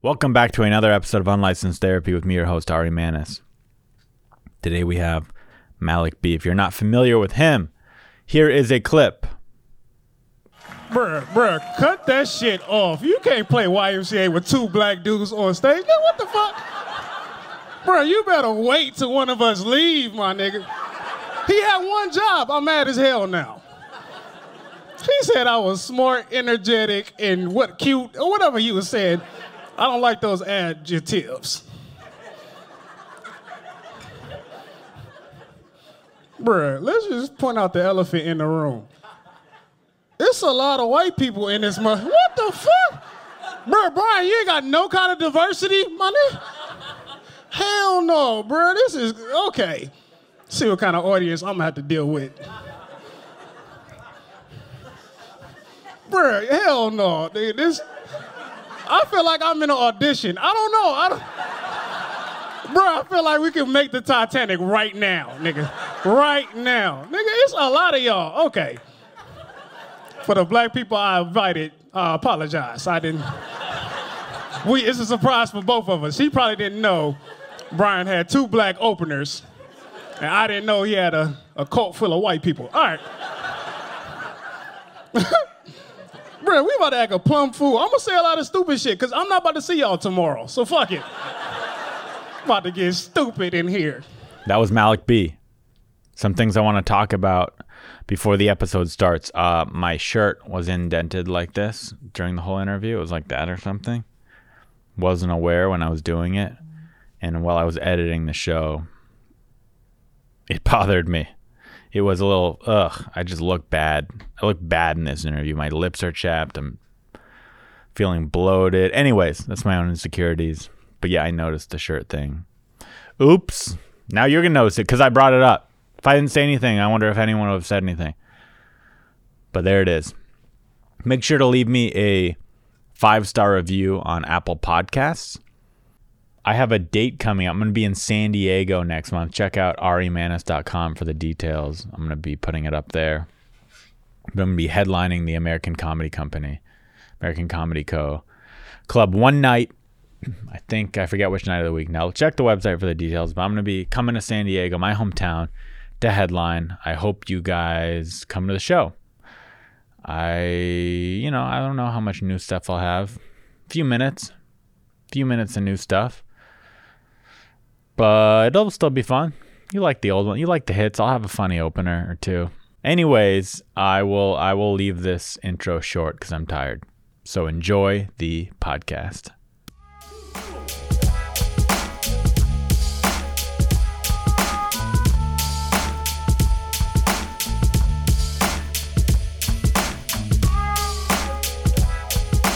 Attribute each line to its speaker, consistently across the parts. Speaker 1: Welcome back to another episode of Unlicensed Therapy with me, your host, Ari Manis. Today we have Malik B. If you're not familiar with him, here is a clip.
Speaker 2: Bruh, bruh, cut that shit off. You can't play YMCA with two black dudes on stage. Nigga, what the fuck? Bruh, you better wait till one of us leave, my nigga. He had one job. I'm mad as hell now. He said I was smart, energetic, and what cute, or whatever you was saying. I don't like those adjectives. Bruh, let's just point out the elephant in the room. It's a lot of white people in this month. What the fuck? Bro, Brian, you ain't got no kind of diversity, my nigga? Hell no, bro. This is okay. See what kind of audience I'm gonna have to deal with. Bro, hell no, nigga. This I feel like I'm in an audition. I don't know. I don't Bro, I feel like we can make the Titanic right now, nigga. Right now. Nigga, it's a lot of y'all. Okay for the black people I invited, I apologize. I didn't. We, it's a surprise for both of us. He probably didn't know Brian had two black openers, and I didn't know he had a, a cult full of white people. All right. Bro, we about to act a plum fool. I'm gonna say a lot of stupid shit, cause I'm not about to see y'all tomorrow. So fuck it. about to get stupid in here.
Speaker 1: That was Malik B. Some things I want to talk about before the episode starts. Uh, my shirt was indented like this during the whole interview. It was like that or something. Wasn't aware when I was doing it. And while I was editing the show, it bothered me. It was a little, ugh, I just look bad. I look bad in this interview. My lips are chapped. I'm feeling bloated. Anyways, that's my own insecurities. But yeah, I noticed the shirt thing. Oops. Now you're going to notice it because I brought it up. If I didn't say anything, I wonder if anyone would have said anything. But there it is. Make sure to leave me a five star review on Apple Podcasts. I have a date coming up. I'm going to be in San Diego next month. Check out E remanis.com for the details. I'm going to be putting it up there. I'm going to be headlining the American Comedy Company, American Comedy Co. Club one night. I think I forget which night of the week now. Check the website for the details, but I'm going to be coming to San Diego, my hometown, to headline. I hope you guys come to the show. I, you know, I don't know how much new stuff I'll have. Few minutes, few minutes of new stuff, but it'll still be fun. You like the old one, you like the hits. I'll have a funny opener or two. Anyways, I will I will leave this intro short because I'm tired. So enjoy the podcast.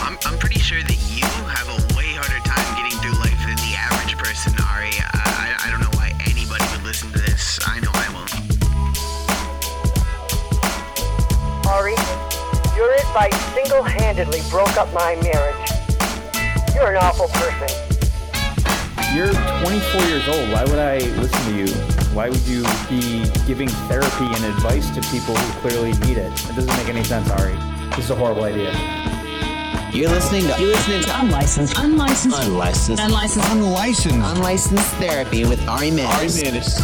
Speaker 3: I'm, I'm pretty sure that you have a way harder time getting through life than the average person, Ari. I, I, I don't know why anybody would listen to this. I know I won't.
Speaker 4: Ari, your advice single-handedly broke up my marriage. You're an awful person.
Speaker 5: You're 24 years old. Why would I listen to you? Why would you be giving therapy and advice to people who clearly need it? It doesn't make any sense, Ari. This is a horrible idea.
Speaker 6: You're listening to You're listening to
Speaker 7: Unlicensed. Unlicensed.
Speaker 6: Unlicensed
Speaker 7: Unlicensed.
Speaker 8: Unlicensed.
Speaker 6: Unlicensed Therapy with Ari Manis.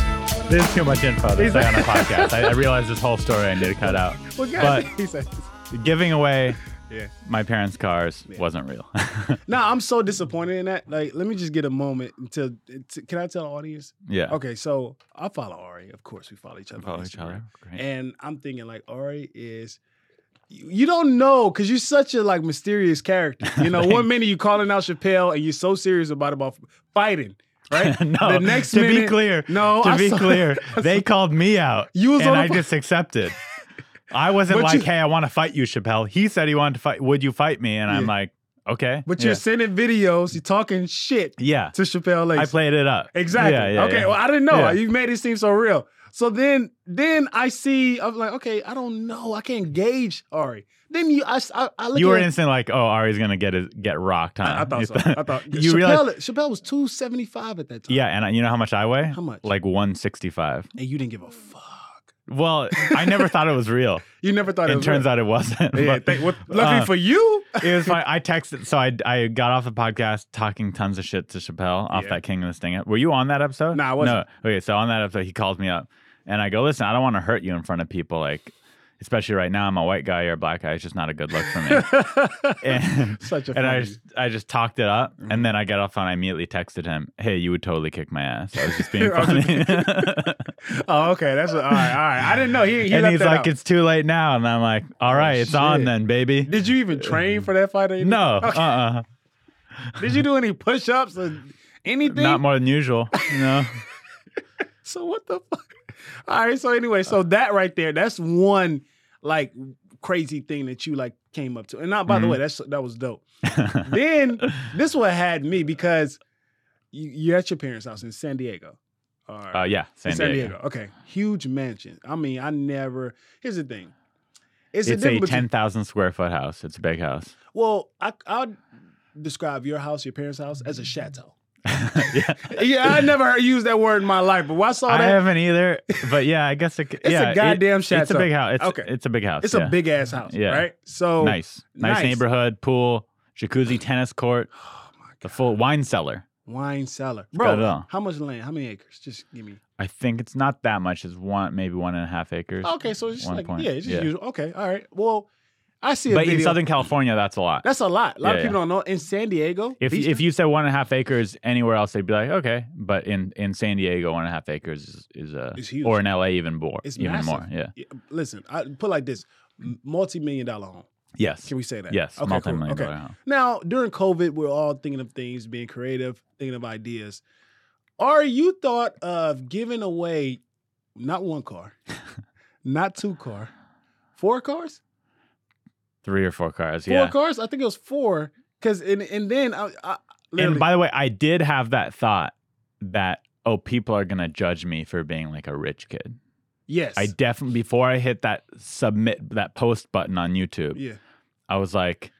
Speaker 1: There's too much info to say on a podcast. I, I realized this whole story I need to cut out. But
Speaker 2: he said,
Speaker 1: giving away my parents' cars wasn't real.
Speaker 2: "Nah, I'm so disappointed in that. Like, let me just get a moment until. to- Can I tell the audience?
Speaker 1: yeah.
Speaker 2: Okay, so I follow Ari. Of course, we follow each other. on
Speaker 1: Follow each
Speaker 2: Instagram.
Speaker 1: other. Great.
Speaker 2: And I'm thinking like Ari is. You you don't know because you're such a like mysterious character. You know, one minute you calling out Chappelle and you're so serious about about fighting, right?
Speaker 1: no.
Speaker 2: The next
Speaker 1: to be
Speaker 2: minute-
Speaker 1: clear,
Speaker 2: no,
Speaker 1: to
Speaker 2: I
Speaker 1: be
Speaker 2: saw-
Speaker 1: clear, they called me out.
Speaker 2: You was
Speaker 1: and
Speaker 2: on a
Speaker 1: I
Speaker 2: po-
Speaker 1: just accepted. I wasn't
Speaker 2: But
Speaker 1: like,
Speaker 2: you-
Speaker 1: "Hey, I want to fight you, Chappelle." He said he wanted to fight. Would you fight me? And I'm
Speaker 2: Yeah.
Speaker 1: like, "Okay."
Speaker 2: But
Speaker 1: yeah.
Speaker 2: you're sending videos. You're talking shit
Speaker 1: yeah.
Speaker 2: to Chappelle Lacey.
Speaker 1: I played it up
Speaker 2: Exactly.
Speaker 1: Yeah, yeah,
Speaker 2: okay.
Speaker 1: yeah.
Speaker 2: Well, I didn't know.
Speaker 1: Yeah.
Speaker 2: You made it seem so real. So then, then I see. I'm like, okay, I don't know. I can't gauge Ari. Then you, I, I, I look
Speaker 1: you
Speaker 2: at
Speaker 1: were
Speaker 2: him-
Speaker 1: instantly like, "Oh, Ari's gonna get his, get rocked." Huh?
Speaker 2: I, I thought
Speaker 1: You
Speaker 2: so. I thought
Speaker 1: you
Speaker 2: Chappelle,
Speaker 1: realize?
Speaker 2: Chappelle was two seventy five at that time.
Speaker 1: Yeah, and I, you know how much I weigh?
Speaker 2: How much?
Speaker 1: Like one sixty five.
Speaker 2: and you didn't give a fuck.
Speaker 1: Well, I never thought it was real.
Speaker 2: You never thought it,
Speaker 1: It
Speaker 2: was
Speaker 1: turns
Speaker 2: real.
Speaker 1: out it wasn't.
Speaker 2: Yeah,
Speaker 1: but,
Speaker 2: thank- well, luckily
Speaker 1: uh,
Speaker 2: for you,
Speaker 1: it was fine. I texted, so I I got off the podcast talking tons of shit to Chappelle off
Speaker 2: Yeah.
Speaker 1: that King of the Sting. Were you on that episode?
Speaker 2: Nah, I wasn't.
Speaker 1: No. Okay, so on that episode, he calls me up, and I go, "Listen, I don't want to hurt you in front of people, like." Especially right now, I'm a white guy or a black guy. It's just not a good look for me. and
Speaker 2: Such a
Speaker 1: and I
Speaker 2: funny- Mm-hmm.
Speaker 1: just I just talked it up, and then I got off and I immediately texted him, "Hey, you would totally kick my ass." I was just being
Speaker 2: I was
Speaker 1: funny.
Speaker 2: oh okay, that's all right. All right, I didn't know he. he
Speaker 1: and
Speaker 2: left
Speaker 1: he's
Speaker 2: that
Speaker 1: like,
Speaker 2: out. Oh,
Speaker 1: "It's too late now," and I'm like, "All right, it's on
Speaker 2: shit.
Speaker 1: then, baby."
Speaker 2: Did you even train for that fight? or anything?
Speaker 1: Uh, no,
Speaker 2: Okay.
Speaker 1: uh-uh.
Speaker 2: Did you do any push-ups or anything?
Speaker 1: not more than usual. No.
Speaker 2: So what the fuck? All right. So anyway,
Speaker 1: Uh.
Speaker 2: so that right there, that's one like crazy thing that you like came up to. And now, by
Speaker 1: Mm-hmm.
Speaker 2: the way, that's that was dope. then this one had me because you, you're at your parents' house in San Diego. All right.
Speaker 1: Uh, yeah, San,
Speaker 2: In
Speaker 1: Diego.
Speaker 2: Okay. Huge mansion. I mean, I never. Here's the thing. It's,
Speaker 1: It's
Speaker 2: the
Speaker 1: a
Speaker 2: difference between-
Speaker 1: ten thousand square foot house. It's a big house.
Speaker 2: Well, I, I'll describe your house, your parents' house, as a chateau.
Speaker 1: Mm-hmm. yeah,
Speaker 2: yeah, I never heard, used that word in my life, but when I saw
Speaker 1: I
Speaker 2: Oh, that,
Speaker 1: haven't either. But yeah, I guess it,
Speaker 2: a
Speaker 1: yeah,
Speaker 2: goddamn
Speaker 1: it, It's
Speaker 2: chateau.
Speaker 1: a big house. It's,
Speaker 2: Okay.
Speaker 1: it's a big house.
Speaker 2: it's
Speaker 1: yeah.
Speaker 2: a big ass house,
Speaker 1: Yeah.
Speaker 2: right? So
Speaker 1: nice, nice,
Speaker 2: nice.
Speaker 1: neighborhood, pool, jacuzzi, tennis court, the full wine cellar.
Speaker 2: wine cellar,
Speaker 1: Got it
Speaker 2: bro.
Speaker 1: all.
Speaker 2: How much land? How many acres? Just give me.
Speaker 1: I think it's not that much. It's one, maybe one and a half acres.
Speaker 2: Okay, so it's just
Speaker 1: One
Speaker 2: like
Speaker 1: point.
Speaker 2: yeah, it's just
Speaker 1: Yeah.
Speaker 2: usual. Okay, all right. Well, I see a
Speaker 1: But in
Speaker 2: video.
Speaker 1: Southern California, that's a lot.
Speaker 2: That's a lot. A lot
Speaker 1: Yeah,
Speaker 2: of people
Speaker 1: yeah.
Speaker 2: don't know in San Diego.
Speaker 1: if
Speaker 2: these-
Speaker 1: if you said one and a half acres anywhere else, they'd be like, okay. But in, in San Diego, one and a half acres is, is a
Speaker 2: It's huge.
Speaker 1: or in LA even more,
Speaker 2: It's
Speaker 1: even
Speaker 2: massive.
Speaker 1: more. Yeah.
Speaker 2: Yeah, listen, I put it like this: M- multi-million dollar home.
Speaker 1: Yes.
Speaker 2: Can we say that?
Speaker 1: Yes.
Speaker 2: Okay, cool.
Speaker 1: multi-million
Speaker 2: Okay.
Speaker 1: dollar house.
Speaker 2: Now, during COVID, we're all thinking of things, being creative, thinking of ideas. Are you thought of giving away not one car, not two car, four cars?
Speaker 1: Three or four cars.
Speaker 2: Four
Speaker 1: yeah.
Speaker 2: cars? I think it was four. Cause and and then I, I literally,
Speaker 1: And by the way, I did have that thought that oh, people are gonna judge me for being like a rich kid.
Speaker 2: yes,
Speaker 1: I definitely before I hit that submit that post button on YouTube,
Speaker 2: yeah.
Speaker 1: I was like,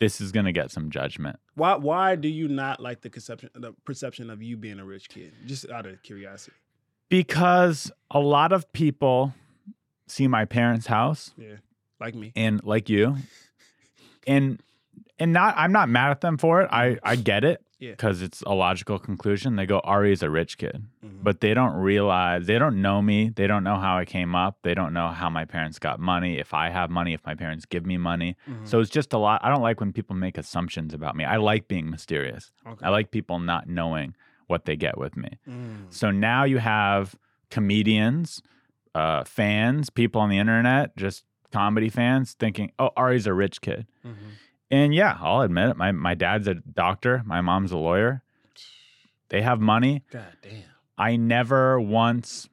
Speaker 1: this is gonna get some judgment.
Speaker 2: Why why do you not like the conception the perception of you being a rich kid? Just out of curiosity.
Speaker 1: Because a lot of people see my parents' house
Speaker 2: Yeah, like me.
Speaker 1: and like you and and not i'm not mad at them for it i i get it
Speaker 2: Yeah.
Speaker 1: because it's a logical conclusion they go ari's a rich kid
Speaker 2: Mhm.
Speaker 1: but they don't realize they don't know me they don't know how i came up they don't know how my parents got money if i have money if my parents give me money
Speaker 2: Mm-hmm.
Speaker 1: so it's just a lot i don't like when people make assumptions about me i like being mysterious
Speaker 2: Okay.
Speaker 1: i like people not knowing what they get with me
Speaker 2: Mm.
Speaker 1: so now you have comedians, uh, fans, people on the internet, just comedy fans thinking, oh, Ari's a rich kid.
Speaker 2: Mm-hmm.
Speaker 1: And yeah, I'll admit it. My, my dad's a doctor, my mom's a lawyer. They have money.
Speaker 2: God damn.
Speaker 1: I never once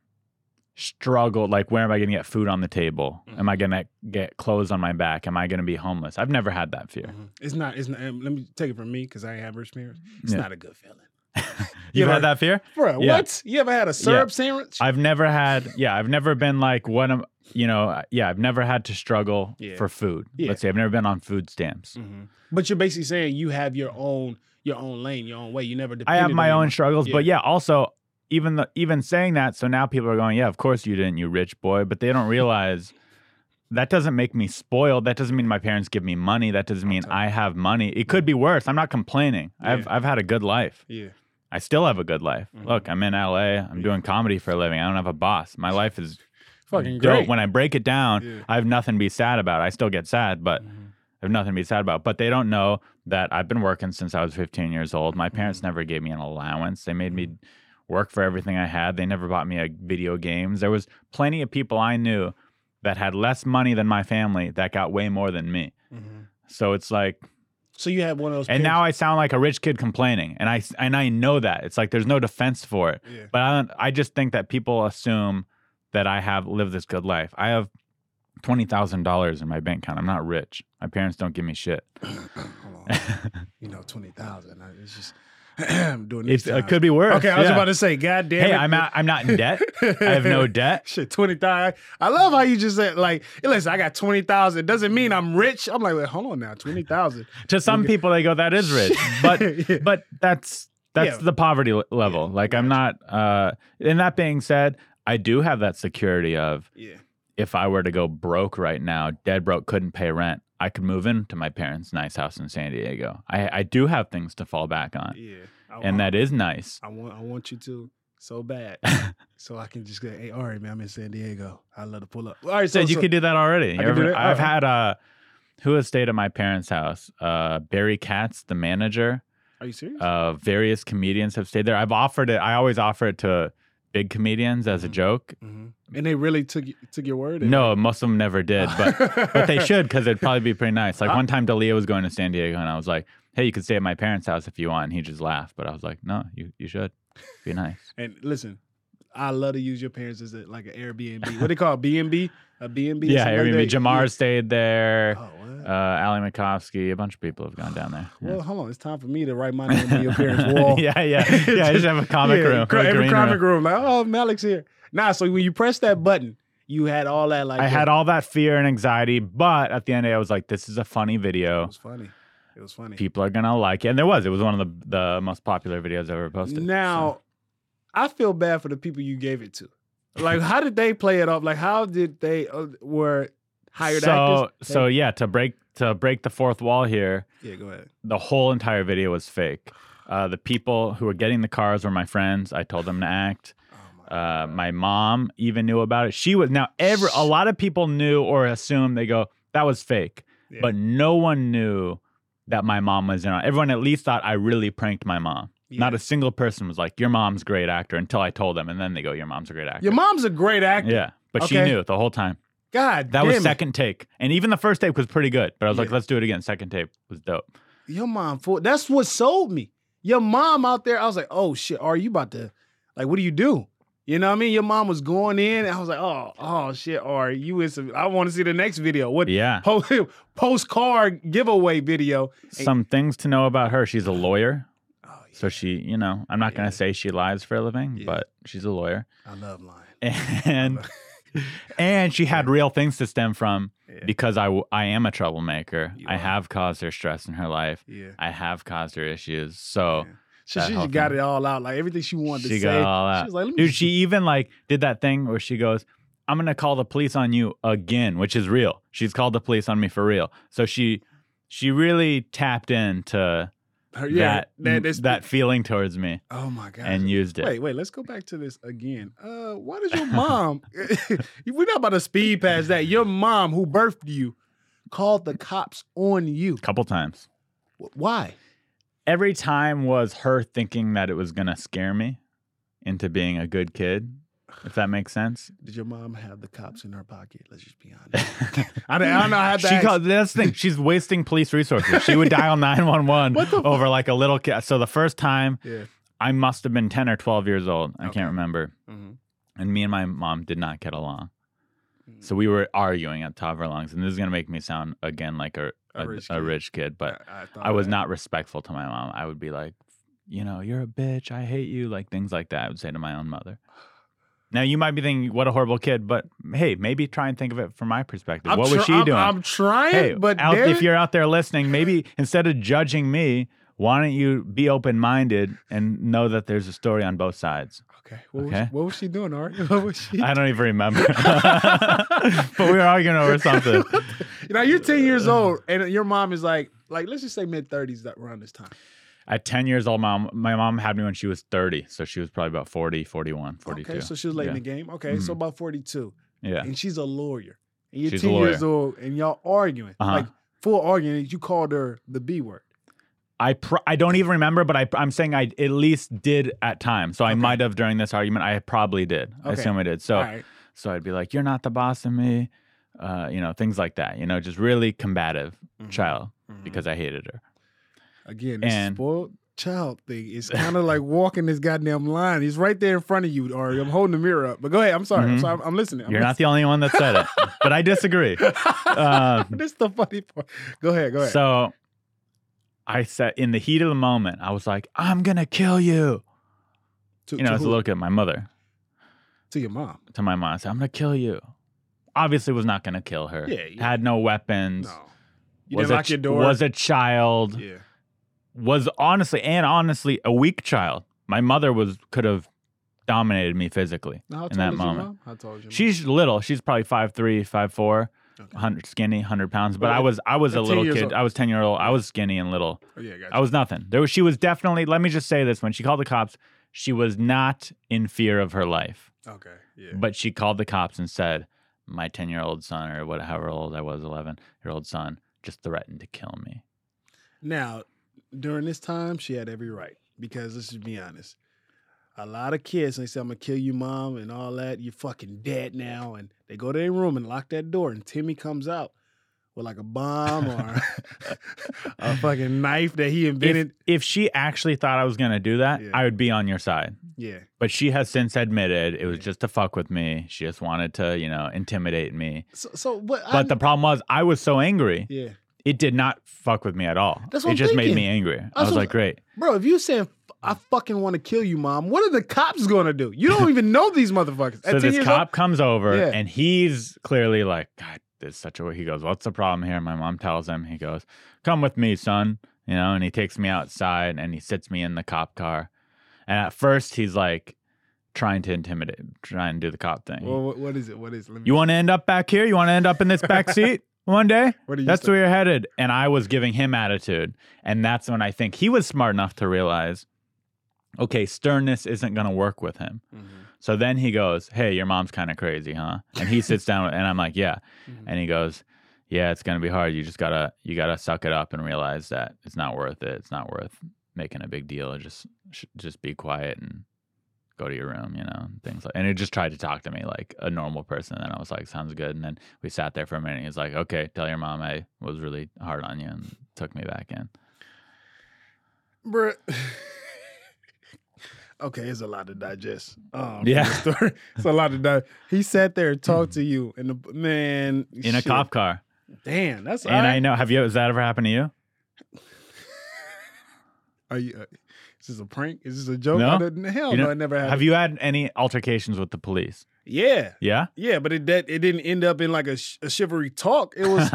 Speaker 1: struggled like where am i going to get food on the table am i going to get clothes on my back am i going to be homeless i've never had that fear
Speaker 2: It's not it's not and let me take it from me because I ain't have rich parents. It's
Speaker 1: Mm-hmm. Yeah.
Speaker 2: not a good feeling.
Speaker 1: you've
Speaker 2: know,
Speaker 1: had that fear
Speaker 2: Bro,
Speaker 1: Yeah.
Speaker 2: what? You ever had a syrup sandwich?
Speaker 1: I've never had, yeah, I've never been like, what am, you know, yeah, I've never had to struggle
Speaker 2: Yeah.
Speaker 1: for food.
Speaker 2: Yeah.
Speaker 1: Let's say I've never been on food stamps.
Speaker 2: but you're basically saying you have your own your own lane, your own way. You never
Speaker 1: I
Speaker 2: depended
Speaker 1: have my
Speaker 2: on
Speaker 1: own struggles, but
Speaker 2: Yeah.
Speaker 1: yeah, also even the, even saying that, so now people are going, yeah, of course you didn't, you rich boy, but they don't realize that doesn't make me spoiled. That doesn't mean my parents give me money. That doesn't mean I have money. It could be worse. I'm not complaining. I've I've had a good life.
Speaker 2: Yeah. Mm-hmm.
Speaker 1: I still have a good life. Look, I'm in LA. I'm doing comedy for a living. I don't have a boss. My life is
Speaker 2: Fucking
Speaker 1: dope.
Speaker 2: great.
Speaker 1: When I break it down,
Speaker 2: Yeah. Mm-hmm.
Speaker 1: I have nothing to be sad about. I still get sad, but I have nothing to be sad about. But they don't know that I've been working since I was 15 years old. My parents never gave me an allowance. They made me work for everything I had. They never bought me a video games. There was plenty of people I knew that had less money than my family that got way more than me. So it's like
Speaker 2: So you had one of those
Speaker 1: and now I sound like a rich kid complaining, and I and I know that it's like there's no defense for it.
Speaker 2: Yeah.
Speaker 1: But I don't, I just think that people assume that I have lived this good life. I have twenty thousand dollars in my bank account. I'm not rich. My parents don't give me shit.
Speaker 2: you know, twenty thousand. It's just I'm doing this.
Speaker 1: It's, it could be worse.
Speaker 2: uh, Okay, I was
Speaker 1: yeah.
Speaker 2: about to say, God damn
Speaker 1: Hey,
Speaker 2: it.
Speaker 1: I'm not, I'm not in debt. I have no debt.
Speaker 2: Shit, twenty thousand. I love how you just said like, listen, I got twenty thousand. Doesn't mean I'm rich. I'm like, wait, hold on now, twenty thousand.
Speaker 1: To some people, they go, "That is rich," but
Speaker 2: Yeah.
Speaker 1: but that's that's
Speaker 2: Yeah.
Speaker 1: the poverty le- level. Like I'm not. Uh, and that being said, I do have that security of
Speaker 7: Yeah.
Speaker 1: if I were to go broke right now, dead broke, couldn't pay rent, I could move into my parents' nice house in San Diego. I, I do have things to fall back on,
Speaker 7: Yeah. I,
Speaker 2: Oh,
Speaker 1: and
Speaker 7: I,
Speaker 1: that is nice.
Speaker 7: I want I want you to so bad. so I can just go, hey, all right, man, I'm in San Diego. I love to pull up. All right, so
Speaker 1: said you
Speaker 7: so-
Speaker 1: could do that already.
Speaker 7: I could do
Speaker 1: Every-
Speaker 7: that?
Speaker 1: I've
Speaker 7: Oh.
Speaker 1: had uh, who has stayed at my parents' house? Uh, Barry Katz, the manager.
Speaker 7: Are you serious?
Speaker 1: Uh, various comedians have stayed there. I've offered it. I always offer it to big comedians as a joke.
Speaker 7: hmm And they really took y- took your word?
Speaker 1: No, most of them never did, but but they should because it'd probably be pretty nice.
Speaker 7: Uh-huh.
Speaker 1: Like one time, Dalia was going to San Diego, and I was like, "Hey, you could stay at my parents' house if you want." And he just laughed, but I was like, "No, you you should. Be nice."
Speaker 7: And listen, I love to use your parents as a, like an Airbnb. What they call it? B&B? A B&B?
Speaker 1: yeah,
Speaker 7: something
Speaker 1: Airbnb.
Speaker 7: Like that?
Speaker 1: Jamar stayed there.
Speaker 7: Oh,
Speaker 1: Uh,
Speaker 7: what?
Speaker 1: Ali Makovsky, a bunch of people have gone down there. Yeah.
Speaker 7: well, hold on. It's time for me to write my name on your parents' wall.
Speaker 1: yeah, yeah, yeah. I just have a comic
Speaker 7: Yeah,
Speaker 1: room,
Speaker 7: cr-
Speaker 1: a
Speaker 7: every
Speaker 1: green
Speaker 7: comic
Speaker 1: room.
Speaker 7: room. Like, oh, Malik's here. Nah, so when you press that button, you had all that like
Speaker 1: I had
Speaker 7: that-
Speaker 1: all that fear and anxiety, but at the end of the day, I was like, "This is a funny
Speaker 7: It
Speaker 1: video.
Speaker 7: was funny. It was funny.
Speaker 1: People are gonna like it." And there was. It was one of the the most popular videos I've ever posted.
Speaker 7: Now, I feel bad for the people you gave it to. Like, how did they play it off? Like, how did they uh, were hired
Speaker 1: so,
Speaker 7: actors?
Speaker 1: So yeah, to break to break the fourth wall here,
Speaker 7: yeah, go ahead.
Speaker 1: the whole entire video was fake. Uh, the people who were getting the cars were my friends. I told them to act.
Speaker 7: Oh
Speaker 1: Uh, my mom even knew about it. She was now every a lot of people knew or assumed they go that was fake,
Speaker 7: Yeah.
Speaker 1: but no one knew that my mom was in on. it. Everyone at least thought I really pranked my mom. Not
Speaker 7: Yeah.
Speaker 1: a single person was like, "Your mom's a great actor," until I told them, and then they go, "Your mom's a great actor."
Speaker 7: Your mom's a great actor.
Speaker 1: yeah, but she
Speaker 7: Okay.
Speaker 1: knew the whole time.
Speaker 7: God,
Speaker 1: That
Speaker 7: damn
Speaker 1: was
Speaker 7: it.
Speaker 1: second take. And even the first tape was pretty good, but I was like,
Speaker 7: Yeah.
Speaker 1: let's do it again. Second tape was dope.
Speaker 7: Your mom, fool. That's what sold me. Your mom out there. I was like, oh shit. Are you about to? Like, what do you do? You know what I mean? Your mom was going in, and I was like, oh, oh shit. Are you in some? I want to see the next video. What?
Speaker 1: Yeah.
Speaker 7: Po- postcard giveaway video.
Speaker 1: Some things to know about her. She's a lawyer.
Speaker 7: Oh, yeah.
Speaker 1: So she, you know, I'm not going
Speaker 7: Yeah.
Speaker 1: to say she lies for a living,
Speaker 7: Yeah.
Speaker 1: but she's a lawyer.
Speaker 7: I love lying.
Speaker 1: And and she had real things to stem from because I, w- I am a troublemaker.
Speaker 7: You
Speaker 1: I
Speaker 7: are.
Speaker 1: have caused her stress in her life.
Speaker 7: Yeah.
Speaker 1: I have caused her issues. So
Speaker 7: So
Speaker 1: That
Speaker 7: she
Speaker 1: whole
Speaker 7: just got
Speaker 1: thing.
Speaker 7: it all out. Like everything she wanted
Speaker 1: she
Speaker 7: to
Speaker 1: got
Speaker 7: say.
Speaker 1: all out.
Speaker 7: She was like, let me
Speaker 1: Dude, she even like did that thing where she goes, "I'm gonna call the police on you again," which is real. She's called the police on me for real. So she, she really tapped into
Speaker 7: her, yeah,
Speaker 1: that
Speaker 7: that, that's-
Speaker 1: that feeling towards me
Speaker 7: Oh my god.
Speaker 1: and used it.
Speaker 7: Wait, wait, let's go back to this again. Uh, why does your mom, we're not about to speed past that. Your mom, who birthed you, called the cops on you.
Speaker 1: a couple times.
Speaker 7: Wh- Why?
Speaker 1: Every time was her thinking that it was gonna scare me into being a good kid. If that makes sense.
Speaker 7: Did your mom have the cops in her pocket? Let's just be honest. I, don't- I don't know how
Speaker 1: She called, that's the thing. She's wasting police resources. She would dial 911
Speaker 7: What the fu-
Speaker 1: over like a little kid. So the first time
Speaker 7: Yeah.
Speaker 1: I must have been 10 or 12 years old. I
Speaker 7: Okay.
Speaker 1: can't remember.
Speaker 7: Mhm.
Speaker 1: And me and my mom did not get along.
Speaker 7: Mm.
Speaker 1: So we were arguing at top of our lungs. And this is going to make me sound again like a,
Speaker 7: A
Speaker 1: a, a
Speaker 7: rich
Speaker 1: rich,
Speaker 7: kid.
Speaker 1: kid. But
Speaker 7: thought
Speaker 1: I was
Speaker 7: that.
Speaker 1: not respectful to my mom. I would be like, you know, you're a bitch. I hate you. Like things like that. I would say to my own mother. Now you might be thinking, what a horrible kid. But hey, maybe try and think of it from my perspective.
Speaker 7: I'm
Speaker 1: what was
Speaker 7: try-
Speaker 1: she
Speaker 7: I'm-
Speaker 1: doing?
Speaker 7: I'm trying,
Speaker 1: hey,
Speaker 7: but
Speaker 1: out,
Speaker 7: damn
Speaker 1: if
Speaker 7: it-
Speaker 1: you're out there listening, maybe instead of judging me, why don't you be open minded and know that there's a story on both sides?
Speaker 7: Okay. What, Was,
Speaker 1: Okay.
Speaker 7: what was she doing, Ari? What was she?
Speaker 1: I don't even remember, but we were arguing over something.
Speaker 7: Now you're 10 years old, and your mom is like, like let's just say mid 30s around this time.
Speaker 1: At 10 years old, mom, my mom had me when she was 30, so she was probably about 40, 41, 42.
Speaker 7: Okay, so she was late in
Speaker 1: Yeah. Mm-hmm.
Speaker 7: the game. Okay, so about 42.
Speaker 1: yeah.
Speaker 7: And she's a lawyer. And you're
Speaker 1: She's a
Speaker 7: 10
Speaker 1: lawyer.
Speaker 7: years old and y'all arguing.
Speaker 1: Uh-huh.
Speaker 7: Like full arguing. You called her the B word.
Speaker 1: I pr- I don't even remember, but I, I'm saying I at least did at times. So I might have during this argument. I probably did. I
Speaker 7: Okay.
Speaker 1: assume I did. So
Speaker 7: All right.
Speaker 1: so I'd be like, "You're not the boss of me," uh, you know, things like that. You know, just really combative
Speaker 7: Mm-hmm.
Speaker 1: child because I hated her.
Speaker 7: Again, this
Speaker 1: And-
Speaker 7: spoiled child thing is kind of like walking this goddamn line. He's right there in front of you, Ari. I'm holding the mirror up. But go ahead. I'm sorry. I'm
Speaker 1: Mhm.
Speaker 7: sorry. I'm, I'm listening. I'm
Speaker 1: You're not the only one that said it, but I disagree. Um,
Speaker 7: listening. This is the funny part. Go ahead. Go ahead.
Speaker 1: So I said, in the heat of the moment, I was like, "I'm gonna kill you."
Speaker 7: to,
Speaker 1: You know,
Speaker 7: to,
Speaker 1: as a
Speaker 7: who?
Speaker 1: look at my mother,
Speaker 7: to your mom.
Speaker 1: to my mom, I said, "I'm gonna kill you." Obviously, was not gonna kill her.
Speaker 7: Yeah, yeah.
Speaker 1: Had no weapons.
Speaker 7: No. You
Speaker 1: was
Speaker 7: didn't
Speaker 1: a
Speaker 7: lock
Speaker 1: ch-
Speaker 7: your door.
Speaker 1: Was a child.
Speaker 7: yeah.
Speaker 1: Was honestly and honestly a weak child. My mother was could have dominated me physically
Speaker 7: Now, how
Speaker 1: in
Speaker 7: tall
Speaker 1: that
Speaker 7: is
Speaker 1: moment.
Speaker 7: your mom? How tall is your mom?
Speaker 1: She's little. She's probably five three, five four, hundred skinny, hundred pounds. But
Speaker 7: Well,
Speaker 1: I was I was
Speaker 7: at
Speaker 1: a
Speaker 7: 10
Speaker 1: little
Speaker 7: years
Speaker 1: kid.
Speaker 7: old-
Speaker 1: I was ten year old. I was skinny and little.
Speaker 7: Oh, yeah, gotcha.
Speaker 1: I was nothing. There was she was definitely. Let me just say this: when she called the cops, she was not in fear of her life,
Speaker 7: okay. Yeah.
Speaker 1: but she called the cops and said, "My ten year old son, or whatever old I was, eleven year old son, just threatened to kill me."
Speaker 7: Now, during this time, she had every right because let's just be honest. A lot of kids, they say, I'm gonna kill you, mom, and all that. You're fucking dead now. And they go to their room and lock that door, and Timmy comes out with like a bomb or a fucking knife that he
Speaker 1: If,
Speaker 7: invented.
Speaker 1: if she actually thought I was gonna do that,
Speaker 7: Yeah.
Speaker 1: I would be on your side.
Speaker 7: yeah.
Speaker 1: But she has since admitted it was just to fuck with me. She just wanted to, you know, intimidate me.
Speaker 7: So, so what?
Speaker 1: But the problem was, I was so angry.
Speaker 7: yeah,
Speaker 1: It did not fuck with me at all.
Speaker 7: That's
Speaker 1: it
Speaker 7: what I'm
Speaker 1: just made
Speaker 7: thinking.
Speaker 1: me angry. I
Speaker 7: That's
Speaker 1: was
Speaker 7: what-
Speaker 1: like, great.
Speaker 7: bro, if you saying I fucking want to kill you, mom, what are the cops gonna do? You don't even know these motherfuckers. At
Speaker 1: So
Speaker 7: 10
Speaker 1: this
Speaker 7: years
Speaker 1: cop
Speaker 7: old-
Speaker 1: comes over
Speaker 7: Yeah.
Speaker 1: and he's clearly like, God, there's such a way. He goes, What's the problem here? My mom tells him, he goes, Come with me, son. You know, and he takes me outside and he sits me in the cop car. And at first he's like trying to intimidate, trying to do the cop thing.
Speaker 7: Well, what, what is it? What is? Let me,
Speaker 1: you want to end up back here? You want to end up in this back seat one day?
Speaker 7: What do you
Speaker 1: that's
Speaker 7: say?
Speaker 1: where you're headed. And I was giving him attitude. And that's when I think he was smart enough to realize, okay, sternness isn't going to work with him. So then he goes, hey, your mom's kind of crazy, huh? And he sits down and I'm like, yeah. And he goes, yeah, it's going to be hard. You just got to, you got to suck it up and realize that it's not worth it. It's not worth making a big deal. Just, sh- just be quiet and go to your room, you know, and things like and he just tried to talk to me like a normal person. And I was like, sounds good. And then we sat there for a minute. And he was like, okay, tell your mom I was really hard on you and took me back in.
Speaker 7: Bruh. okay, it's a lot to digest. Um, from
Speaker 1: Yeah.
Speaker 7: this story. it's a lot to digest. He sat there and talked to you, and the man
Speaker 1: In a
Speaker 7: shit.
Speaker 1: cop car.
Speaker 7: Damn, that's
Speaker 1: And I
Speaker 7: alright.
Speaker 1: know have you has that ever happened to you?
Speaker 7: Are you? Uh, is this a prank? Is this a joke?
Speaker 1: No.
Speaker 7: I didn't- hell
Speaker 1: You
Speaker 7: no,
Speaker 1: know-
Speaker 7: it never happened.
Speaker 1: Have you had any altercations with the police?
Speaker 7: Yeah,
Speaker 1: Yeah?
Speaker 7: yeah, but it that it didn't end up in like a, sh- a chivalry talk. It was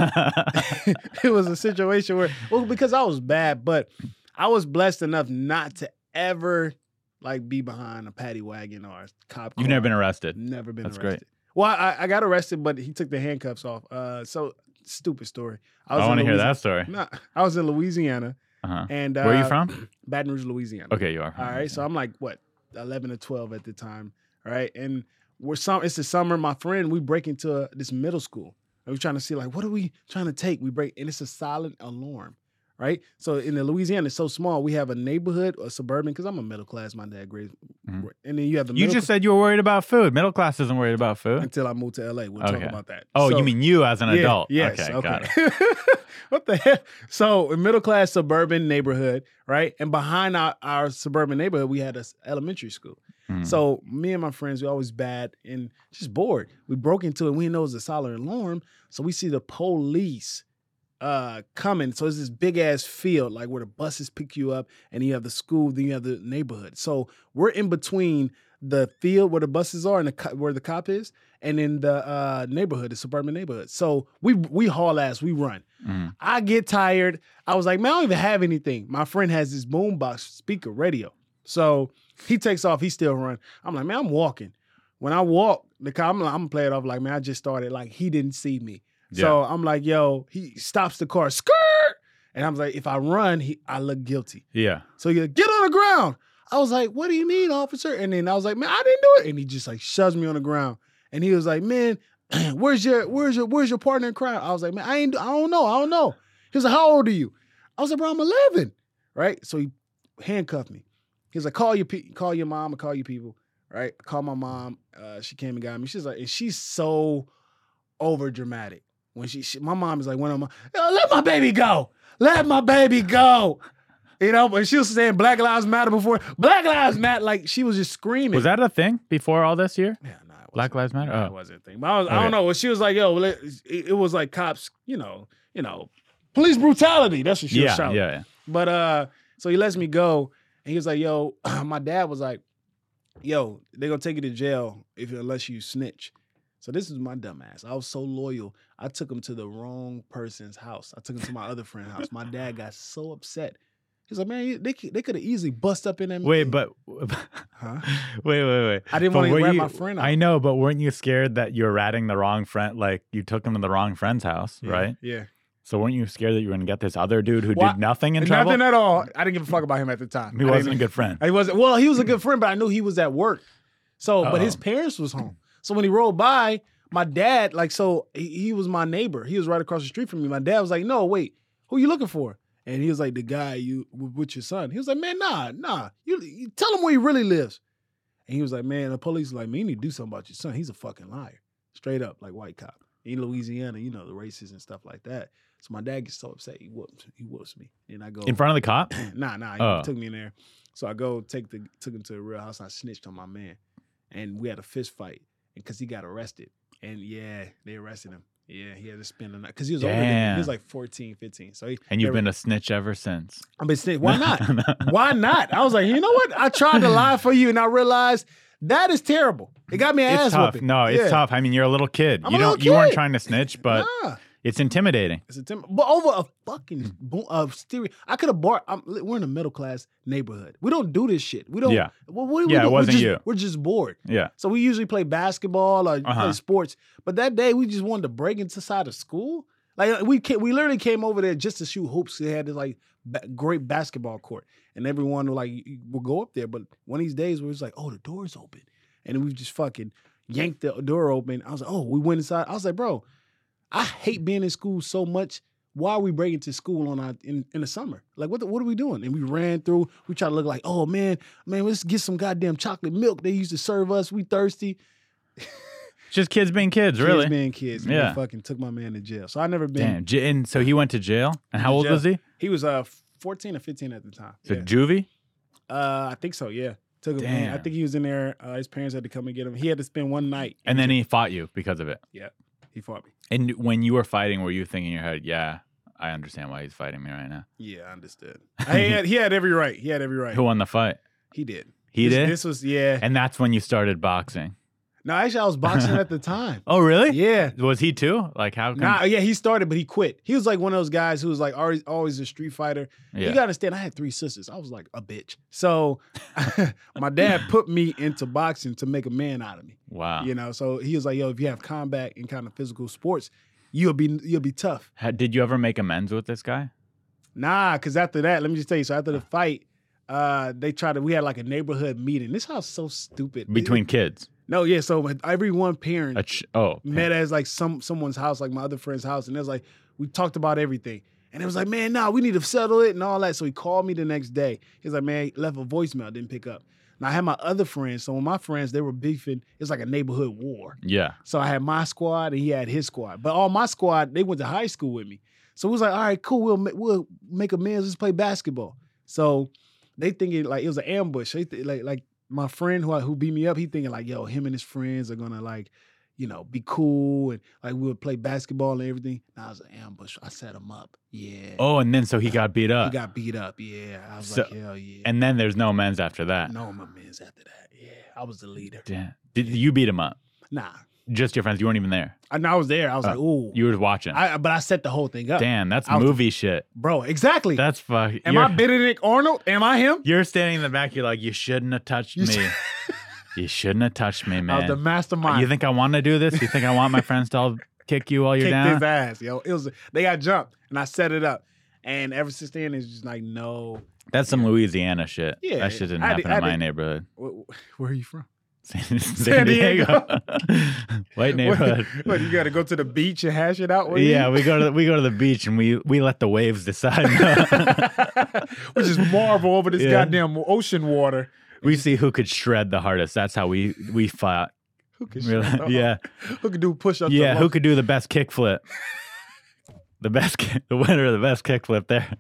Speaker 7: it was a situation where well because I was bad, but I was blessed enough not to ever like be behind a paddy wagon or a cop.
Speaker 1: You've
Speaker 7: car.
Speaker 1: never been arrested.
Speaker 7: Never been
Speaker 1: That's great.
Speaker 7: arrested. Well, I, I got arrested, but he took the handcuffs off. Uh, so stupid story.
Speaker 1: I,
Speaker 7: in
Speaker 1: want to hear
Speaker 7: Louisi-
Speaker 1: that story.
Speaker 7: Nah, I was in Louisiana,
Speaker 1: Uh-huh.
Speaker 7: and uh,
Speaker 1: Where are you from?
Speaker 7: Baton Rouge, Louisiana.
Speaker 1: Okay, you are.
Speaker 7: All
Speaker 1: From
Speaker 7: right. So I'm like what, eleven or twelve at the time. All right, and we're some. It's the summer. My friend, we break into uh this middle school. And we're trying to see like what are we trying to take? We break, and it's a silent alarm. Right, so in the Louisiana, it's so small. We have a neighborhood, a suburban, because I'm a middle class. My dad grades,
Speaker 1: Mhm.
Speaker 7: and then you have the
Speaker 1: you
Speaker 7: middle
Speaker 1: just said you were worried about food. Middle class isn't worried about food.
Speaker 7: until I moved to LA. We'll
Speaker 1: Okay.
Speaker 7: talk about that.
Speaker 1: Oh,
Speaker 7: So-
Speaker 1: you mean you as an
Speaker 7: Yeah,
Speaker 1: adult?
Speaker 7: Yes,
Speaker 1: okay, got it.
Speaker 7: what the hell? So, a middle class suburban neighborhood, right? And behind our, our suburban neighborhood, we had a s- elementary school.
Speaker 1: Mm.
Speaker 7: So, me and my friends, we always bad and just bored. We broke into it. We didn't know it was a silent alarm. So, we see the police uh coming. So, it's this big ass field, like where the buses pick you up, and you have the school, then you have the neighborhood. So, we're in between the field where the buses are and the co- where the cop is and in the uh, neighborhood, the suburban neighborhood. So we we haul ass, we run.
Speaker 1: Mm.
Speaker 7: I get tired. I was like, man, I don't even have anything. My friend has this boombox speaker radio. So he takes off, he still run. I'm like, man, I'm walking. When I walk, the cop, I'm, like, I'm gonna play it off like, man, I just started. Like he didn't see me. So I'm like, yo, he stops the car, skirt. And I'm like, if I run, he, I look guilty.
Speaker 1: Yeah.
Speaker 7: So he like, get on the ground. I was like, what do you mean, officer? And then I was like, man, I didn't do it. And he just like shoves me on the ground. And he was like, man, where's your where's your where's your partner in crime? I was like, man, I ain't I don't know. I don't know. He was like, how old are you? I was like, bro, I'm 11. Right? So he handcuffed me. He was like, call your pe- call your mom and call your people. Right? I called my mom. Uh, she came and got me. She's like, and she's so over dramatic. When she, she my mom is like, when I'm let my baby go. Let my baby go. You know, but she was saying Black Lives Matter before Black Lives Matter. Like she was just screaming.
Speaker 1: Was that a thing before all this year?
Speaker 7: Yeah, nah, it wasn't.
Speaker 1: Black Lives Matter?
Speaker 7: Nah, It
Speaker 1: Oh.
Speaker 7: wasn't a thing. But I, was, I
Speaker 1: Okay.
Speaker 7: don't know. Well, She was like, "Yo, let- it, it was like cops. You know, you know, police brutality. That's what she was
Speaker 1: Yeah, yeah,
Speaker 7: shouting."
Speaker 1: yeah.
Speaker 7: But uh, so he lets me go, and he was like, "Yo," my dad was like, "Yo, they're gonna take you to jail if unless you snitch." So this is my dumb ass. I was so loyal. I took him to the wrong person's house. I took him to my other friend's house. My dad got so upset. He's like, man, you- they c- they could have easily bust up in that.
Speaker 1: Wait, but
Speaker 7: Huh?
Speaker 1: wait, wait, wait.
Speaker 7: I didn't
Speaker 1: But
Speaker 7: wanna
Speaker 1: were
Speaker 7: rat
Speaker 1: you-
Speaker 7: my friend out.
Speaker 1: I know, but weren't you scared that you're ratting the wrong friend? Like you took him to the wrong friend's house, right?
Speaker 7: Yeah.
Speaker 1: So weren't you scared that you were going to get this other dude who
Speaker 7: Well,
Speaker 1: did nothing in trouble?
Speaker 7: Nothing at all. I didn't give a fuck about him at the time.
Speaker 1: he
Speaker 7: I
Speaker 1: wasn't a
Speaker 7: didn't-
Speaker 1: good friend.
Speaker 7: He wasn't. Well, he was a good friend, but I knew he was at work. So, but his
Speaker 1: Uh-oh.
Speaker 7: parents was home. So when he rolled by, my dad, like, so he, he was my neighbor. He was right across the street from me. My dad was like, "No, wait, who you looking for?" And he was like, "The guy you with with your son." He was like, "Man, nah, nah. You, you tell him where he really lives." And he was like, "Man, the police was like, man, you need to do something about your son. He's a fucking liar, straight up, like white cop in Louisiana. You know the races and stuff like that." So my dad gets so upset, he whoops, he whoops me, and I go
Speaker 1: in front of the cop?
Speaker 7: nah, nah. He
Speaker 1: Oh.
Speaker 7: took me in there. So I go take the took him to the real house. And I snitched on my man, and we had a fist fight because he got arrested. And yeah, they arrested him. Yeah, he had to spend the night because he was older than me. He was
Speaker 1: Damn.
Speaker 7: like 14, 15. So he,
Speaker 1: And you've
Speaker 7: they-
Speaker 1: been a snitch ever since.
Speaker 7: I've been snitch. Why not? Why not? I was like, you know what? I tried to lie for you, and I realized that is terrible. It got me an
Speaker 1: It's
Speaker 7: ass
Speaker 1: tough.
Speaker 7: whooping.
Speaker 1: No, it's
Speaker 7: Yeah.
Speaker 1: tough. I mean, you're a little kid.
Speaker 7: I'm
Speaker 1: you
Speaker 7: a
Speaker 1: don't
Speaker 7: little
Speaker 1: you weren't
Speaker 7: kid.
Speaker 1: trying to snitch, but
Speaker 7: Nah.
Speaker 1: it's intimidating.
Speaker 7: It's a temper, but over a fucking boom, a stereo. I could have bought. I'm, we're in a middle class neighborhood. We don't do this shit. We don't.
Speaker 1: Yeah.
Speaker 7: What, what do we
Speaker 1: Yeah, it
Speaker 7: do? We're
Speaker 1: wasn't
Speaker 7: just-
Speaker 1: you.
Speaker 7: We're just bored.
Speaker 1: Yeah.
Speaker 7: So we usually play basketball or play
Speaker 1: Uh-huh.
Speaker 7: sports. But that day we just wanted to break into side of school. Like we came, we literally came over there just to shoot hoops. They had this like ba- great basketball court, and everyone would like would go up there. But one of these days where it's like, oh, the door's open, and then we just fucking yanked the door open. I was like, oh, we went inside. I was like, bro, I hate being in school so much. Why are we breaking to school on our in, in the summer? Like what the, what are we doing? And we ran through. We tried to look like, oh man, man, let's get some goddamn chocolate milk they used to serve us. We thirsty.
Speaker 1: It's just kids being kids, really.
Speaker 7: Kids being kids. Man,
Speaker 1: Yeah.
Speaker 7: Fucking took my man to jail. So I never been.
Speaker 1: Damn. J- and so he went to jail. And how old
Speaker 7: jail.
Speaker 1: was he?
Speaker 7: He was uh 14 or 15 at the time.
Speaker 1: So
Speaker 7: Yeah.
Speaker 1: juvie?
Speaker 7: Uh, I think so. Yeah. Took him. in. I
Speaker 1: Damn.
Speaker 7: think he was in there. Uh, his parents had to come and get him. He had to spend one night.
Speaker 1: And then he fought you because of it.
Speaker 7: He fought me.
Speaker 1: And when you were fighting, were you thinking in your head, yeah, I understand why he's fighting me right now?
Speaker 7: Yeah, I understood. I had, he had every right. He had every right.
Speaker 1: Who won the fight?
Speaker 7: He did.
Speaker 1: He
Speaker 7: this,
Speaker 1: did?
Speaker 7: This was yeah.
Speaker 1: and that's when you started boxing.
Speaker 7: No, actually, I was boxing at the time.
Speaker 1: Oh, really?
Speaker 7: Yeah.
Speaker 1: Was he too? Like, how come?
Speaker 7: Nah, yeah, he started, but he quit. He was like one of those guys who was like always, always a street fighter.
Speaker 1: yeah.
Speaker 7: You gotta understand, I had three sisters. I was like a bitch. So my dad put me into boxing to make a man out of me.
Speaker 1: wow.
Speaker 7: You know, so he was like, "Yo, if you have combat and kind of physical sports, you'll be you'll be tough."
Speaker 1: How- did you ever make amends with this guy?
Speaker 7: Nah, because after that, let me just tell you. So after the fight, uh, they tried to. We had like a neighborhood meeting. This house so stupid.
Speaker 1: Between kids?
Speaker 7: no, yeah. So every one parent
Speaker 1: A ch- oh.
Speaker 7: met as like some someone's house, like my other friend's house, and it was like we talked about everything. And it was like, man, nah, we need to settle it and all that. So he called me the next day. He's like, man, left a voicemail, didn't pick up. And I had my other friends. So when my friends, they were beefing, it's like a neighborhood war.
Speaker 1: Yeah.
Speaker 7: So I had my squad and he had his squad. But all my squad, they went to high school with me. So it was like, all right, cool, we'll ma- we'll make amends. Let's play basketball. So they thinking like it was an ambush. They thi- like like my friend who I- who beat me up, he thinking like, yo, him and his friends are gonna like, you know, be cool and like we would play basketball and everything. Nah, it was an ambush. I set him up. Yeah.
Speaker 1: Oh, and then so he got beat
Speaker 7: He
Speaker 1: up.
Speaker 7: got beat up. Yeah. I was
Speaker 1: So-
Speaker 7: like, hell yeah.
Speaker 1: and then there's no amends after that.
Speaker 7: no, my man's after that. Yeah. I was the leader.
Speaker 1: Damn. Did you beat him up?
Speaker 7: Nah.
Speaker 1: Just your friends. You weren't even there.
Speaker 7: And I was there. I was
Speaker 1: Oh,
Speaker 7: like, ooh.
Speaker 1: You were watching.
Speaker 7: I, but I set the whole thing up.
Speaker 1: Damn, that's
Speaker 7: I was-
Speaker 1: movie shit.
Speaker 7: Bro, exactly.
Speaker 1: That's fuck.
Speaker 7: Am
Speaker 1: you're,
Speaker 7: I Benedict Arnold? Am I him?
Speaker 1: you're standing in the back. You're like, you shouldn't have touched
Speaker 7: You
Speaker 1: me. you shouldn't have touched me,
Speaker 7: I was the
Speaker 1: man.
Speaker 7: mastermind.
Speaker 1: you think I want to do this? You think I want my friends to all kick you while you're
Speaker 7: kicked
Speaker 1: down?
Speaker 7: his ass, yo? It was they got jumped, and I set it up. And ever since then, it's just like no.
Speaker 1: That's some Louisiana shit.
Speaker 7: Yeah,
Speaker 1: that shit didn't
Speaker 7: I
Speaker 1: happen
Speaker 7: did-
Speaker 1: in
Speaker 7: I
Speaker 1: my
Speaker 7: did-
Speaker 1: neighborhood.
Speaker 7: Where, where are you from?
Speaker 1: San,
Speaker 7: San
Speaker 1: Diego, white neighborhood.
Speaker 7: What, what, you got to go to the beach and hash it out? With
Speaker 1: yeah, we go to the, we go to the beach and we we let the waves decide.
Speaker 7: we just marvel over this
Speaker 1: Yeah.
Speaker 7: goddamn ocean water.
Speaker 1: we see who could shred the hardest. That's how we we fought.
Speaker 7: Who can
Speaker 1: Really?
Speaker 7: shut up?
Speaker 1: Yeah.
Speaker 7: who can do push ups?
Speaker 1: Yeah, who could do the best kickflip? the best, ki- the winner of the best kickflip there.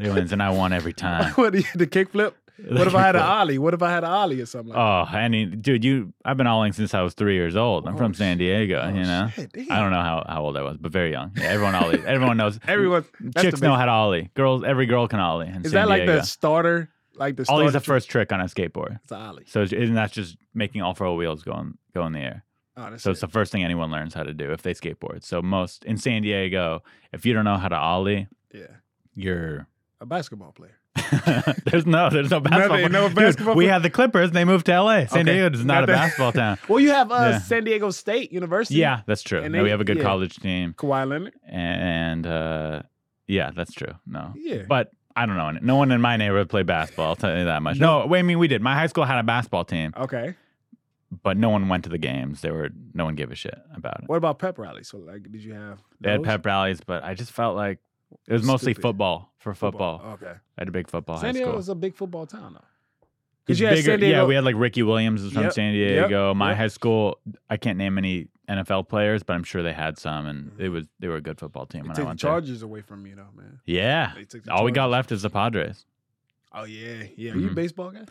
Speaker 1: He wins, and I won every time.
Speaker 7: What the kickflip? What if I had an ollie? What if I had an ollie or something? Like
Speaker 1: Oh, I mean, dude, you, I've been oling since I was three years old. I'm from San Diego, you know?
Speaker 7: Oh, shit, damn.
Speaker 1: I don't know how, how old I was, but very young. Yeah, everyone ollie. Everyone knows.
Speaker 7: that? Everyone, that's
Speaker 1: Chicks
Speaker 7: the
Speaker 1: know
Speaker 7: best-
Speaker 1: how to ollie. Girls, every girl can ollie. In San
Speaker 7: Is that like
Speaker 1: Diego.
Speaker 7: the starter? Like the starter
Speaker 1: Ollie's the
Speaker 7: trick?
Speaker 1: first trick on a skateboard.
Speaker 7: It's an ollie.
Speaker 1: So, it's- isn't that just making all four wheels go in, go in the air?
Speaker 7: Oh, that's
Speaker 1: So
Speaker 7: it.
Speaker 1: it's the first thing anyone learns how to do if they skateboard. So most in San Diego, if you don't know how to ollie,
Speaker 7: yeah,
Speaker 1: you're
Speaker 7: a basketball player.
Speaker 1: there's no, there's no basketball.
Speaker 2: Nothing, no
Speaker 1: Dude,
Speaker 2: basketball.
Speaker 1: we had the Clippers. They moved to L.A. San
Speaker 2: Okay.
Speaker 1: Diego is not a
Speaker 2: Nothing.
Speaker 1: basketball town.
Speaker 7: Well, you have uh,
Speaker 1: Yeah.
Speaker 7: San Diego State University.
Speaker 1: Yeah, that's true.
Speaker 7: And
Speaker 1: No,
Speaker 7: they-
Speaker 1: we have a good
Speaker 7: yeah.
Speaker 1: college team,
Speaker 7: Kawhi Leonard.
Speaker 1: and uh, yeah, that's true. No,
Speaker 7: Yeah.
Speaker 1: but I don't know. No one in my neighborhood played basketball. I'll tell you that much. No, wait, I mean we did. My high school had a basketball team,
Speaker 7: Okay.
Speaker 1: but no one went to the games. They were no one gave a shit about it.
Speaker 7: What about pep rallies? So, like, did you have?
Speaker 1: They had
Speaker 7: those?
Speaker 1: pep rallies, but I just felt like it was mostly
Speaker 7: Stupid.
Speaker 1: football for football.
Speaker 7: Okay.
Speaker 1: I had a big football high
Speaker 7: San Diego
Speaker 1: school.
Speaker 7: is a big football town, though.
Speaker 1: It's
Speaker 7: Because you had
Speaker 1: bigger-
Speaker 7: San Diego.
Speaker 1: Yeah, we had like Ricky Williams was from
Speaker 7: Yep,
Speaker 1: San Diego. My
Speaker 7: yep.
Speaker 1: high school, I can't name any NFL players, but I'm sure they had some, and it was they were a good football team when
Speaker 7: Take
Speaker 1: I
Speaker 7: the
Speaker 1: went there.
Speaker 7: Chargers away from you, though, man.
Speaker 1: Yeah,
Speaker 7: They took the
Speaker 1: all we got
Speaker 7: Chargers.
Speaker 1: left is the Padres.
Speaker 7: Oh yeah, yeah. Are you a
Speaker 1: Mhm.
Speaker 7: baseball guy?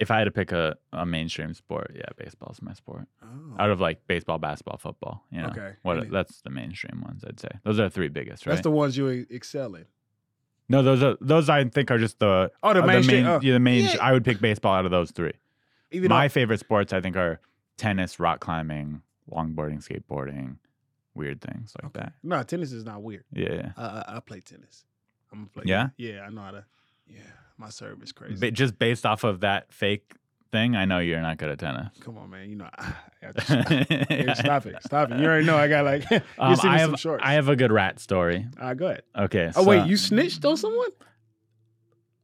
Speaker 1: If I had to pick a, a mainstream sport, yeah, baseball's my sport.
Speaker 7: Oh.
Speaker 1: Out of like baseball, basketball, football, you know,
Speaker 7: Okay.
Speaker 1: what
Speaker 7: Any-
Speaker 1: that's the mainstream ones I'd say. Those are the three biggest, right?
Speaker 7: That's the ones you e- excel in.
Speaker 1: no, those are those I think are just Uh, the
Speaker 7: Oh, the
Speaker 1: are
Speaker 7: mainstream,
Speaker 1: main,
Speaker 7: oh.
Speaker 1: yeah, the main.
Speaker 7: Yeah.
Speaker 1: I would pick baseball out of those three.
Speaker 7: Even
Speaker 1: my
Speaker 7: though-
Speaker 1: favorite sports, I think, are tennis, rock climbing, longboarding, skateboarding, weird things like that.
Speaker 7: no, tennis is not weird.
Speaker 1: Yeah, yeah.
Speaker 7: I, I, I play tennis. I'm gonna play.
Speaker 1: Yeah?
Speaker 7: yeah. I know how to. Yeah, my serve is crazy.
Speaker 1: Ba- just based off of that fake thing, I know you're not good at tennis.
Speaker 7: Come on, man. You know, I,
Speaker 1: Yeah.
Speaker 7: Hey, stop it, stop it. You already know I got like. you
Speaker 1: Um,
Speaker 7: sent
Speaker 1: I
Speaker 7: me
Speaker 1: have
Speaker 7: some shorts.
Speaker 1: I have a good rat story.
Speaker 7: All right, go ahead.
Speaker 1: Okay.
Speaker 7: Oh
Speaker 1: so
Speaker 7: wait, you snitched on someone?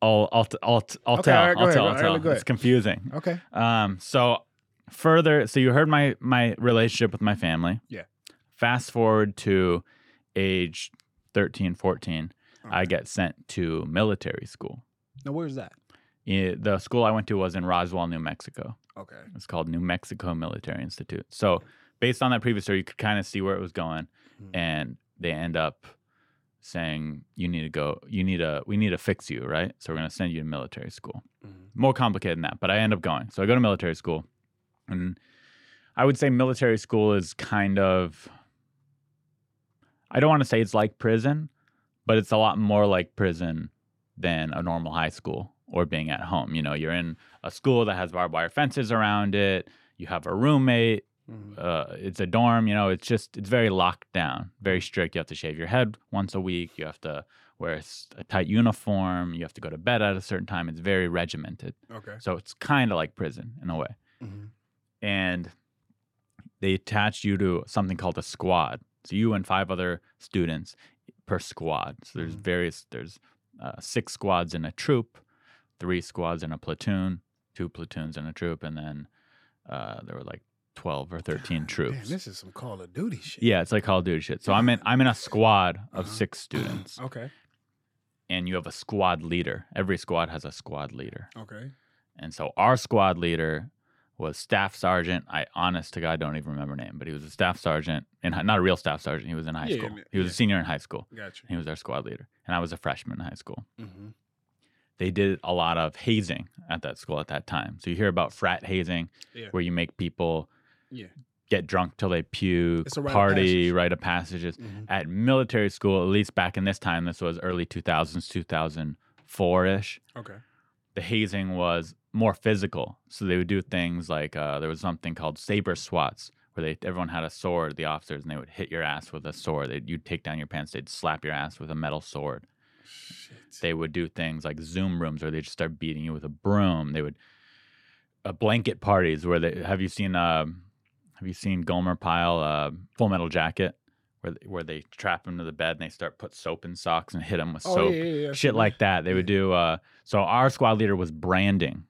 Speaker 1: I'll I'll t- I'll t- I'll
Speaker 7: Okay,
Speaker 1: tell.
Speaker 7: all right, go
Speaker 1: I'll
Speaker 7: ahead,
Speaker 1: tell.
Speaker 7: go
Speaker 1: I'll
Speaker 7: ahead,
Speaker 1: tell.
Speaker 7: go ahead.
Speaker 1: It's confusing.
Speaker 7: Okay.
Speaker 1: Um. So further. So you heard my my relationship with my family.
Speaker 7: Yeah.
Speaker 1: Fast forward to age 13, 14, I get sent to military school.
Speaker 7: Now where's that?
Speaker 1: I- the school I went to was in Roswell, New Mexico.
Speaker 7: Okay.
Speaker 1: It's called New Mexico Military Institute. So, based on that previous story, you could kind of see where it was going,
Speaker 7: Mhm.
Speaker 1: and they end up saying, "You need to go. You need a. We need to fix you, right? So we're going to send you to military school." More complicated than that, but I end up going. So I go to military school, and I would say military school is kind of. I don't want to say it's like prison, but it's a lot more like prison than a normal high school or being at home. You know, you're in a school that has barbed wire fences around it. You have a roommate. Uh, it's a dorm. You know, it's just it's very locked down, very strict. You have to shave your head once a week. You have to wear a s- a tight uniform. You have to go to bed at a certain time. It's very regimented.
Speaker 7: Okay.
Speaker 1: So it's kind of like prison in a way.
Speaker 7: Mhm.
Speaker 1: And they attach you to something called a squad. So you and five other students per squad. So
Speaker 7: Mm.
Speaker 1: there's various, there's uh, six squads in a troop, three squads in a platoon, two platoons in a troop, and then uh, there were like 12 or 13 troops.
Speaker 7: Man, this is some Call of Duty shit. Uh-huh.
Speaker 1: yeah, it's like Call of Duty shit. So I'm in I'm in a squad of six students,
Speaker 7: Okay.
Speaker 1: and you have a squad leader. Every squad has a squad leader.
Speaker 7: Okay.
Speaker 1: And so our squad leader was staff sergeant. I honest to God don't even remember name, but he was a staff sergeant and not a real staff sergeant. He was in high
Speaker 7: Yeah,
Speaker 1: school.
Speaker 7: yeah,
Speaker 1: He was
Speaker 7: yeah.
Speaker 1: a senior in high school.
Speaker 7: Got you.
Speaker 1: He was our squad leader, and I was a freshman in high school.
Speaker 7: Mm-hmm.
Speaker 1: They did a lot of hazing at that school at that time. So you hear about frat hazing,
Speaker 7: Yeah.
Speaker 1: where you make people
Speaker 7: Yeah.
Speaker 1: get drunk till they puke,
Speaker 7: It's a rite of
Speaker 1: party,
Speaker 7: passage.
Speaker 1: rite of passages.
Speaker 7: Mhm.
Speaker 1: At military school, at least back in this time, this was early 2000s, 2004 ish
Speaker 7: Okay.
Speaker 1: the hazing was more physical. So they would do things like uh, there was something called saber swats, where they everyone had a sword, the officers, and they would hit your ass with a sword. They'd, you'd take down your pants, they'd slap your ass with a metal sword. They would do things like Zoom rooms where they just start beating you with a broom. They would uh, blanket parties where they have you seen uh, have you seen Gomer Pyle uh, Full Metal Jacket where they, where they trap him to the bed and they start put soap in socks and hit him with
Speaker 7: Oh
Speaker 1: soap
Speaker 7: yeah, yeah, yeah. I've
Speaker 1: shit
Speaker 7: seen
Speaker 1: like that. They would do. Uh, so our squad leader was branding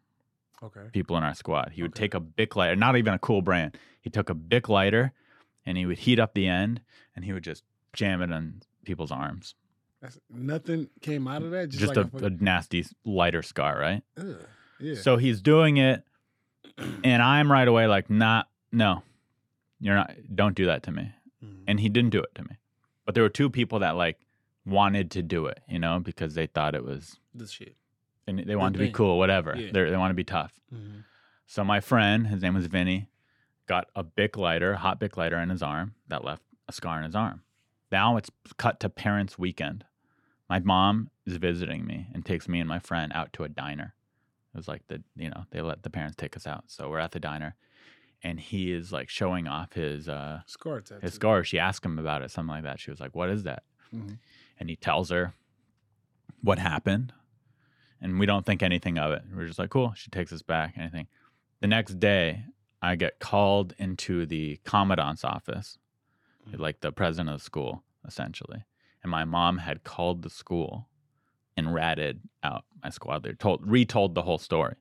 Speaker 7: Okay.
Speaker 1: people in our squad. He would
Speaker 7: Okay.
Speaker 1: take a Bic lighter, not even a cool brand. He took a Bic lighter, and he would heat up the end, and he would just jam it on people's arms.
Speaker 7: That's, nothing came out of that. Just,
Speaker 1: Just,
Speaker 7: like
Speaker 1: a, a nasty lighter scar, right?
Speaker 7: fuck- ugh. yeah.
Speaker 1: So he's doing it, and I'm right away like, not, no, you're not. Don't do that to me.
Speaker 7: Mhm.
Speaker 1: and he didn't do it to me. But there were two people that like wanted to do it, you know, because they thought it was
Speaker 7: This shit.
Speaker 1: and they wanted to be
Speaker 7: thing.
Speaker 1: cool, whatever.
Speaker 7: Yeah.
Speaker 1: They're They want to be tough.
Speaker 7: Mm-hmm.
Speaker 1: So my friend, his name was Vinny, got a Bic lighter, hot Bic lighter in his arm that left a scar in his arm. Now it's cut to parents' weekend. My mom is visiting me and takes me and my friend out to a diner. It was like the you know they let the parents take us out, so we're at the diner, and he is like showing off his uh,
Speaker 7: Scar tattoo.
Speaker 1: his scar. She asked him about it, something like that. She was like, "What is that?"
Speaker 7: Mhm.
Speaker 1: And he tells her what happened, and we don't think anything of it. We're just like, cool. She takes us back. Anything. The next day, I get called into the commandant's office, like the president of the school, essentially. And my mom had called the school and ratted out my squad leader, told retold the whole story.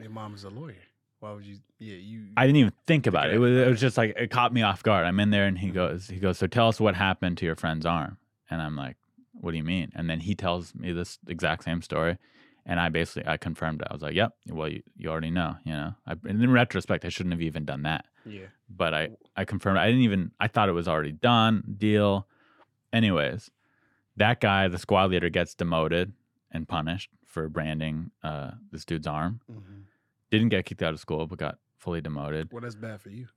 Speaker 7: Your mom is a lawyer. Why would you? Yeah, you.
Speaker 1: I didn't even think about it. It was it was just like it caught me off guard. I'm in there and he goes he goes, So tell us what happened to your friend's arm. And I'm like, What do you mean? And then he tells me this exact same story. And I basically I confirmed it. I was like, Yep, well you, you already know, you know. I, and in retrospect, I shouldn't have even done that.
Speaker 7: yeah.
Speaker 1: But I, I confirmed I didn't even I thought it was already done, deal. Anyways, that guy, the squad leader, gets demoted and punished for branding uh, this dude's arm.
Speaker 7: Mm-hmm.
Speaker 1: Didn't get kicked out of school, but got fully demoted.
Speaker 7: Well, that's bad for you.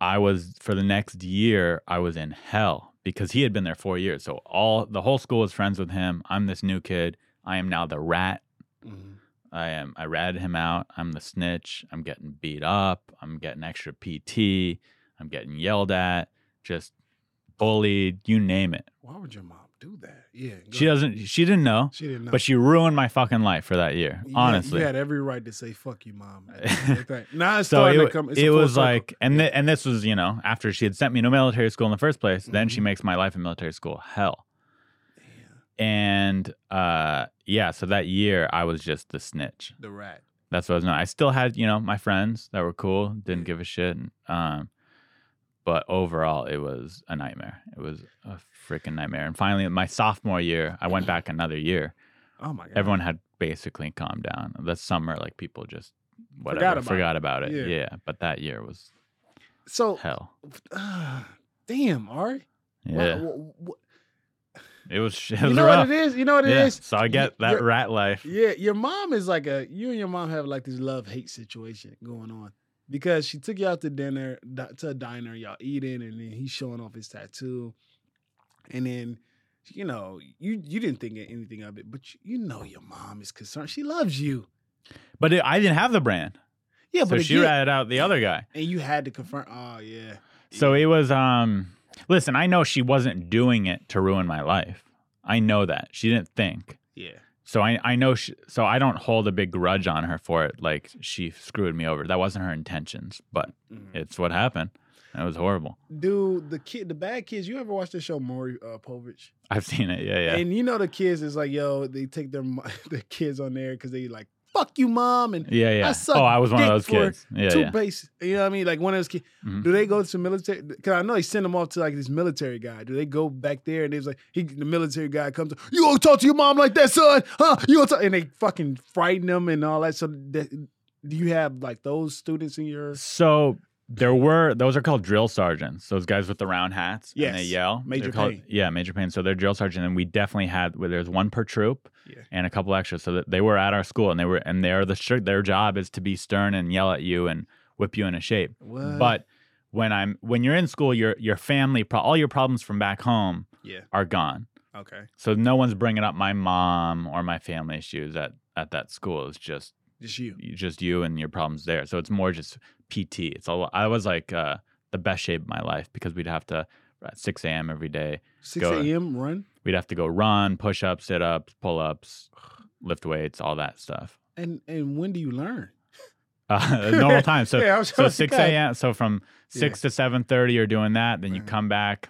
Speaker 1: I was for the next year, I was in hell because he had been there four years. So all the whole school was friends with him. I'm this new kid. I am now the rat.
Speaker 7: Mm-hmm.
Speaker 1: I am I ratted him out. I'm the snitch. I'm getting beat up. I'm getting extra PT. I'm getting yelled at, just bullied, you name it.
Speaker 7: Why would your mom do that? Yeah. go
Speaker 1: She
Speaker 7: ahead.
Speaker 1: doesn't she didn't know.
Speaker 7: She didn't know.
Speaker 1: But she ruined my fucking life for that year.
Speaker 7: You had-
Speaker 1: honestly.
Speaker 7: you had every right to say "fuck you, mom." at the end of the thing. Now it's
Speaker 1: so
Speaker 7: starting
Speaker 1: it,
Speaker 7: to come. It's a
Speaker 1: it
Speaker 7: full
Speaker 1: was
Speaker 7: circle.
Speaker 1: like and thi- and this was you know after she had sent me to military school in the first place then
Speaker 7: Mm-hmm.
Speaker 1: she makes my life in military school hell and uh yeah so that year i was just the snitch
Speaker 7: the rat.
Speaker 1: that's what i was known i still had you know my friends that were cool didn't give a shit um but overall it was a nightmare it was a freaking nightmare and finally my sophomore year i went back another year
Speaker 7: Oh my god.
Speaker 1: everyone had basically calmed down. That summer, like people just whatever
Speaker 7: Forgot
Speaker 1: forgot
Speaker 7: about
Speaker 1: about, it.
Speaker 7: Yeah.
Speaker 1: Yeah. but that year was
Speaker 7: So,
Speaker 1: hell.
Speaker 7: uh, damn, Ari. Why-
Speaker 1: Yeah,
Speaker 7: wh- wh-
Speaker 1: it was. It was
Speaker 7: you know
Speaker 1: rough.
Speaker 7: what it is. You know what it is.
Speaker 1: yeah. So I get
Speaker 7: Y-
Speaker 1: that
Speaker 7: your-
Speaker 1: rat life.
Speaker 7: Yeah, your mom is like a you and your mom have like this love hate situation going on because she took you out to dinner di- to a diner, y'all eating, and then he's showing off his tattoo, and then you know you you didn't think of anything of it, but you, you know your mom is concerned. She loves you.
Speaker 1: But it, I didn't have the brand,
Speaker 7: Yeah,
Speaker 1: so
Speaker 7: but
Speaker 1: she
Speaker 7: again-
Speaker 1: ratted out the other guy.
Speaker 7: and you had to confirm. Oh yeah,
Speaker 1: So it was. Um, listen, I know she wasn't doing it to ruin my life. I know that she didn't think.
Speaker 7: yeah.
Speaker 1: So I, I know she, so I don't hold a big grudge on her for it. Like she screwed me over. That wasn't her intentions, but
Speaker 7: Mm.
Speaker 1: it's what happened. It was horrible.
Speaker 7: Dude, the kid, the bad kids. You ever watch the show Maury uh, Povich?
Speaker 1: I've seen it. Yeah, yeah.
Speaker 7: And you know the kids is like, yo, they take their mo- their kids on there because they like, fuck you, mom, and
Speaker 1: Yeah, yeah.
Speaker 7: I suck
Speaker 1: oh, I was one of
Speaker 7: dick
Speaker 1: those
Speaker 7: for
Speaker 1: kids. Yeah,
Speaker 7: two
Speaker 1: yeah.
Speaker 7: base. You know what I mean? Like one of those kids.
Speaker 1: Mhm.
Speaker 7: Do they go to military? Because I know they send them off to like this military guy. Do they go back there and it's like he, the military guy comes, you gonna talk to your mom like that, son? Huh? You gonna talk? And they fucking frighten them and all that. So that, do you have like those students in your?
Speaker 1: So there were those are called drill sergeants. Those guys with the round hats. Yeah, And they
Speaker 7: Yes.
Speaker 1: yell.
Speaker 7: Major
Speaker 1: They're called-
Speaker 7: pain.
Speaker 1: Yeah, major pain. So they're drill sergeant, and we definitely had. Well, there's one per troop.
Speaker 7: Yeah.
Speaker 1: And a couple extras. So that they were at our school, and they were, and they're the strict. Their job is to be stern and yell at you and whip you into shape.
Speaker 7: What?
Speaker 1: But when I'm when you're in school, your your family, pro- all your problems from back home,
Speaker 7: Yeah.
Speaker 1: are gone.
Speaker 7: Okay.
Speaker 1: So no one's bringing up my mom or my family issues at at that school. It's just
Speaker 7: Just you.
Speaker 1: you- just you and your problems there. So it's more just PT. It's a lo- I was like uh, the best shape of my life because we'd have to uh, at 6 a.m. every day.
Speaker 7: Six
Speaker 1: Go.
Speaker 7: a.m. run.
Speaker 1: We'd have to go run, push ups, sit ups, pull ups, lift weights, all that stuff.
Speaker 7: And and when do you learn?
Speaker 1: Uh, normal time. So
Speaker 7: Yeah, I was
Speaker 1: so
Speaker 7: about to
Speaker 1: 6
Speaker 7: say.
Speaker 1: a.m. So from 6 to 7:30, you're doing that. Then you come back.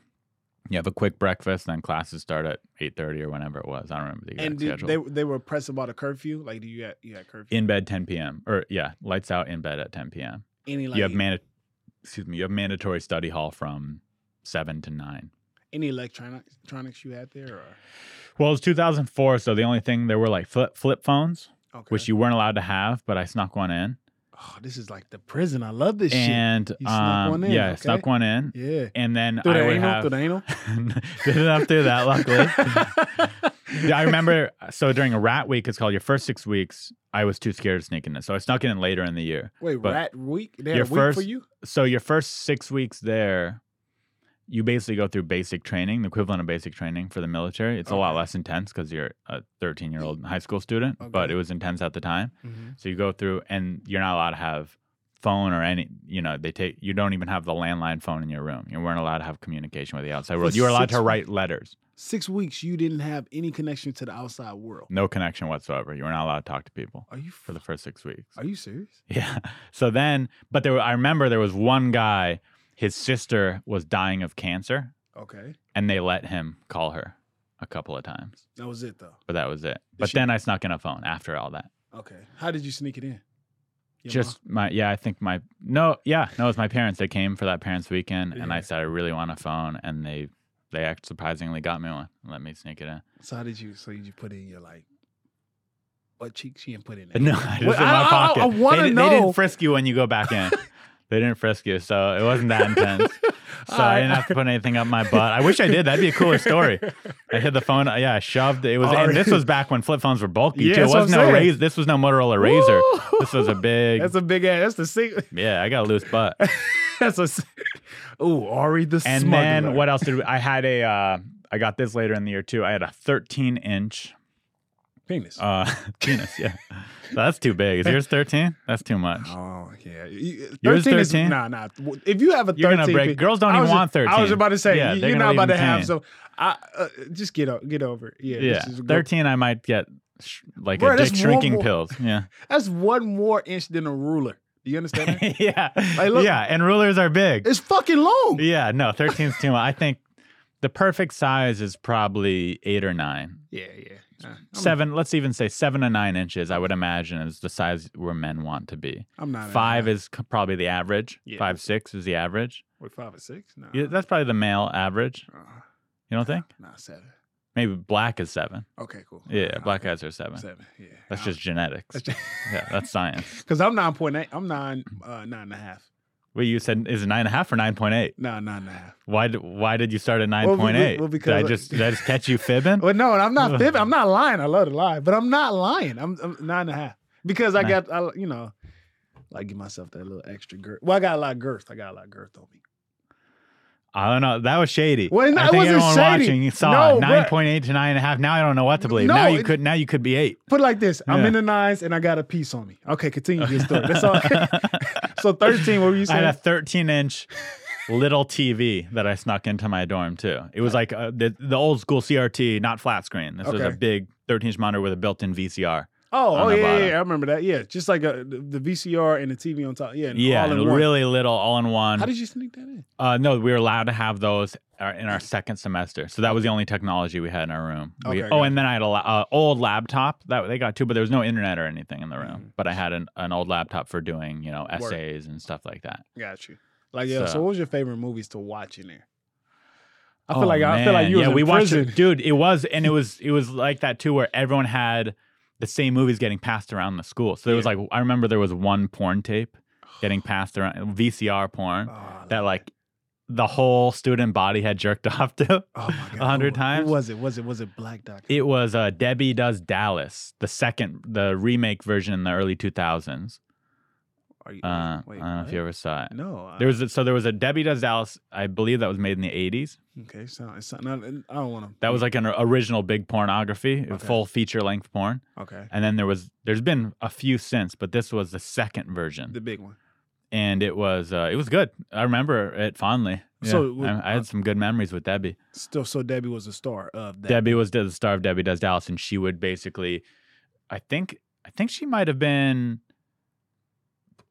Speaker 1: You have a quick breakfast, then classes start at 8:30 or whenever it was. I don't remember the exact
Speaker 7: And did,
Speaker 1: schedule.
Speaker 7: they they were pressed about a curfew. Like, do you have you had curfew?
Speaker 1: in bed 10 p.m. or yeah, lights out in bed at 10 p.m.
Speaker 7: Any like
Speaker 1: you have man, excuse me, you have mandatory study hall from seven to nine.
Speaker 7: any electronic- electronics you had there? Or?
Speaker 1: Well, it was 2004, so the only thing there were like flip flip phones,
Speaker 7: Okay.
Speaker 1: which you weren't allowed to have, but I snuck one in,
Speaker 7: Oh, this is like the prison. I love this
Speaker 1: and
Speaker 7: You snuck
Speaker 1: um,
Speaker 7: one in,
Speaker 1: yeah,
Speaker 7: okay.
Speaker 1: I snuck one in,
Speaker 7: shit. Yeah.
Speaker 1: and then
Speaker 7: Through
Speaker 1: I
Speaker 7: the
Speaker 1: would
Speaker 7: anal,
Speaker 1: have
Speaker 7: through the anal.
Speaker 1: didn't have to do that. Luckily, Yeah, I remember. So during a rat week, it's called your first six weeks. I was too scared to sneak in, so I snuck it in later in the year.
Speaker 7: Wait,
Speaker 1: But
Speaker 7: rat week? They had a
Speaker 1: your
Speaker 7: week
Speaker 1: first-
Speaker 7: for you?
Speaker 1: so your first six weeks there, you basically go through basic training, the equivalent of basic training for the military. It's a lot
Speaker 7: Okay. Oh,
Speaker 1: less intense because you're a 13 year old high school student,
Speaker 7: Okay. Mm-hmm.
Speaker 1: but it was intense at the time. So you go through, and you're not allowed to have phone or any you know they take you don't even have the landline phone in your room you weren't allowed to have communication with the outside world you were allowed
Speaker 7: six
Speaker 1: to write letters
Speaker 7: Six weeks, you didn't have any connection to the outside world.
Speaker 1: no connection whatsoever you were not allowed to talk to people
Speaker 7: Are you
Speaker 1: for the first six weeks
Speaker 7: Are you serious?
Speaker 1: yeah so then but there were, i remember there was one guy his sister was dying of cancer
Speaker 7: Okay,
Speaker 1: and they let him call her a couple of times
Speaker 7: that was it though.
Speaker 1: but that was it but
Speaker 7: she-
Speaker 1: then i snuck in a phone after all that
Speaker 7: Okay, how did you sneak it in? Your
Speaker 1: just my yeah i think my no yeah no it's my parents they came for that parents weekend and
Speaker 7: Yeah.
Speaker 1: i said i really want a phone and they they act surprisingly got me one and let me sneak it in
Speaker 7: mom? So how did you? So you put in your like butt cheek? She didn't put in.
Speaker 1: no i just
Speaker 7: Wait,
Speaker 1: in my
Speaker 7: I- I- I-
Speaker 1: pocket
Speaker 7: I wanna
Speaker 1: they, di- they
Speaker 7: know.
Speaker 1: didn't frisk you when you go back in they didn't frisk you so it wasn't that intense so i didn't have to put anything up my butt i wish i did that'd be a cooler story i hid the phone yeah i shoved it It was and this was back when flip phones were bulky
Speaker 7: Yeah,
Speaker 1: too it
Speaker 7: that's what
Speaker 1: was
Speaker 7: I'm
Speaker 1: no
Speaker 7: saying.
Speaker 1: razor this was no motorola razor
Speaker 7: Woo!
Speaker 1: this was a big
Speaker 7: That's a big ass. That's the sing.
Speaker 1: yeah i got a loose butt
Speaker 7: That's a. s- Ooh, Ari the
Speaker 1: And
Speaker 7: smuggler.
Speaker 1: then what else did we, I had a uh, I got this later in the year too. I had a 13 inch
Speaker 7: Penis.
Speaker 1: uh, penis. Yeah, that's too big. Is yours 13? That's too much.
Speaker 7: Oh yeah, You-
Speaker 1: Yours
Speaker 7: 13 is
Speaker 1: 13?
Speaker 7: nah nah. If you have a 13
Speaker 1: You're gonna break-
Speaker 7: pick-
Speaker 1: girls don't
Speaker 7: I
Speaker 1: even
Speaker 7: was-
Speaker 1: want
Speaker 7: I was
Speaker 1: 13.
Speaker 7: about to say
Speaker 1: Yeah,
Speaker 7: you-
Speaker 1: they're
Speaker 7: you're
Speaker 1: gonna
Speaker 7: not about
Speaker 1: leave
Speaker 7: to
Speaker 1: them
Speaker 7: have
Speaker 1: tan.
Speaker 7: so. I uh, just get o- get over it. Yeah,
Speaker 1: Yeah,
Speaker 7: this is a go-
Speaker 1: 13. I might get sh- like
Speaker 7: Bro,
Speaker 1: a
Speaker 7: that's
Speaker 1: dick
Speaker 7: one
Speaker 1: shrinking
Speaker 7: more-
Speaker 1: pills. Yeah,
Speaker 7: That's one more inch than a ruler. Do you understand? that?
Speaker 1: yeah,
Speaker 7: Like, look-
Speaker 1: yeah. And rulers are big.
Speaker 7: it's fucking long.
Speaker 1: Yeah, no, 13's too much. I think the perfect size is probably eight or nine.
Speaker 7: Yeah yeah. Uh, I'm-
Speaker 1: 7 let's even say seven to nine inches. I would imagine is the size where men want to be.
Speaker 7: I'm not a-
Speaker 1: Five is c- probably the average.
Speaker 7: Yeah. Uh,
Speaker 1: Five six is the average.
Speaker 7: Wait, five or six? No.
Speaker 1: Yeah, that's probably the male average. You don't think?
Speaker 7: Nah, seven.
Speaker 1: Maybe black is seven.
Speaker 7: Okay, cool.
Speaker 1: Yeah,
Speaker 7: Nah,
Speaker 1: black guys are seven.
Speaker 7: Oh, Seven. Yeah.
Speaker 1: That's just genetics. yeah, that's science.
Speaker 7: because I'm nine point eight. I'm nine uh, nine and a half.
Speaker 1: Wait, you said is it nine and a half or nine point eight?
Speaker 7: Nah, nine and a half.
Speaker 1: Why? d- Why did you start at nine
Speaker 7: Well,
Speaker 1: point eight?
Speaker 7: well,
Speaker 1: did I
Speaker 7: because-
Speaker 1: just did I just catch you fibbing?
Speaker 7: Well, no, and I'm not fibbing. I'm not lying. I love to lie, but I'm not lying. I'm, I'm nine and a half because I
Speaker 1: Nah.
Speaker 7: got, I, you know, like give myself that little extra girth. Well, I got a lot of girth. I got a lot of girth on me.
Speaker 1: I don't know. That was shady.
Speaker 7: Well, no,
Speaker 1: I
Speaker 7: it
Speaker 1: think
Speaker 7: wasn't
Speaker 1: everyone
Speaker 7: shady.
Speaker 1: watching saw
Speaker 7: No, but-
Speaker 1: nine point eight to nine and a half. Now I don't know what to believe.
Speaker 7: No,
Speaker 1: now you
Speaker 7: it-
Speaker 1: could. Now you could be eight.
Speaker 7: Put it like this: I'm
Speaker 1: Yeah.
Speaker 7: in the nines, and I got a piece on me. Okay, continue your story. That's all. so 13. What were you
Speaker 1: I
Speaker 7: saying?
Speaker 1: had a 13 inch little TV that I snuck into my dorm too. It was like uh the, the old school CRT, not flat screen. This was a
Speaker 7: Okay.
Speaker 1: big 13 inch monitor with a built in VCR.
Speaker 7: oh, oh
Speaker 1: on the
Speaker 7: yeah, yeah,
Speaker 1: bottom.
Speaker 7: yeah, I remember that. Yeah, just like a, the the VCR and the TV on top. Yeah, and
Speaker 1: yeah,
Speaker 7: all in
Speaker 1: and
Speaker 7: one.
Speaker 1: really little, all in one.
Speaker 7: How did you sneak that in?
Speaker 1: uh, no, we were allowed to have those uh, in our second semester, so that was the only technology we had in our room. We,
Speaker 7: Okay,
Speaker 1: oh,
Speaker 7: gotcha.
Speaker 1: and then I had a la- uh, old laptop that they got too, but there was no internet or anything in the room.
Speaker 7: Mm-hmm.
Speaker 1: But I had an, an old laptop for doing, you know, essays and stuff like that.
Speaker 7: Got you. Like yeah. So,
Speaker 1: So-
Speaker 7: what was your favorite movies to watch in there? I feel
Speaker 1: Oh,
Speaker 7: like I feel like
Speaker 1: man.
Speaker 7: you was
Speaker 1: yeah.
Speaker 7: in
Speaker 1: we
Speaker 7: prison.
Speaker 1: watched it, dude. It was and it was it was like that too, where everyone had the same movies getting passed around the school. So there was like I remember there was one porn tape getting passed around VCR porn
Speaker 7: Oh,
Speaker 1: that like the whole student body had jerked off to
Speaker 7: Oh my god,
Speaker 1: a hundred
Speaker 7: Who-
Speaker 1: times.
Speaker 7: Who was it? Was it was it Black Doc?
Speaker 1: It was uh, Debbie Does Dallas, the second, the remake version in the early 2000s.
Speaker 7: Are you,
Speaker 1: Uh,
Speaker 7: wait,
Speaker 1: I don't know
Speaker 7: what? uh,
Speaker 1: if you ever saw it.
Speaker 7: No, I-
Speaker 1: There was a, so there was a Debbie Does Dallas, I believe that was made in the 80s.
Speaker 7: okay. So, so no, I don't want to.
Speaker 1: That was like an original big pornography,
Speaker 7: Hmm. Okay.
Speaker 1: full feature length porn.
Speaker 7: okay.
Speaker 1: And then there was there's been a few since, but this was the second version,
Speaker 7: The big one.
Speaker 1: and it was uh, it was good. I remember it fondly.
Speaker 7: So
Speaker 1: So
Speaker 7: it was- uh,
Speaker 1: I, I had some good memories with Debbie.
Speaker 7: Still, so Debbie was a star of that.
Speaker 1: Debbie was the star of Debbie Does Dallas, and she would basically, I think I think she might have been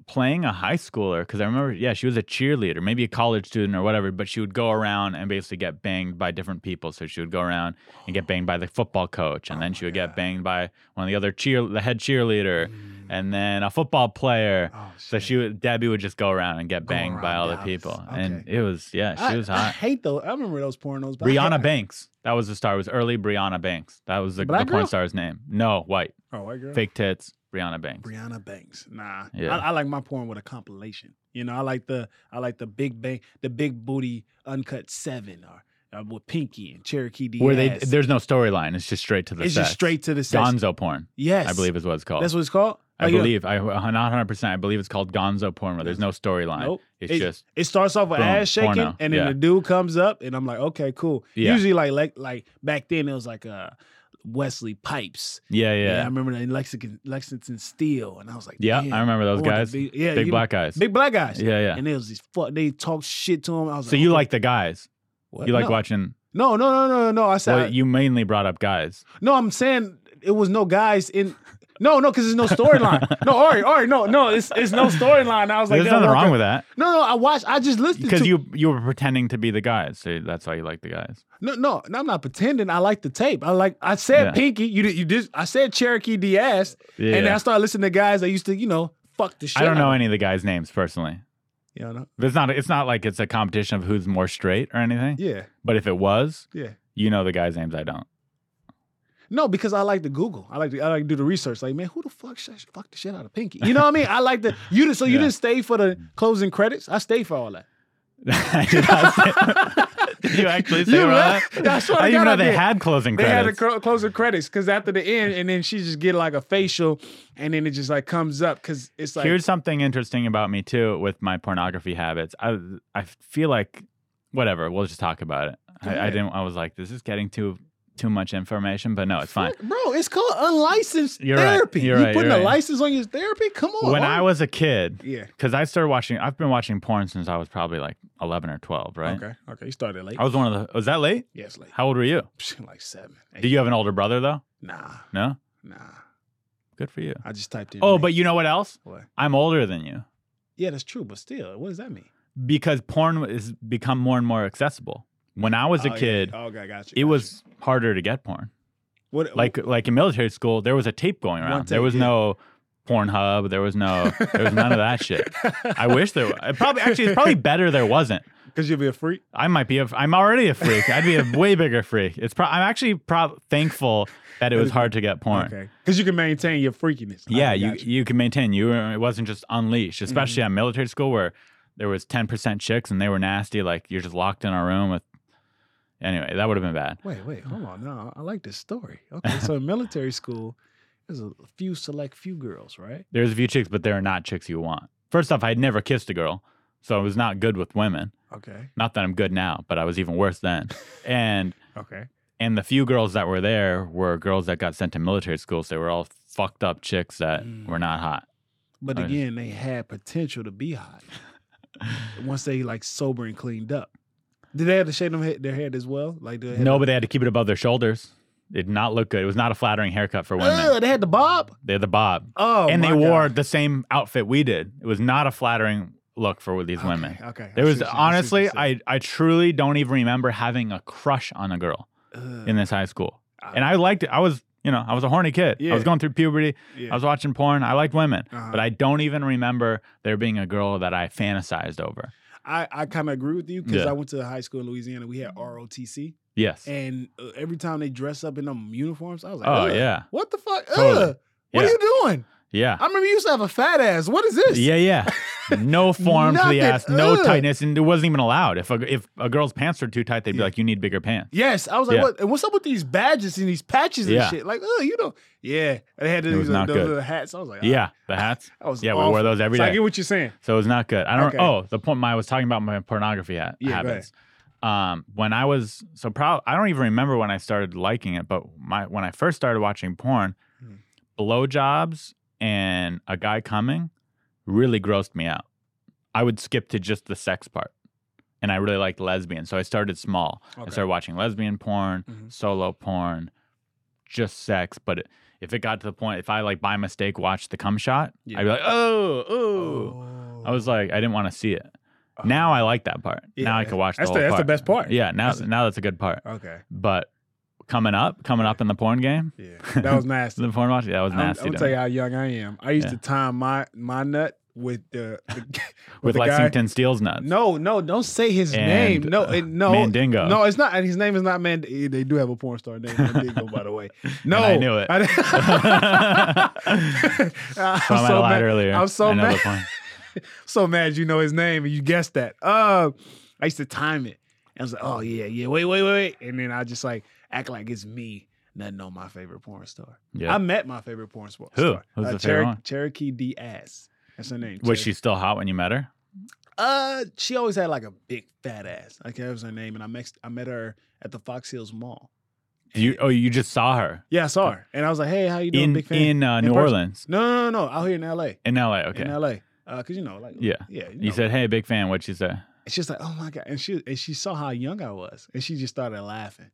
Speaker 1: playing a high schooler because I remember yeah she was a cheerleader, maybe a college student or whatever, but she would go around and basically get banged by different people. So she would go around and get banged by the football coach,
Speaker 7: Oh
Speaker 1: and then she would get banged by one of the other cheer the head cheerleader, and then a football player.
Speaker 7: Mm. Oh,
Speaker 1: So she would, Debbie would just go around and get banged by
Speaker 7: around
Speaker 1: all the
Speaker 7: Dallas.
Speaker 1: people, and
Speaker 7: Okay.
Speaker 1: it was yeah she
Speaker 7: I,
Speaker 1: was
Speaker 7: I
Speaker 1: hot.
Speaker 7: hate those. I remember those pornos. but I
Speaker 1: Brianna
Speaker 7: hate-
Speaker 1: Banks. That was the star. It was early Brianna Banks. That was the, the
Speaker 7: Black girl?
Speaker 1: porn star's name. No, white.
Speaker 7: Oh, white girl.
Speaker 1: Fake tits. Brianna Banks.
Speaker 7: Brianna Banks. Nah.
Speaker 1: Yeah.
Speaker 7: I, I like my porn with a compilation. You know, I like the I like the big bang, the big booty uncut seven or, or uh, with Pinky and Cherokee D.
Speaker 1: Where they there's no storyline. It's just straight to the
Speaker 7: it's
Speaker 1: sex.
Speaker 7: just straight to the sex.
Speaker 1: Gonzo porn.
Speaker 7: yes,
Speaker 1: I believe is what it's called.
Speaker 7: that's what it's called.
Speaker 1: I
Speaker 7: Like, yeah.
Speaker 1: believe. I not 100. percent I believe it's called Gonzo porn. Where there's no storyline.
Speaker 7: Nope.
Speaker 1: It's
Speaker 7: it,
Speaker 1: just
Speaker 7: it starts off with
Speaker 1: boom,
Speaker 7: ass shaking,
Speaker 1: porno.
Speaker 7: and then
Speaker 1: Yeah.
Speaker 7: the dude comes up, and I'm like, okay, cool.
Speaker 1: Yeah.
Speaker 7: Usually, like like like back then, it was like uh Wesley Pipes.
Speaker 1: Yeah, yeah.
Speaker 7: I remember that in Lexington, Lexington Steel, and I was like,
Speaker 1: Yeah,
Speaker 7: "Damn,
Speaker 1: I remember those
Speaker 7: want to
Speaker 1: guys.
Speaker 7: be- yeah,
Speaker 1: big
Speaker 7: you-
Speaker 1: black guys.
Speaker 7: big black guys.
Speaker 1: yeah, yeah.
Speaker 7: And they was these fuck. They talk shit to him. I was
Speaker 1: so
Speaker 7: like,
Speaker 1: you
Speaker 7: "Okay,
Speaker 1: like the guys?
Speaker 7: what?"
Speaker 1: You like
Speaker 7: no. uh,
Speaker 1: watching?
Speaker 7: No, no, no, no, no. I said
Speaker 1: Well, you mainly brought up guys.
Speaker 7: no. I'm saying it was no guys in. No, no, because there's no storyline. no, Ari, Ari, no, no, it's it's no storyline. I was like, uh,
Speaker 1: There's
Speaker 7: that
Speaker 1: nothing
Speaker 7: worked
Speaker 1: wrong
Speaker 7: out.
Speaker 1: with that
Speaker 7: No, no, I watched. I just listened
Speaker 1: because
Speaker 7: to-
Speaker 1: you you were pretending to be the guys. So that's why you like the guys.
Speaker 7: No, no, no, I'm not pretending. I like the tape. I like. I said
Speaker 1: Yeah.
Speaker 7: Pinky. You did. You did. I said Cherokee Diaz.
Speaker 1: Yeah.
Speaker 7: And then I started listening to guys that used to, you know, fuck the shit.
Speaker 1: I don't know
Speaker 7: out of-
Speaker 1: any of the guys' names personally.
Speaker 7: You know.
Speaker 1: But It's not it's not like it's a competition of who's more straight or anything.
Speaker 7: Yeah.
Speaker 1: But if it was,
Speaker 7: Yeah.
Speaker 1: you know the guys' names. I don't.
Speaker 7: No, because I like to Google. I like to. I like to do the research. Like, man, who the fuck sh- fuck the shit out of Pinky? You know what I mean? I like the. You did. So you
Speaker 1: Yeah.
Speaker 7: didn't stay for the closing credits. I stayed for all that.
Speaker 1: I did not say- Did you actually say
Speaker 7: You
Speaker 1: right?
Speaker 7: laugh. I swear to
Speaker 1: didn't even
Speaker 7: God
Speaker 1: know
Speaker 7: I
Speaker 1: they
Speaker 7: did.
Speaker 1: had closing
Speaker 7: They had the
Speaker 1: credits.
Speaker 7: cl- closing credits because after the end, and then she just get like a facial, and then it just like comes up because it's like
Speaker 1: Here's something interesting about me too with my pornography habits. I I feel like whatever. We'll just talk about it. I, I didn't. I was like, this is getting too too much information, but no, it's fine.
Speaker 7: Bro, it's called unlicensed
Speaker 1: You're right.
Speaker 7: therapy.
Speaker 1: You're
Speaker 7: you
Speaker 1: right.
Speaker 7: putting
Speaker 1: You're
Speaker 7: a
Speaker 1: right.
Speaker 7: license on your therapy? Come on.
Speaker 1: When
Speaker 7: Ari.
Speaker 1: I was a kid,
Speaker 7: yeah.
Speaker 1: because I started watching, I've been watching porn since I was probably like 11 or 12, right?
Speaker 7: Okay. Okay. You started late.
Speaker 1: I was one of the. Was that late?
Speaker 7: yes, late.
Speaker 1: How old were you?
Speaker 7: Psh, like seven.
Speaker 1: Do
Speaker 7: Eight.
Speaker 1: you have an older brother though?
Speaker 7: Nah.
Speaker 1: No.
Speaker 7: Nah.
Speaker 1: Good for you.
Speaker 7: I just typed in.
Speaker 1: Oh,
Speaker 7: late.
Speaker 1: but you know what else?
Speaker 7: What?
Speaker 1: I'm older than you
Speaker 7: Yeah, that's true. But still, what does that mean?
Speaker 1: because porn has become more and more accessible. When I was
Speaker 7: Oh,
Speaker 1: a
Speaker 7: yeah.
Speaker 1: kid,
Speaker 7: Oh, okay. Gotcha.
Speaker 1: it was harder to get porn.
Speaker 7: what,
Speaker 1: Like like in military school, there was a tape going around.
Speaker 7: One
Speaker 1: there
Speaker 7: tape,
Speaker 1: was
Speaker 7: yeah.
Speaker 1: no Pornhub. There was no. There was none of that shit. I wish there. Was. Probably actually, it's probably better there wasn't.
Speaker 7: Because you'll be a freak.
Speaker 1: I might be a. I'm already a freak. I'd be a way bigger freak. It's. Pro- I'm actually pro- thankful that it was hard to get porn.
Speaker 7: Okay. Because you can maintain your freakiness. I Mm-hmm.
Speaker 1: Yeah,
Speaker 7: got
Speaker 1: you, you can maintain. You were, it wasn't just unleashed, especially at military school where there was 10% chicks and they were nasty. Like you're just locked in a room with. Anyway, that would have been bad.
Speaker 7: Wait, wait, hold on. No, I like this story. Okay, so in military school, there's a few select few girls, right?
Speaker 1: There's a few chicks, but they're not chicks you want. First off, I'd never kissed a girl, so I was not good with women.
Speaker 7: Okay,
Speaker 1: Not that I'm good now, but I was even worse then. And
Speaker 7: okay.
Speaker 1: and the few girls that were there were girls that got sent to military school, so they were all fucked up chicks that
Speaker 7: Mm.
Speaker 1: were not hot.
Speaker 7: But
Speaker 1: I just-
Speaker 7: again, they had potential to be hot once they like sober and cleaned up. Did they have to shave them he- their head as well? Like did they have
Speaker 1: No,
Speaker 7: to-
Speaker 1: but they had to keep it above their shoulders. It did not look good. It was not a flattering haircut for women.
Speaker 7: Ugh, they had the bob.
Speaker 1: They had the bob.
Speaker 7: Oh,
Speaker 1: and they
Speaker 7: my
Speaker 1: wore
Speaker 7: God.
Speaker 1: the same outfit we did. It was not a flattering look for these women.
Speaker 7: Okay, okay. I
Speaker 1: There
Speaker 7: see
Speaker 1: was
Speaker 7: what you- I see what
Speaker 1: honestly,
Speaker 7: you said.
Speaker 1: I, I truly don't even remember having a crush on a girl
Speaker 7: Ugh.
Speaker 1: in this high school. And I liked it. I was, you know, I was a horny kid. I
Speaker 7: Ah. Yeah.
Speaker 1: was going through puberty.
Speaker 7: Yeah.
Speaker 1: I was watching porn. I liked women,
Speaker 7: Uh-huh.
Speaker 1: but I don't even remember there being a girl that I fantasized over.
Speaker 7: I, I kind of agree with you because
Speaker 1: Yeah. Mm-hmm.
Speaker 7: I went to high school in Louisiana. We had ROTC,
Speaker 1: Yes.
Speaker 7: and uh, every time they dress up in them uniforms, I was like,
Speaker 1: Oh,
Speaker 7: "Ugh,
Speaker 1: yeah.
Speaker 7: what the fuck?
Speaker 1: Totally.
Speaker 7: Ugh, what
Speaker 1: Yeah.
Speaker 7: are you doing?
Speaker 1: Yeah.
Speaker 7: I remember you used to have a fat ass. What is this?
Speaker 1: Yeah, yeah. No form to
Speaker 7: Nothing.
Speaker 1: the ass, no
Speaker 7: Ugh.
Speaker 1: tightness, and it wasn't even allowed. If a, if a girl's pants are too tight, they'd be like, "You need bigger pants."
Speaker 7: Yes, I was like,
Speaker 1: Yeah.
Speaker 7: what? And what's up with these badges and these patches and
Speaker 1: Yeah.
Speaker 7: shit? Like, oh, you know, yeah. They had
Speaker 1: was
Speaker 7: these
Speaker 1: not
Speaker 7: those
Speaker 1: good.
Speaker 7: little hats. I was like,
Speaker 1: Yeah, the hats.
Speaker 7: that was
Speaker 1: yeah, we
Speaker 7: awful.
Speaker 1: wore those every
Speaker 7: So I
Speaker 1: day.
Speaker 7: get what you're saying.
Speaker 1: So it was not good. I don't.
Speaker 7: Okay.
Speaker 1: Oh, the point. My, I was talking about my pornography ha-
Speaker 7: Yeah, go
Speaker 1: habits. Um, when I was so proud, I don't even remember when I started liking it. But my when I first started watching porn,
Speaker 7: Hmm.
Speaker 1: blowjobs and a guy coming really grossed me out. I would skip to just the sex part, and I really liked lesbian, so I started small. I
Speaker 7: Okay.
Speaker 1: started watching lesbian porn,
Speaker 7: Mhm.
Speaker 1: solo porn, just sex. But it, if it got to the point, if I like by mistake watched the cum shot,
Speaker 7: Yeah.
Speaker 1: I'd be like, oh, oh. I was like, I didn't want to see it. Now I like that part.
Speaker 7: Yeah,
Speaker 1: now I can watch the
Speaker 7: that's
Speaker 1: whole
Speaker 7: the- that's the
Speaker 1: part.
Speaker 7: best part.
Speaker 1: Yeah, now
Speaker 7: That's Uh, the-
Speaker 1: now that's a good part.
Speaker 7: okay,
Speaker 1: But coming up, coming up in the porn game,
Speaker 7: yeah, that was nasty.
Speaker 1: the porn watch, that was
Speaker 7: I'm,
Speaker 1: nasty.
Speaker 7: I'm
Speaker 1: to
Speaker 7: gonna tell
Speaker 1: me.
Speaker 7: you how young I am. I used
Speaker 1: Yeah.
Speaker 7: to time my my nut with the, the with,
Speaker 1: With
Speaker 7: the guy.
Speaker 1: Lexington Steel's nuts.
Speaker 7: No, no, don't say his
Speaker 1: And,
Speaker 7: name. No,
Speaker 1: uh,
Speaker 7: it, no,
Speaker 1: Mandingo.
Speaker 7: No, it's not. And his name is not Mandingo. They do have a porn star named Mandingo, by the way. No,
Speaker 1: I knew it.
Speaker 7: I-
Speaker 1: So I
Speaker 7: I'm
Speaker 1: might have
Speaker 7: so
Speaker 1: lied
Speaker 7: mad.
Speaker 1: earlier.
Speaker 7: I'm so
Speaker 1: I know the
Speaker 7: mad.
Speaker 1: porn.
Speaker 7: So mad. You know his name and you guessed that. Uh, I used to time it. I was like, oh yeah, yeah. Wait, wait, wait, wait. And then I just like act like it's me. Nothing on my favorite porn star.
Speaker 1: Yeah.
Speaker 7: I met my favorite porn star.
Speaker 1: Who? Who's the favorite
Speaker 7: Cherokee-
Speaker 1: one?
Speaker 7: Cherokee Diaz. That's her name.
Speaker 1: Was
Speaker 7: Cherokee.
Speaker 1: she still hot when you met her?
Speaker 7: Uh, she always had like a big fat ass. Like that was her name, and I met I met her at the Fox Hills Mall.
Speaker 1: You oh you just saw her
Speaker 7: Yeah, I saw her, and I was like, "Hey, how you doing,
Speaker 1: in
Speaker 7: big fan?"
Speaker 1: in uh, New
Speaker 7: person.
Speaker 1: Orleans
Speaker 7: No, no, no, no, out here in L.A.
Speaker 1: in L.A. Okay,
Speaker 7: In L.A. Uh, Cause you know, like,
Speaker 1: yeah,
Speaker 7: yeah.
Speaker 1: You,
Speaker 7: know.
Speaker 1: said hey, big fan. What she said?
Speaker 7: And she's like, oh my God. And she and she saw how young I was. And she just started laughing.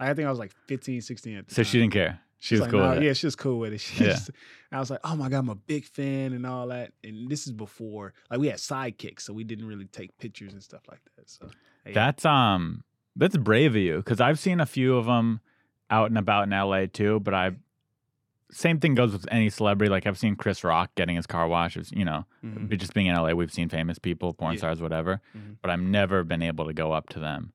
Speaker 7: Like, I think I was like 15, 16 at the
Speaker 1: So
Speaker 7: time.
Speaker 1: she didn't care. She was
Speaker 7: She's like,
Speaker 1: cool.
Speaker 7: "Nah,
Speaker 1: with it.
Speaker 7: Yeah, she was cool with it. She
Speaker 1: Yeah.
Speaker 7: just- I was like, oh my God, I'm a big fan and all that. And this is before, like, we had sidekicks. So we didn't really take pictures and stuff like that. So yeah.
Speaker 1: That's um that's brave of you because I've seen a few of them out and about in LA too. But I same thing goes with any celebrity. Like I've seen Chris Rock getting his car washed. It's, you know,
Speaker 7: Mhm.
Speaker 1: but just being in LA, we've seen famous people, porn
Speaker 7: Yeah.
Speaker 1: stars, whatever.
Speaker 7: Mhm.
Speaker 1: But I've never been able to go up to them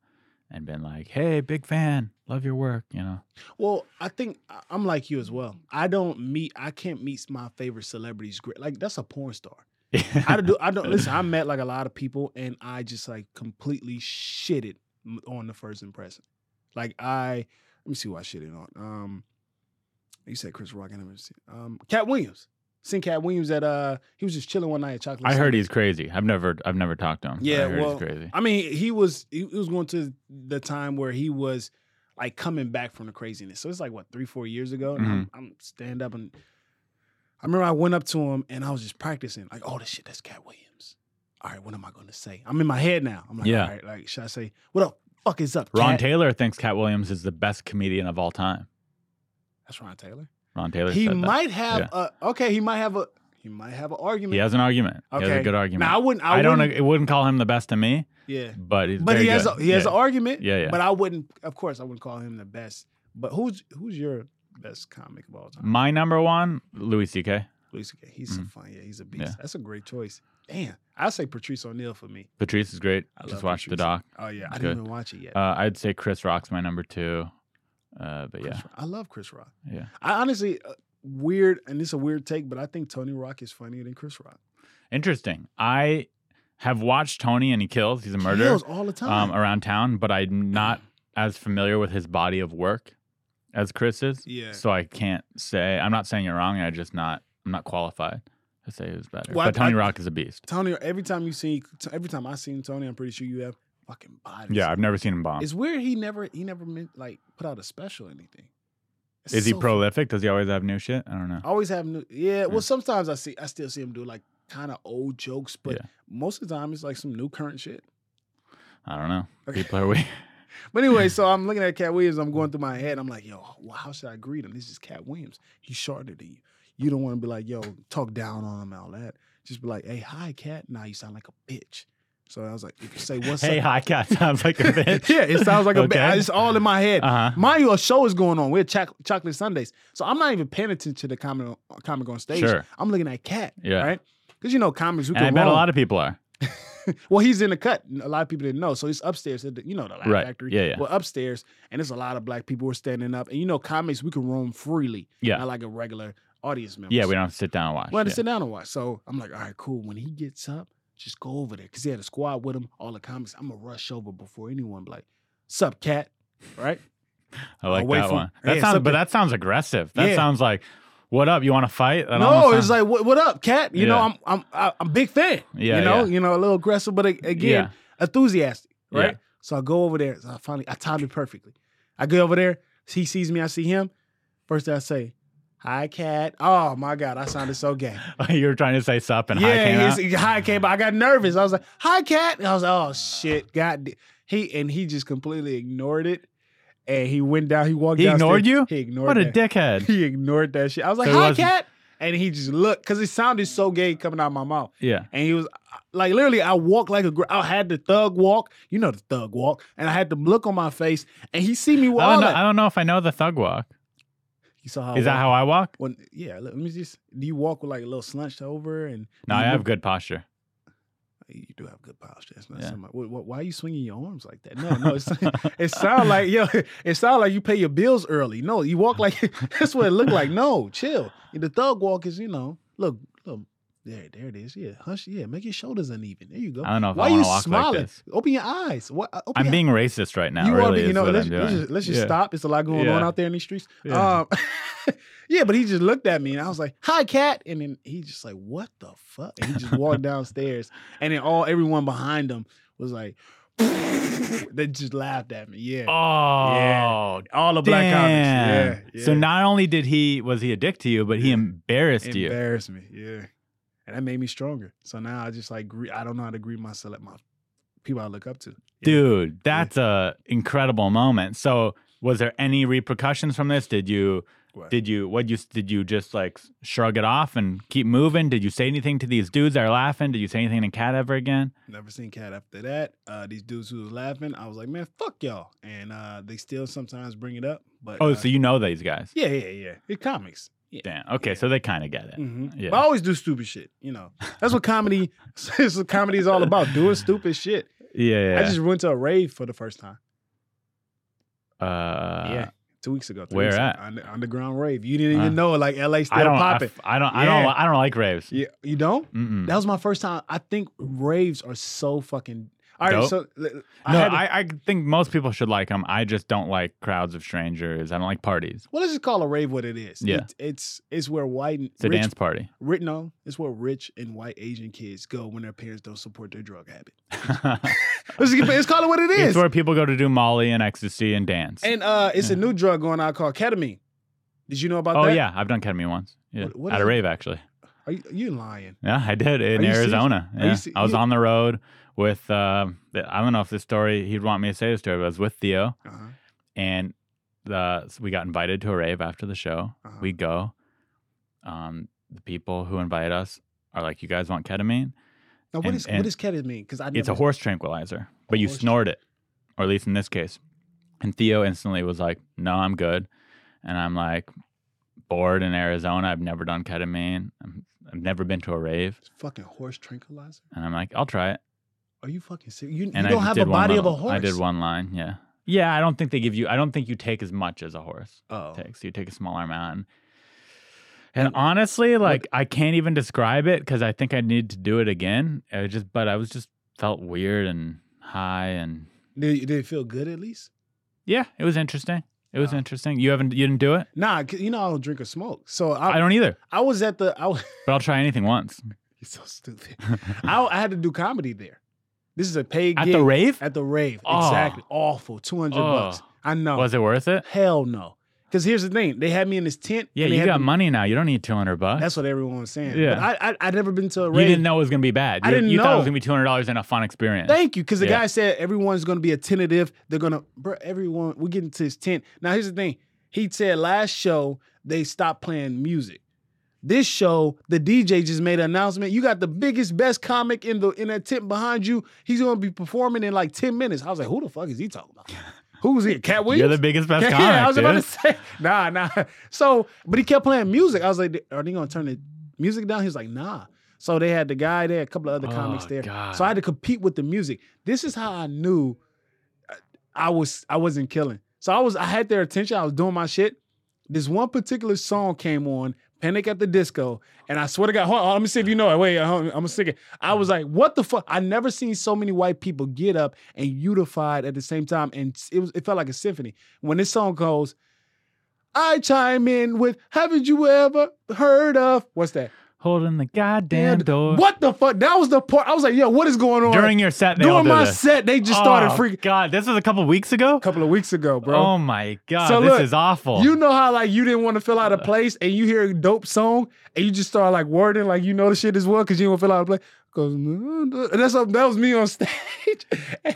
Speaker 1: and been like, "Hey, big fan, love your work." You know,
Speaker 7: Well, I think I- I'm like you as well. I don't meet, I can't meet my favorite celebrities. gr- Like, that's a porn star. I do. I don't listen. I met like a lot of people, and I just like completely shitted m- on the first impression. Like I, let me see who I shitted on. Um, you said Chris Rock. I never seen. Um, Cat Williams. Seen Cat Williams at uh, he was just chilling one night at Chocolate.
Speaker 1: I heard
Speaker 7: City.
Speaker 1: he's crazy. I've never I've never talked to him. but I
Speaker 7: Yeah,
Speaker 1: heard
Speaker 7: well,
Speaker 1: he's crazy.
Speaker 7: I mean, he was he, he was going to the time where he was like coming back from the craziness. So it's like what three, four years ago. And I'm,
Speaker 1: Mm-hmm.
Speaker 7: I'm stand up and I remember I went up to him and I was just practicing like, oh, this shit, that's Cat Williams. All right, what am I going to say? I'm in my head now. I'm like,
Speaker 1: Yeah.
Speaker 7: all right, like should I say what the fuck is up?
Speaker 1: Ron
Speaker 7: Cat?"
Speaker 1: Taylor thinks Cat Williams is the best comedian of all time.
Speaker 7: That's Ron Taylor.
Speaker 1: Ron Taylor.
Speaker 7: He
Speaker 1: said that.
Speaker 7: might have
Speaker 1: Yeah.
Speaker 7: a okay. He might have a he might have an argument.
Speaker 1: He has an argument. He has
Speaker 7: Okay.
Speaker 1: a good argument.
Speaker 7: Now I wouldn't. I,
Speaker 1: I, don't.
Speaker 7: wouldn't-
Speaker 1: It wouldn't call him the best to me,
Speaker 7: Yeah.
Speaker 1: but he's.
Speaker 7: But
Speaker 1: very
Speaker 7: he has a,
Speaker 1: good.
Speaker 7: he has
Speaker 1: yeah.
Speaker 7: an argument.
Speaker 1: Yeah, yeah.
Speaker 7: But I wouldn't, of course, I wouldn't call him the best. But who's who's your best comic of all time?
Speaker 1: My number one, Louis C.K.
Speaker 7: Louis C.K. He's so
Speaker 1: Mhm.
Speaker 7: fun. Yeah, he's a beast.
Speaker 1: Yeah.
Speaker 7: That's a great choice. Damn, I say Patrice O'Neill for me.
Speaker 1: Patrice is great.
Speaker 7: I
Speaker 1: Just
Speaker 7: love
Speaker 1: watched the
Speaker 7: Patrice.
Speaker 1: doc.
Speaker 7: Oh yeah, I
Speaker 1: Good.
Speaker 7: didn't even watch it yet.
Speaker 1: Uh, I'd say Chris Rock's my number two, uh, but
Speaker 7: Chris
Speaker 1: yeah,
Speaker 7: Rock. I love Chris Rock.
Speaker 1: yeah.
Speaker 7: I honestly uh, weird, and it's a weird take, but I think Tony Rock is funnier than Chris Rock.
Speaker 1: Interesting. I have watched Tony and he kills. He's a murderer
Speaker 7: Kills all the time.
Speaker 1: um, around town, but I'm not as familiar with his body of work as Chris is.
Speaker 7: yeah.
Speaker 1: So I can't say. I'm not saying you're wrong. I just not. I'm not qualified to say who's better.
Speaker 7: Well, I-
Speaker 1: but Tony
Speaker 7: I-
Speaker 1: Rock is a beast.
Speaker 7: Tony, every time you see, every time I seen Tony, I'm pretty sure you have fucking bodies.
Speaker 1: Yeah, um I've never seen him bomb.
Speaker 7: It's weird he never he never meant, like put out a special or anything. It's
Speaker 1: Is he
Speaker 7: so Oh.
Speaker 1: prolific? Does he always have new shit? I don't know.
Speaker 7: I always have new. Yeah,
Speaker 1: Yeah.
Speaker 7: well, sometimes I see I still see him do like kind of old jokes, but
Speaker 1: Yeah.
Speaker 7: most of the time it's like some new current shit.
Speaker 1: I don't know.
Speaker 7: Okay.
Speaker 1: People are weird.
Speaker 7: But anyway, so I'm looking at Cat Williams. I'm going through my head. I'm like, yo, well, how should I greet him? This is Cat Williams. He's shorter than you. You don't want to be like, yo, talk down on him and all that. Just be like, hey, hi, Cat. Now you sound like a bitch. So I was like, if you say what's
Speaker 1: hey,
Speaker 7: up,
Speaker 1: hi, cat. Sounds like a bitch.
Speaker 7: yeah, it sounds like a
Speaker 1: Okay.
Speaker 7: bitch. It's all in my head.
Speaker 1: Uh huh.
Speaker 7: Mind you, a show is going on. We're Choc- Chocolate Sundays. So I'm not even paying attention to the comic, on- comic on stage.
Speaker 1: Sure.
Speaker 7: I'm looking at Cat.
Speaker 1: Yeah.
Speaker 7: Right? Because you know comics who
Speaker 1: And
Speaker 7: can
Speaker 1: I bet a
Speaker 7: roll.
Speaker 1: lot of people are.
Speaker 7: well, he's in the cut. and A lot of people didn't know. So he's upstairs at the, you know, the Laugh
Speaker 1: Right.
Speaker 7: Factory.
Speaker 1: Yeah, yeah.
Speaker 7: Well, upstairs, and there's a lot of black people who are standing up. And you know, comics, we can roam freely.
Speaker 1: Yeah.
Speaker 7: Not like a regular audience member.
Speaker 1: Yeah, we don't have to sit down and watch.
Speaker 7: We had to
Speaker 1: Yeah.
Speaker 7: sit down and watch. So I'm like, all right, cool. When he gets up, just go over there. Cause he had a squad with him, all the comics. I'm gonna rush over before anyone be like, sup, cat. Right?
Speaker 1: I like
Speaker 7: away
Speaker 1: that
Speaker 7: from-
Speaker 1: one. That
Speaker 7: Yeah,
Speaker 1: sounds,
Speaker 7: something-
Speaker 1: but that sounds aggressive. That
Speaker 7: Yeah.
Speaker 1: sounds like, what up? You want to fight? That
Speaker 7: No,
Speaker 1: almost
Speaker 7: it's
Speaker 1: sounds-
Speaker 7: like what, what up, cat? You know,
Speaker 1: Yeah.
Speaker 7: I'm I'm I- I'm a big fan.
Speaker 1: Yeah,
Speaker 7: you know,
Speaker 1: yeah.
Speaker 7: you know, a little aggressive, but a- again, enthusiastic, right? So I go over there. So I finally I timed it perfectly. I go over there. He sees me. I see him. First thing I say, "Hi, cat." Oh my god, I sounded so gay.
Speaker 1: you were trying to say sup and hi came
Speaker 7: yeah,
Speaker 1: out.
Speaker 7: his, hi came, but I got nervous. I was like, "Hi, cat." And I was like, "Oh shit, god." da-" He and he just completely ignored it, and he went down. He walked.
Speaker 1: He ignored
Speaker 7: downstairs.
Speaker 1: you?
Speaker 7: He ignored.
Speaker 1: What a
Speaker 7: that.
Speaker 1: dickhead.
Speaker 7: He ignored that shit. I was like,
Speaker 1: So he
Speaker 7: "Hi,
Speaker 1: wasn't-
Speaker 7: cat," and he just looked because it sounded so gay coming out of my mouth.
Speaker 1: Yeah.
Speaker 7: And he was like, literally, I walked like a. gr- I had the thug walk, you know, the thug walk, and I had the look on my face, and he see me with
Speaker 1: I
Speaker 7: all
Speaker 1: don't, know, I
Speaker 7: that. Oh,
Speaker 1: don't know if I know the thug walk.
Speaker 7: You saw how I
Speaker 1: Is that
Speaker 7: walk?
Speaker 1: how I walk?
Speaker 7: When, yeah, let me just. Do you walk with like a little slouched over and?
Speaker 1: No,
Speaker 7: do
Speaker 1: I
Speaker 7: you
Speaker 1: have
Speaker 7: look-
Speaker 1: good posture.
Speaker 7: You do have good posture. That's not
Speaker 1: Yeah.
Speaker 7: something. Why, why are you swinging your arms like that? No, no. It's, it sound like yo. It sound like you pay your bills early. No, you walk like that's what it looked like. No, chill. And the thug walk is you know look look there there it is. Yeah, hush. Yeah, make your shoulders uneven. There you go.
Speaker 1: I don't know if
Speaker 7: Why
Speaker 1: I
Speaker 7: you
Speaker 1: want to walk
Speaker 7: smiling?
Speaker 1: like this.
Speaker 7: Open your eyes. What? Open
Speaker 1: I'm
Speaker 7: your
Speaker 1: being racist right now.
Speaker 7: you
Speaker 1: really,
Speaker 7: are, being-
Speaker 1: is
Speaker 7: you know,
Speaker 1: what
Speaker 7: let's,
Speaker 1: I'm doing.
Speaker 7: let's just, let's just
Speaker 1: Yeah.
Speaker 7: stop. It's a lot going on
Speaker 1: Yeah.
Speaker 7: out there in these streets.
Speaker 1: Yeah.
Speaker 7: Um, yeah, but he just looked at me and I was like, "Hi, cat," and then he just like, "What the fuck?" And he just walked downstairs, and then all everyone behind him was like, they just laughed at me. Yeah.
Speaker 1: Oh,
Speaker 7: Yeah. All the black
Speaker 1: damn.
Speaker 7: comics. Yeah,
Speaker 1: So
Speaker 7: yeah.
Speaker 1: not only did he was he a dick to you, but he embarrassed you.
Speaker 7: embarrassed me. Yeah, and that made me stronger. So now I just like gre- I don't know how to greet myself at my people I look up to. Yeah.
Speaker 1: Dude, that's a incredible moment. So was there any repercussions from this? Did you
Speaker 7: What?
Speaker 1: did you what you did you just like shrug it off and keep moving? Did you say anything to these dudes that are laughing? Did you say anything to Cat ever again?
Speaker 7: Never seen Cat after that. Uh, these dudes who was laughing, I was like, man, fuck y'all, and uh, they still sometimes bring it up. But
Speaker 1: Oh,
Speaker 7: uh,
Speaker 1: so you know these guys.
Speaker 7: yeah, yeah, yeah, it's comics. Yeah.
Speaker 1: Damn. Okay, so they kind of get it.
Speaker 7: Mhm.
Speaker 1: Yeah.
Speaker 7: But I always do stupid shit. You know, that's what comedy. that's what comedy is all about. Doing stupid shit.
Speaker 1: Yeah. yeah.
Speaker 7: I just went to a rave for the first time.
Speaker 1: uh,
Speaker 7: yeah, two weeks ago. three
Speaker 1: where
Speaker 7: weeks ago.
Speaker 1: at?
Speaker 7: Under, underground rave. You didn't
Speaker 1: Uh,
Speaker 7: even know it. Like LA still
Speaker 1: I don't. I,
Speaker 7: popping.
Speaker 1: f- I don't. I don't.
Speaker 7: Yeah.
Speaker 1: I don't like raves.
Speaker 7: Yeah, you don't.
Speaker 1: Mm-mm.
Speaker 7: That was my first time. I think raves are so fucking. All
Speaker 1: Dope.
Speaker 7: right, so l- I
Speaker 1: no,
Speaker 7: had to-
Speaker 1: I, I think most people should like them. I just don't like crowds of strangers. I don't like parties.
Speaker 7: well, let's just call a rave what it is.
Speaker 1: Yeah.
Speaker 7: It- it's it's where white and
Speaker 1: It's a
Speaker 7: rich,
Speaker 1: dance party.
Speaker 7: ri- no, it's where rich and white Asian kids go when their parents don't support their drug habit. Let's, get- let's call it what it is.
Speaker 1: it's where people go to do Molly and ecstasy and dance.
Speaker 7: and uh, it's a new drug going out called ketamine. Did you know about
Speaker 1: oh
Speaker 7: that?
Speaker 1: yeah, I've done ketamine once. Yeah,
Speaker 7: What- what
Speaker 1: at
Speaker 7: is
Speaker 1: a
Speaker 7: it?
Speaker 1: rave actually.
Speaker 7: Are you, you lying?
Speaker 1: Yeah, I did in
Speaker 7: you serious?
Speaker 1: Arizona.
Speaker 7: Are you
Speaker 1: Yeah.
Speaker 7: se-
Speaker 1: I was
Speaker 7: you-
Speaker 1: on the road with. Uh, the- I don't know if this story he'd want me to say the story, but I was with Theo
Speaker 7: Uh-huh.
Speaker 1: and the so we got invited to a rave after the show.
Speaker 7: Uh-huh.
Speaker 1: We go. Um, the people who invite us are like, "You guys want ketamine?"
Speaker 7: Now, what
Speaker 1: And-
Speaker 7: is
Speaker 1: and
Speaker 7: what is ketamine? Because I never,
Speaker 1: it's a horse tranquilizer, but you
Speaker 7: horse
Speaker 1: snort it, or at least in this case. And Theo instantly was like, "No, I'm good," and I'm like, bored in Arizona. I've never done ketamine. I'm, I've never been to a rave,
Speaker 7: fucking horse tranquilizer.
Speaker 1: and I'm like, "I'll try it."
Speaker 7: Are you fucking serious? You, you
Speaker 1: And I
Speaker 7: don't
Speaker 1: just
Speaker 7: have
Speaker 1: did
Speaker 7: a
Speaker 1: one
Speaker 7: body of a
Speaker 1: little-
Speaker 7: horse.
Speaker 1: I did one line, yeah, yeah. I don't think they give you. I don't think you take as much as a horse
Speaker 7: Oh,
Speaker 1: takes. You take a smaller amount. And honestly, like I can't even describe it because I think I need to do it again. I just, but I was just felt weird and high and
Speaker 7: did, did it feel good at least?
Speaker 1: Yeah, it was interesting. It was interesting. You haven't you didn't do it?
Speaker 7: Nah, 'cause you know I don't drink or smoke. So
Speaker 1: I,
Speaker 7: I, I,
Speaker 1: don't either.
Speaker 7: was at the I was
Speaker 1: But I'll try anything once.
Speaker 7: you're so stupid. I, I had to do comedy there. This is a paid
Speaker 1: At
Speaker 7: gig
Speaker 1: the rave?
Speaker 7: At the rave,
Speaker 1: Oh.
Speaker 7: exactly. Awful, two hundred bucks.
Speaker 1: Oh.
Speaker 7: I know.
Speaker 1: Was it worth it?
Speaker 7: Hell no. Because here's the thing: they had me in this tent.
Speaker 1: Yeah,
Speaker 7: and they
Speaker 1: you
Speaker 7: had
Speaker 1: got
Speaker 7: me-
Speaker 1: money now. You don't need 200 bucks.
Speaker 7: That's what everyone was saying.
Speaker 1: Yeah.
Speaker 7: Yeah, but I, I I never been to a
Speaker 1: you
Speaker 7: rave.
Speaker 1: didn't know it was going to be bad.
Speaker 7: I
Speaker 1: You-
Speaker 7: didn't
Speaker 1: you thought it was
Speaker 7: know.
Speaker 1: going to be $200 and a fun experience.
Speaker 7: Thank you, because the
Speaker 1: Yeah.
Speaker 7: guy said everyone's going to be attentive. They're going to, bro, everyone, we get into his tent. Now, here's the thing. He said last show, they stopped playing music. This show, the DJ just made an announcement. You got the biggest, best comic in the in that tent behind you. He's going to be performing in like 10 minutes. I was like, who the fuck is he talking about? Who's he? Cat Williams?
Speaker 1: You're the biggest best
Speaker 7: yeah,
Speaker 1: comic,
Speaker 7: I was
Speaker 1: dude.
Speaker 7: about to say, nah, nah. So, but he kept playing music. I was like, are they gonna turn the music down? He was like, nah. So they had the guy there, a couple of other comics
Speaker 1: Oh,
Speaker 7: there.
Speaker 1: God.
Speaker 7: So I had to compete with the music. This is how I knew uh, I was I wasn't killing. So I was I had their attention. I was doing my shit. This one particular song came on, Panic at the Disco, and I swear to God, hold on, let me see if you know it. Wait, I'm gonna sing it. I was like, what the fuck? I never seen so many white people get up and unified at the same time, and it was it felt like a symphony. When this song goes, I chime in with, haven't you ever heard of what's that?
Speaker 1: Holding the goddamn door.
Speaker 7: What the fuck? That was the part. I was like, yo, what is going on?
Speaker 1: During your set, they all
Speaker 7: during
Speaker 1: do
Speaker 7: my
Speaker 1: this.
Speaker 7: set, they just started
Speaker 1: Oh,
Speaker 7: freaking
Speaker 1: God, this was a couple weeks ago?
Speaker 7: a couple of weeks ago, bro.
Speaker 1: Oh my God,
Speaker 7: So
Speaker 1: this
Speaker 7: look,
Speaker 1: is awful.
Speaker 7: You know how like you didn't want to feel
Speaker 1: Uh.
Speaker 7: out of place, and you hear a dope song, and you just start like wording like you know the shit as well because you don't feel out of place. 'Cause- and that's that was me on stage.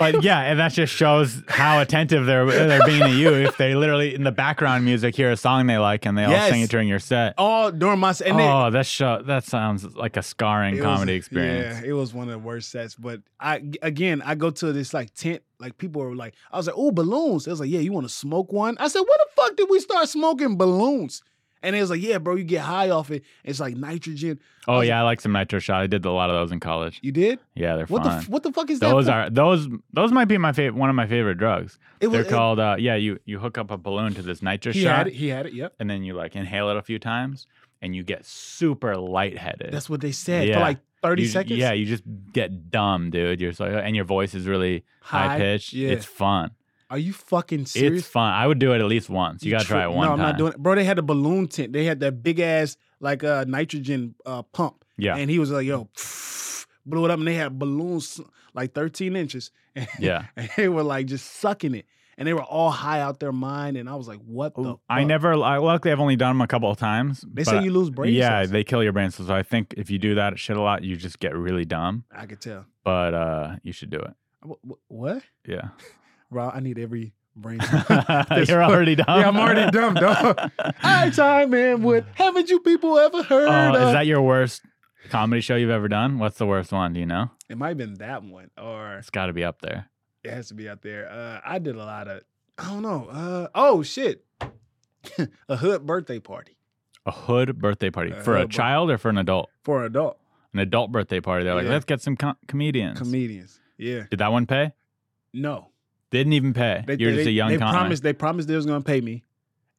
Speaker 1: but yeah, and that just shows how attentive they're they're being to you. If they literally in the background music hear a song they like and they all sing
Speaker 7: Yes.
Speaker 1: it during your set.
Speaker 7: All during my and then-
Speaker 1: oh, that show that sounds like a scarring
Speaker 7: it was-
Speaker 1: comedy experience.
Speaker 7: Yeah, it was one of the worst sets. But I again, I go to this like tent. Like people were like, I was like, oh balloons. They was like, yeah, you want to smoke one? I said, what the fuck did we start smoking balloons? And it was like, yeah, bro, you get high off it. It's like nitrogen.
Speaker 1: Oh yeah, I like some nitro shot. I did a lot of those in college.
Speaker 7: You did?
Speaker 1: Yeah, they're
Speaker 7: What the
Speaker 1: fun.
Speaker 7: f- what the fuck is that?
Speaker 1: those
Speaker 7: for?
Speaker 1: are those those might be my favorite one of my favorite drugs.
Speaker 7: It was-
Speaker 1: they're
Speaker 7: it-
Speaker 1: called uh, yeah. You you hook up a balloon to this nitro
Speaker 7: He
Speaker 1: shot
Speaker 7: had it. He had it. Yep.
Speaker 1: and then you like inhale it a few times and you get super lightheaded.
Speaker 7: That's what they said
Speaker 1: Yeah.
Speaker 7: for like 30
Speaker 1: You-
Speaker 7: seconds.
Speaker 1: Yeah, you just get dumb, dude. You're so and your voice is really
Speaker 7: High,
Speaker 1: high pitched.
Speaker 7: yeah.
Speaker 1: It's fun.
Speaker 7: Are you fucking serious?
Speaker 1: It's fun. I would do it at least once. You, gotta try it
Speaker 7: tri-
Speaker 1: one
Speaker 7: No,
Speaker 1: time.
Speaker 7: I'm not doing it. Bro, they had the balloon tent. They had that big ass like uh nitrogen uh pump.
Speaker 1: Yeah.
Speaker 7: And he was like, yo, blew it up, and they had balloons like 13 inches, and,
Speaker 1: Yeah.
Speaker 7: and they were like just sucking it, and they were all high out their mind, and I was like, what the?
Speaker 1: Oh, I
Speaker 7: fuck?
Speaker 1: never. I, luckily, I've only done them a couple of times.
Speaker 7: Oh, They say you lose brain
Speaker 1: Yeah,
Speaker 7: cells.
Speaker 1: they kill your brain cells. So I think if you do that shit a lot, you just get really dumb.
Speaker 7: I could tell.
Speaker 1: But uh, you should do it.
Speaker 7: Wh- wh- What?
Speaker 1: Yeah,
Speaker 7: Bro, I need every brain.
Speaker 1: you're already dumb.
Speaker 7: Yeah, I'm already dumb, dog. I time in with haven't you people ever heard
Speaker 1: Oh,
Speaker 7: of?
Speaker 1: is that your worst comedy show you've ever done? What's the worst one? Do you know?
Speaker 7: it might have been that one, or
Speaker 1: It's got to be up there.
Speaker 7: it has to be out there. Uh, I did a lot of, I don't know. Uh, oh shit, a hood birthday party
Speaker 1: A hood birthday party
Speaker 7: A
Speaker 1: for a
Speaker 7: hood bir-
Speaker 1: child or for an adult?
Speaker 7: for adult
Speaker 1: An adult birthday party. They're like,
Speaker 7: Yeah.
Speaker 1: let's get some com- comedians.
Speaker 7: comedians. Yeah,
Speaker 1: Did that one pay?
Speaker 7: no,
Speaker 1: Didn't even pay.
Speaker 7: they,
Speaker 1: You're
Speaker 7: they,
Speaker 1: just a young
Speaker 7: They
Speaker 1: comic
Speaker 7: promised they promised they was gonna pay me,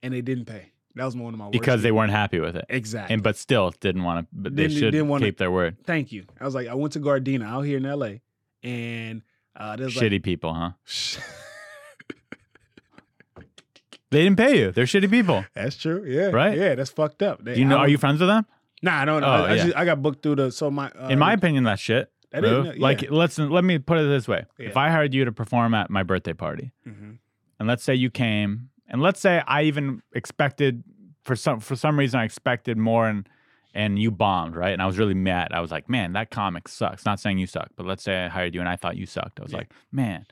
Speaker 7: and they didn't pay. That was one of my worst
Speaker 1: because they
Speaker 7: years.
Speaker 1: weren't happy with it,
Speaker 7: exactly.
Speaker 1: and but still didn't want to. But they
Speaker 7: Didn't-
Speaker 1: should
Speaker 7: didn't wanna-
Speaker 1: keep their word.
Speaker 7: Thank you. I was like, I went to Gardena out here in L.A. and uh, there's
Speaker 1: Shitty people, huh? They didn't pay you. They're shitty people.
Speaker 7: That's true. Yeah.
Speaker 1: Right?
Speaker 7: Yeah. That's fucked up. They-
Speaker 1: Do you know?
Speaker 7: I
Speaker 1: Are
Speaker 7: don't-
Speaker 1: you friends with them?
Speaker 7: Nah, I don't know.
Speaker 1: Oh,
Speaker 7: I, I
Speaker 1: yeah.
Speaker 7: just, I got booked through the. So my. Uh,
Speaker 1: In my opinion, that's shit.
Speaker 7: That
Speaker 1: bro.
Speaker 7: is- yeah.
Speaker 1: Like, listen. Let me put it this way: If
Speaker 7: Yeah.
Speaker 1: I hired you to perform at my birthday party,
Speaker 7: Mhm.
Speaker 1: and let's say you came, and let's say I even expected for some for some reason I expected more, and and you bombed, right? And I was really mad. I was like, man, that comic sucks. Not saying you suck, but let's say I hired you and I thought you sucked. I was
Speaker 7: Yeah.
Speaker 1: like, man,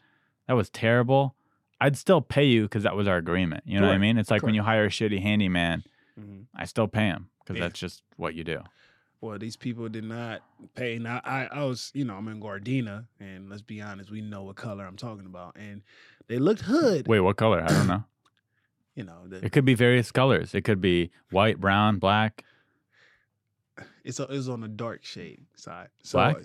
Speaker 1: that was terrible. I'd still pay you because that was our agreement. You know what I
Speaker 7: Correct.
Speaker 1: mean? It's like when
Speaker 7: Correct.
Speaker 1: you hire a shitty handyman, I still pay him because
Speaker 7: Mm-hmm. Yeah.
Speaker 1: that's just what you do.
Speaker 7: Well, these people did not pay. And I, I, I was, you know, I'm in Gardena, and let's be honest, we know what color I'm talking about, and they looked hood.
Speaker 1: Wait, what color? I don't know.
Speaker 7: You know, the,
Speaker 1: It could be various colors. It could be white, brown, black.
Speaker 7: it's a, it's on the dark shade side. So,
Speaker 1: Black?
Speaker 7: uh,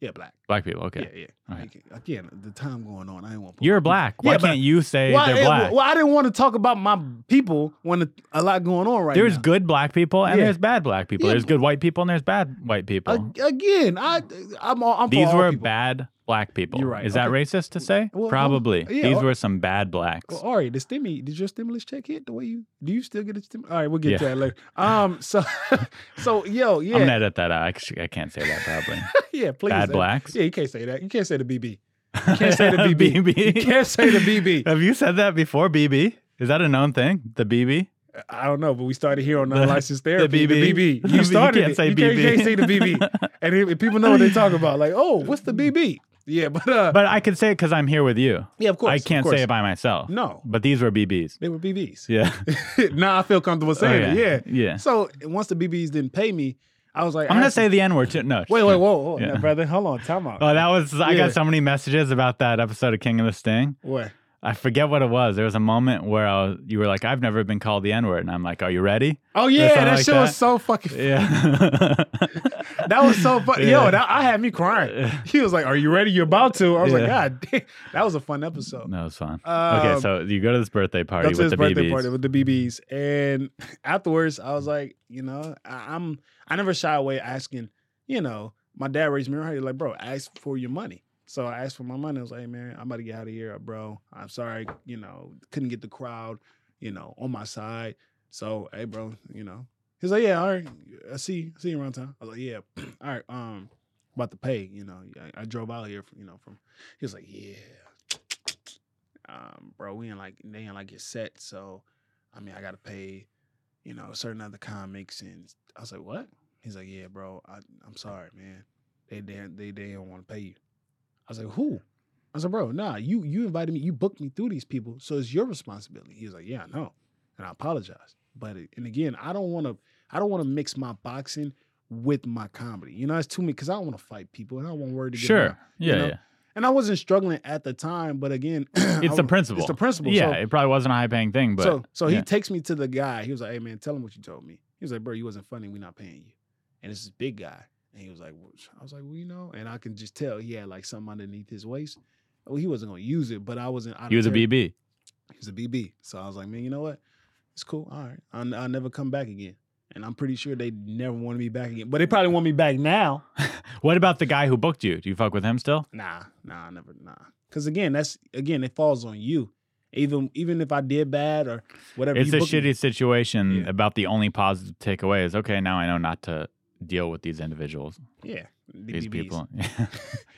Speaker 7: Yeah, black.
Speaker 1: Black people. Okay.
Speaker 7: Yeah, yeah.
Speaker 1: Alright.
Speaker 7: Again- Again, the time going on, I ain't want. to-
Speaker 1: You're black. Why
Speaker 7: Yeah, but-
Speaker 1: can't you say
Speaker 7: Why-
Speaker 1: they're black?
Speaker 7: Well, I didn't want to talk about my people when a, a lot going on right
Speaker 1: there's
Speaker 7: now.
Speaker 1: good black people and
Speaker 7: Yeah.
Speaker 1: there's bad black people.
Speaker 7: Yeah,
Speaker 1: There's
Speaker 7: but-
Speaker 1: good white people and there's bad white people.
Speaker 7: Ag- Again, I, I'm, all, I'm. for
Speaker 1: These
Speaker 7: all
Speaker 1: were
Speaker 7: people.
Speaker 1: bad black people.
Speaker 7: You're right.
Speaker 1: Is that
Speaker 7: Okay.
Speaker 1: racist to say?
Speaker 7: Well, well,
Speaker 1: Probably.
Speaker 7: yeah,
Speaker 1: These
Speaker 7: well-
Speaker 1: were some bad blacks.
Speaker 7: Well, Ari, the stimmy, did your stimulus check hit the way you do you still get a stimulus? All right, we'll get to
Speaker 1: Yeah.
Speaker 7: that later. Um, so so yo, yeah,
Speaker 1: I'm gonna edit that out. I, c- I can't say that probably.
Speaker 7: yeah, please.
Speaker 1: Bad
Speaker 7: uh,
Speaker 1: blacks?
Speaker 7: Yeah, you can't say that. You can't say the BB. You can't say the BB. You can't say the BB.
Speaker 1: Have you said that before? BB. Is that a known thing? The BB.
Speaker 7: I don't know, but we started here on unlicensed therapy.
Speaker 1: BB.
Speaker 7: The BB.
Speaker 1: You
Speaker 7: You started
Speaker 1: can't
Speaker 7: it.
Speaker 1: say
Speaker 7: you Can't, you
Speaker 1: BB.
Speaker 7: can't say the BB. And if if people know what they talk about, like, oh, what's the BB? Yeah, but uh,
Speaker 1: But I can say it because I'm here with you.
Speaker 7: yeah, of course.
Speaker 1: I
Speaker 7: of
Speaker 1: can't
Speaker 7: course.
Speaker 1: say it by myself.
Speaker 7: No.
Speaker 1: But these were BBs.
Speaker 7: They were BBs.
Speaker 1: Yeah.
Speaker 7: now I feel comfortable saying
Speaker 1: Oh, yeah.
Speaker 7: it. Yeah.
Speaker 1: Yeah.
Speaker 7: So once the BBs didn't pay me, I was like,
Speaker 1: I'm
Speaker 7: I
Speaker 1: gonna
Speaker 7: have to-
Speaker 1: say the N word too. No. just
Speaker 7: Wait, wait,
Speaker 1: kidding.
Speaker 7: whoa, whoa,
Speaker 1: Yeah.
Speaker 7: no, brother, hold on, time out.
Speaker 1: Oh, that was I
Speaker 7: Yeah.
Speaker 1: got so many messages about that episode of King of the Sting.
Speaker 7: what?
Speaker 1: I forget what it was. There was a moment where I was, you were like, "I've never been called the N word," and I'm like, "Are you ready?"
Speaker 7: Oh
Speaker 1: Or
Speaker 7: yeah,
Speaker 1: something
Speaker 7: that
Speaker 1: like
Speaker 7: shit
Speaker 1: that.
Speaker 7: was so fucking.
Speaker 1: Yeah.
Speaker 7: That was so fun.
Speaker 1: Yeah.
Speaker 7: Yo, that, I had me crying. He was like, "Are you ready? You're about to." I was
Speaker 1: Yeah.
Speaker 7: like, "God, damn. that was a fun episode."
Speaker 1: that was fun. okay,
Speaker 7: Um,
Speaker 1: so you go to this birthday party
Speaker 7: Go to
Speaker 1: with
Speaker 7: his
Speaker 1: the
Speaker 7: birthday
Speaker 1: BBs.
Speaker 7: party with the BBs, and afterwards, I was like, you know, I, I'm I never shy away asking. You know, my dad raised me right. He's like, bro, ask for your money. So I asked for my money. I was like, hey, man, I'm about to get out of here, bro. I'm sorry, you know, couldn't get the crowd, you know, on my side. So, hey, bro, you know. He's like, yeah, all right, I see, see you around town. I was like, yeah, all right, um, about to pay, you know. I, I drove out here, you know, from. He was like, yeah, um, bro, we ain't like they ain't like get set, so I mean, I gotta pay, you know, certain other comics, and I was like, what? He's like, yeah, bro, I, I'm sorry, man. They they they, they don't want to pay you. I was like, who? I was like, bro, nah, you you invited me, you booked me through these people, so it's your responsibility. He was like, yeah, I know, and I apologize, but it- and again, I don't want to I don't want to mix my boxing with my comedy. You know, it's too many because I don't want to fight people and I don't want word to get
Speaker 1: Sure.
Speaker 7: around.
Speaker 1: Yeah,
Speaker 7: know? And I wasn't struggling at the time, but again,
Speaker 1: yeah. It's the principle.
Speaker 7: It's the principle.
Speaker 1: Yeah,
Speaker 7: So-
Speaker 1: it probably wasn't a high paying thing, but
Speaker 7: so so
Speaker 1: yeah.
Speaker 7: he takes me to the guy. He was like, "Hey man, tell him what you told me." He was like, "Bro, you wasn't funny. We're not paying you." And this is big guy, and he was like, well, "I was like, well, you know," and I can just tell he had like something underneath his waist. Well, he wasn't gonna use it, but I wasn't. out of
Speaker 1: he was a
Speaker 7: charity.
Speaker 1: BB.
Speaker 7: He was a BB. So I was like, man, you know what? It's cool. All right, I'll, I'll never come back again. And I'm pretty sure they never wanted me back again. But they probably want me back now.
Speaker 1: What about the guy who booked you? Do you fuck with him still?
Speaker 7: Nah, nah, I never, nah. Because again, that's again, it falls on you. Even even if I did bad or whatever,
Speaker 1: It's
Speaker 7: you
Speaker 1: a
Speaker 7: booked me.
Speaker 1: shitty situation.
Speaker 7: Yeah.
Speaker 1: About the only positive takeaway is okay. Now I know not to deal with these individuals.
Speaker 7: Yeah.
Speaker 1: These
Speaker 7: BBs.
Speaker 1: people.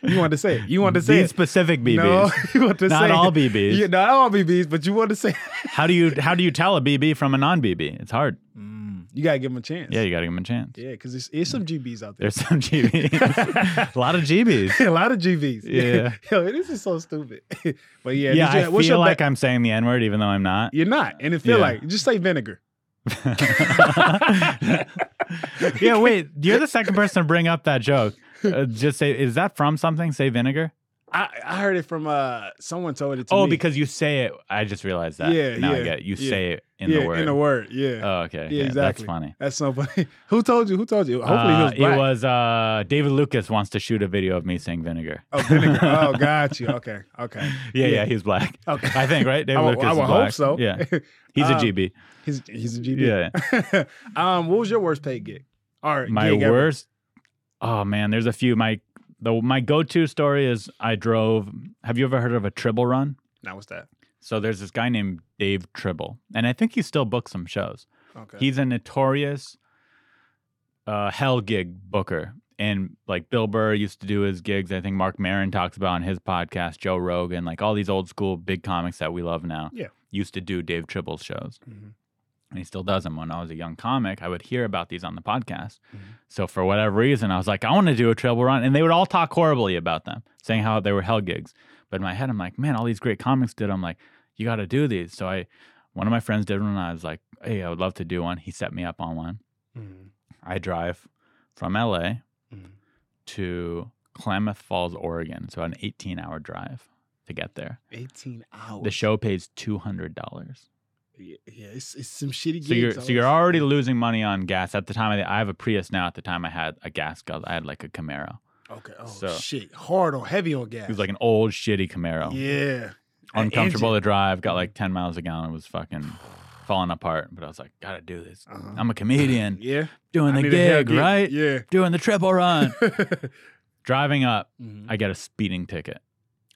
Speaker 7: You wanted to say it. You wanted to say
Speaker 1: These
Speaker 7: it.
Speaker 1: specific BBs.
Speaker 7: No, you wanted to
Speaker 1: Not
Speaker 7: say
Speaker 1: all
Speaker 7: it.
Speaker 1: BBs.
Speaker 7: Yeah, not all BBs, but you wanted to say
Speaker 1: How do you how do you tell a BB from a non BB? It's hard.
Speaker 7: Mm. you gotta give them a chance.
Speaker 1: Yeah, you gotta give them a chance.
Speaker 7: yeah, because there's, there's some GBs out there.
Speaker 1: There's some GBs. a lot of GBs.
Speaker 7: a lot of GVs.
Speaker 1: Yeah.
Speaker 7: Yo, this is so stupid. but
Speaker 1: Yeah,
Speaker 7: yeah, did you-
Speaker 1: I
Speaker 7: what's
Speaker 1: feel
Speaker 7: your
Speaker 1: like
Speaker 7: ba-
Speaker 1: I'm saying the N word even though I'm not.
Speaker 7: you're not, and it feel
Speaker 1: Yeah.
Speaker 7: like just say vinegar.
Speaker 1: yeah, wait. You're the second person to bring up that joke. Uh, just say, is that from something? Say vinegar.
Speaker 7: I, I heard it from uh someone told it to
Speaker 1: oh,
Speaker 7: me.
Speaker 1: because you say it. I just realized that.
Speaker 7: Yeah,
Speaker 1: now I
Speaker 7: yeah,
Speaker 1: get it. you
Speaker 7: yeah.
Speaker 1: say it in
Speaker 7: yeah,
Speaker 1: the word.
Speaker 7: in the word, yeah,
Speaker 1: Oh, okay.
Speaker 7: yeah,
Speaker 1: That's
Speaker 7: exactly.
Speaker 1: funny.
Speaker 7: That's so funny. Who told you? Who told you? Hopefully he
Speaker 1: Uh,
Speaker 7: was black.
Speaker 1: it was uh, David Lucas wants to shoot a video of me saying vinegar.
Speaker 7: Oh, vinegar. oh, got you. Okay, okay.
Speaker 1: yeah, yeah, he's black.
Speaker 7: Okay.
Speaker 1: I think right. David
Speaker 7: I would-
Speaker 1: Lucas.
Speaker 7: I
Speaker 1: is
Speaker 7: would hope
Speaker 1: black.
Speaker 7: so.
Speaker 1: Yeah, he's a
Speaker 7: Um,
Speaker 1: GB.
Speaker 7: He's he's a GB.
Speaker 1: Yeah.
Speaker 7: um, what was your worst paid gig? All right,
Speaker 1: My
Speaker 7: gig ever.
Speaker 1: worst. Oh man, there's a few. My the my go-to story is I drove. Have you ever heard of a Tribble Run?
Speaker 7: Now what's that?
Speaker 1: So there's this guy named Dave Tribble, and I think he still books some shows.
Speaker 7: Okay.
Speaker 1: He's a notorious uh, hell gig booker. And like Bill Burr used to do his gigs. I think Mark Marin talks about on his podcast, Joe Rogan, like all these old school big comics that we love now
Speaker 7: Yeah.
Speaker 1: used to do Dave Tribble's shows.
Speaker 7: Mhm.
Speaker 1: And he still does them. When I was a young comic, I would hear about these on the podcast.
Speaker 7: Mm-hmm.
Speaker 1: So for whatever reason, I was like, I want to do a Tribble run. And they would all talk horribly about them, saying how they were hell gigs. But in my head, I'm like, man, all these great comics did. 'em." I'm like, you got to do these. So I, one of my friends did one. And I was like, hey, I would love to do one. He set me up on one.
Speaker 7: Mm.
Speaker 1: I drive from LA
Speaker 7: Mm-hmm.
Speaker 1: to Klamath Falls, Oregon. So an 18 hour drive to get there.
Speaker 7: 18 hours.
Speaker 1: The show pays $200.
Speaker 7: Yeah, yeah, it's, it's some shitty Oh,
Speaker 1: So you're
Speaker 7: gigs.
Speaker 1: so you're already losing money on gas at the time. I, I have a Prius now. At the time, I had a gas guzzler. I had like a Camaro.
Speaker 7: Okay. Oh
Speaker 1: So-
Speaker 7: shit. Hard on heavy on gas.
Speaker 1: It was like an old shitty Camaro,
Speaker 7: Yeah. An
Speaker 1: uncomfortable
Speaker 7: engine.
Speaker 1: to drive. Got like ten miles a gallon. It was fucking falling apart. But I was like, gotta do this. I'm a comedian
Speaker 7: Uh-huh. Yeah.
Speaker 1: doing
Speaker 7: I
Speaker 1: the
Speaker 7: need a hell
Speaker 1: gig,
Speaker 7: gig.
Speaker 1: right?
Speaker 7: Yeah.
Speaker 1: Doing the triple run. Driving up,
Speaker 7: Mhm.
Speaker 1: I get a speeding ticket.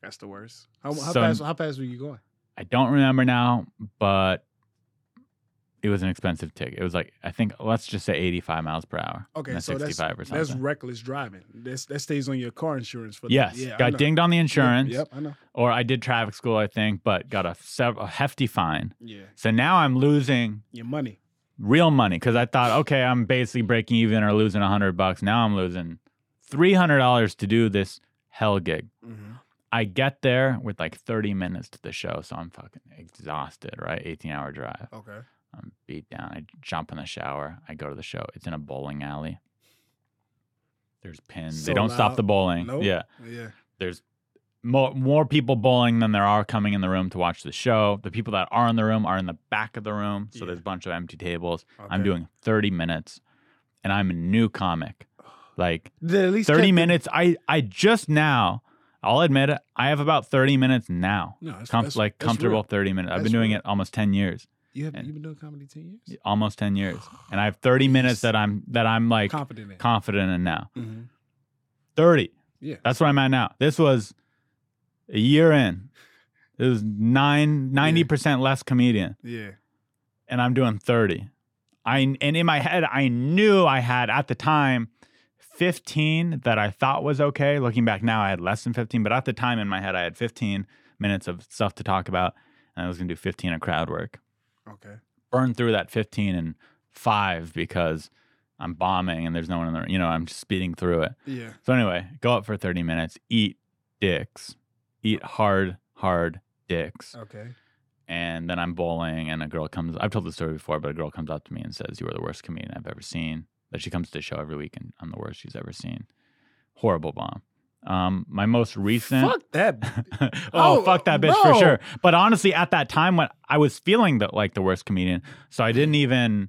Speaker 7: That's the worst. How, how
Speaker 1: So-
Speaker 7: fast? How fast were you going?
Speaker 1: I don't remember now, but it was an expensive ticket. It was like I think let's just say 85 miles per hour.
Speaker 7: Okay,
Speaker 1: and a
Speaker 7: so that's
Speaker 1: 65 or
Speaker 7: that's
Speaker 1: something.
Speaker 7: reckless driving. That's, that stays on your car insurance for. the-
Speaker 1: Yes,
Speaker 7: yeah, I know.
Speaker 1: got dinged on the
Speaker 7: Yeah,
Speaker 1: insurance,
Speaker 7: Yep, I know.
Speaker 1: or I did traffic school, I think, but got a, sev- a hefty fine.
Speaker 7: Yeah,
Speaker 1: So now I'm losing
Speaker 7: your money.
Speaker 1: real money because I thought, okay, I'm basically breaking even or losing a hundred bucks. Now I'm losing three hundred dollars to do this hell gig.
Speaker 7: Mm-hmm.
Speaker 1: I get there with like 30 minutes to the show, so I'm fucking exhausted, right? 18 hour drive.
Speaker 7: Okay.
Speaker 1: I'm beat down. I jump in the shower. I go to the show. It's in a bowling alley. There's pins.
Speaker 7: So
Speaker 1: they don't
Speaker 7: loud.
Speaker 1: stop the bowling.
Speaker 7: Nope.
Speaker 1: Yeah.
Speaker 7: Yeah.
Speaker 1: There's more, more people bowling than there are coming in the room to watch the show. The people that are in the room are in the back of the room. So
Speaker 7: Yeah.
Speaker 1: there's a bunch of empty tables. I'm
Speaker 7: Okay.
Speaker 1: doing 30 minutes and I'm a new comic. Like
Speaker 7: They at least
Speaker 1: 30
Speaker 7: kept-
Speaker 1: minutes. I, I just now, I'll admit it, I have about 30 minutes now.
Speaker 7: No, that's-
Speaker 1: Com-
Speaker 7: that's-
Speaker 1: like
Speaker 7: that's real.
Speaker 1: comfortable 30 minutes. I've
Speaker 7: That's
Speaker 1: been doing
Speaker 7: real.
Speaker 1: it almost 10 years
Speaker 7: You have you been doing comedy ten years?
Speaker 1: almost 10 years and i have 30 minutes that i'm that i'm like
Speaker 7: Confident in.
Speaker 1: confident in now
Speaker 7: Mhm.
Speaker 1: 30
Speaker 7: Yeah.
Speaker 1: that's where i'm at now this was a year in it was 9 90% less comedian
Speaker 7: Yeah.
Speaker 1: and i'm doing 30 i and in my head i knew i had at the time 15 that i thought was okay looking back now i had less than 15 but at the time in my head i had 15 minutes of stuff to talk about and i was going to do 15 of crowd work
Speaker 7: Okay.
Speaker 1: burn through that 15 and five because I'm bombing and there's no one in the you know I'm just speeding through it.
Speaker 7: Yeah.
Speaker 1: So anyway, go up for 30 minutes, eat dicks, eat hard hard dicks,
Speaker 7: Okay.
Speaker 1: and then I'm bowling and a girl comes. I've told this story before, but a girl comes up to me and says, "You are the worst comedian I've ever seen." That she comes to the show every week and I'm the worst she's ever seen. Horrible bomb. Um, my most recent
Speaker 7: Fuck that.
Speaker 1: oh,
Speaker 7: Oh,
Speaker 1: fuck that bitch
Speaker 7: no.
Speaker 1: for sure. But honestly, at that time when I was feeling the, like the worst comedian, so I didn't even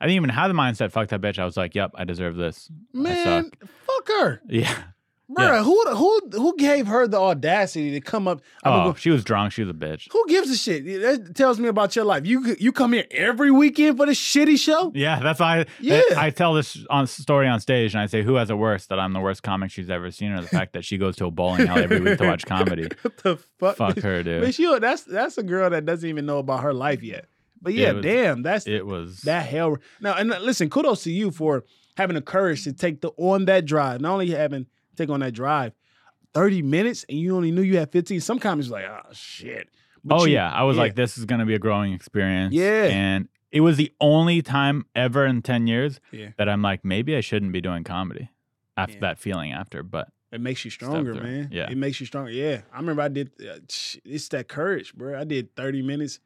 Speaker 1: I didn't even have the mindset fuck that bitch. I was like, yep, I deserve this. I
Speaker 7: Man,
Speaker 1: suck.
Speaker 7: fuck her,
Speaker 1: Yeah.
Speaker 7: bro. Who who who gave her the audacity to come up? I'm gonna
Speaker 1: Oh,
Speaker 7: go-
Speaker 1: she was drunk. She was a bitch.
Speaker 7: Who gives a shit? That tells me about your life. You you come here every weekend for this shitty show.
Speaker 1: Yeah, that's why I,
Speaker 7: Yeah.
Speaker 1: I tell this on story on stage, and I say, "Who has it worse? That I'm the worst comic she's ever seen, or the fact that she goes to a bowling alley every week to watch comedy?
Speaker 7: What the fuck?
Speaker 1: Fuck her, dude.
Speaker 7: But she, that's that's a girl that doesn't even know about her life yet. But yeah,
Speaker 1: It was-
Speaker 7: damn, that's
Speaker 1: It was
Speaker 2: uh,
Speaker 7: that hell. Now and listen, kudos to you for
Speaker 2: having the courage to take the on that drive, not only having take on that drive, 30 minutes and you only knew you had 15. Some comments were like, oh shit. But
Speaker 1: oh
Speaker 2: you-
Speaker 1: yeah, I was like, this is gonna be a growing experience.
Speaker 2: Yeah.
Speaker 1: and it was the only time ever in ten years
Speaker 2: Yeah.
Speaker 1: that I'm like, maybe I shouldn't be doing comedy. After
Speaker 2: Yeah.
Speaker 1: that feeling, after, but
Speaker 2: It makes you stronger,
Speaker 1: through.
Speaker 2: man.
Speaker 1: Yeah.
Speaker 2: It makes you stronger. Yeah. I remember I did, uh, it's that courage, bro. I did 30 minutes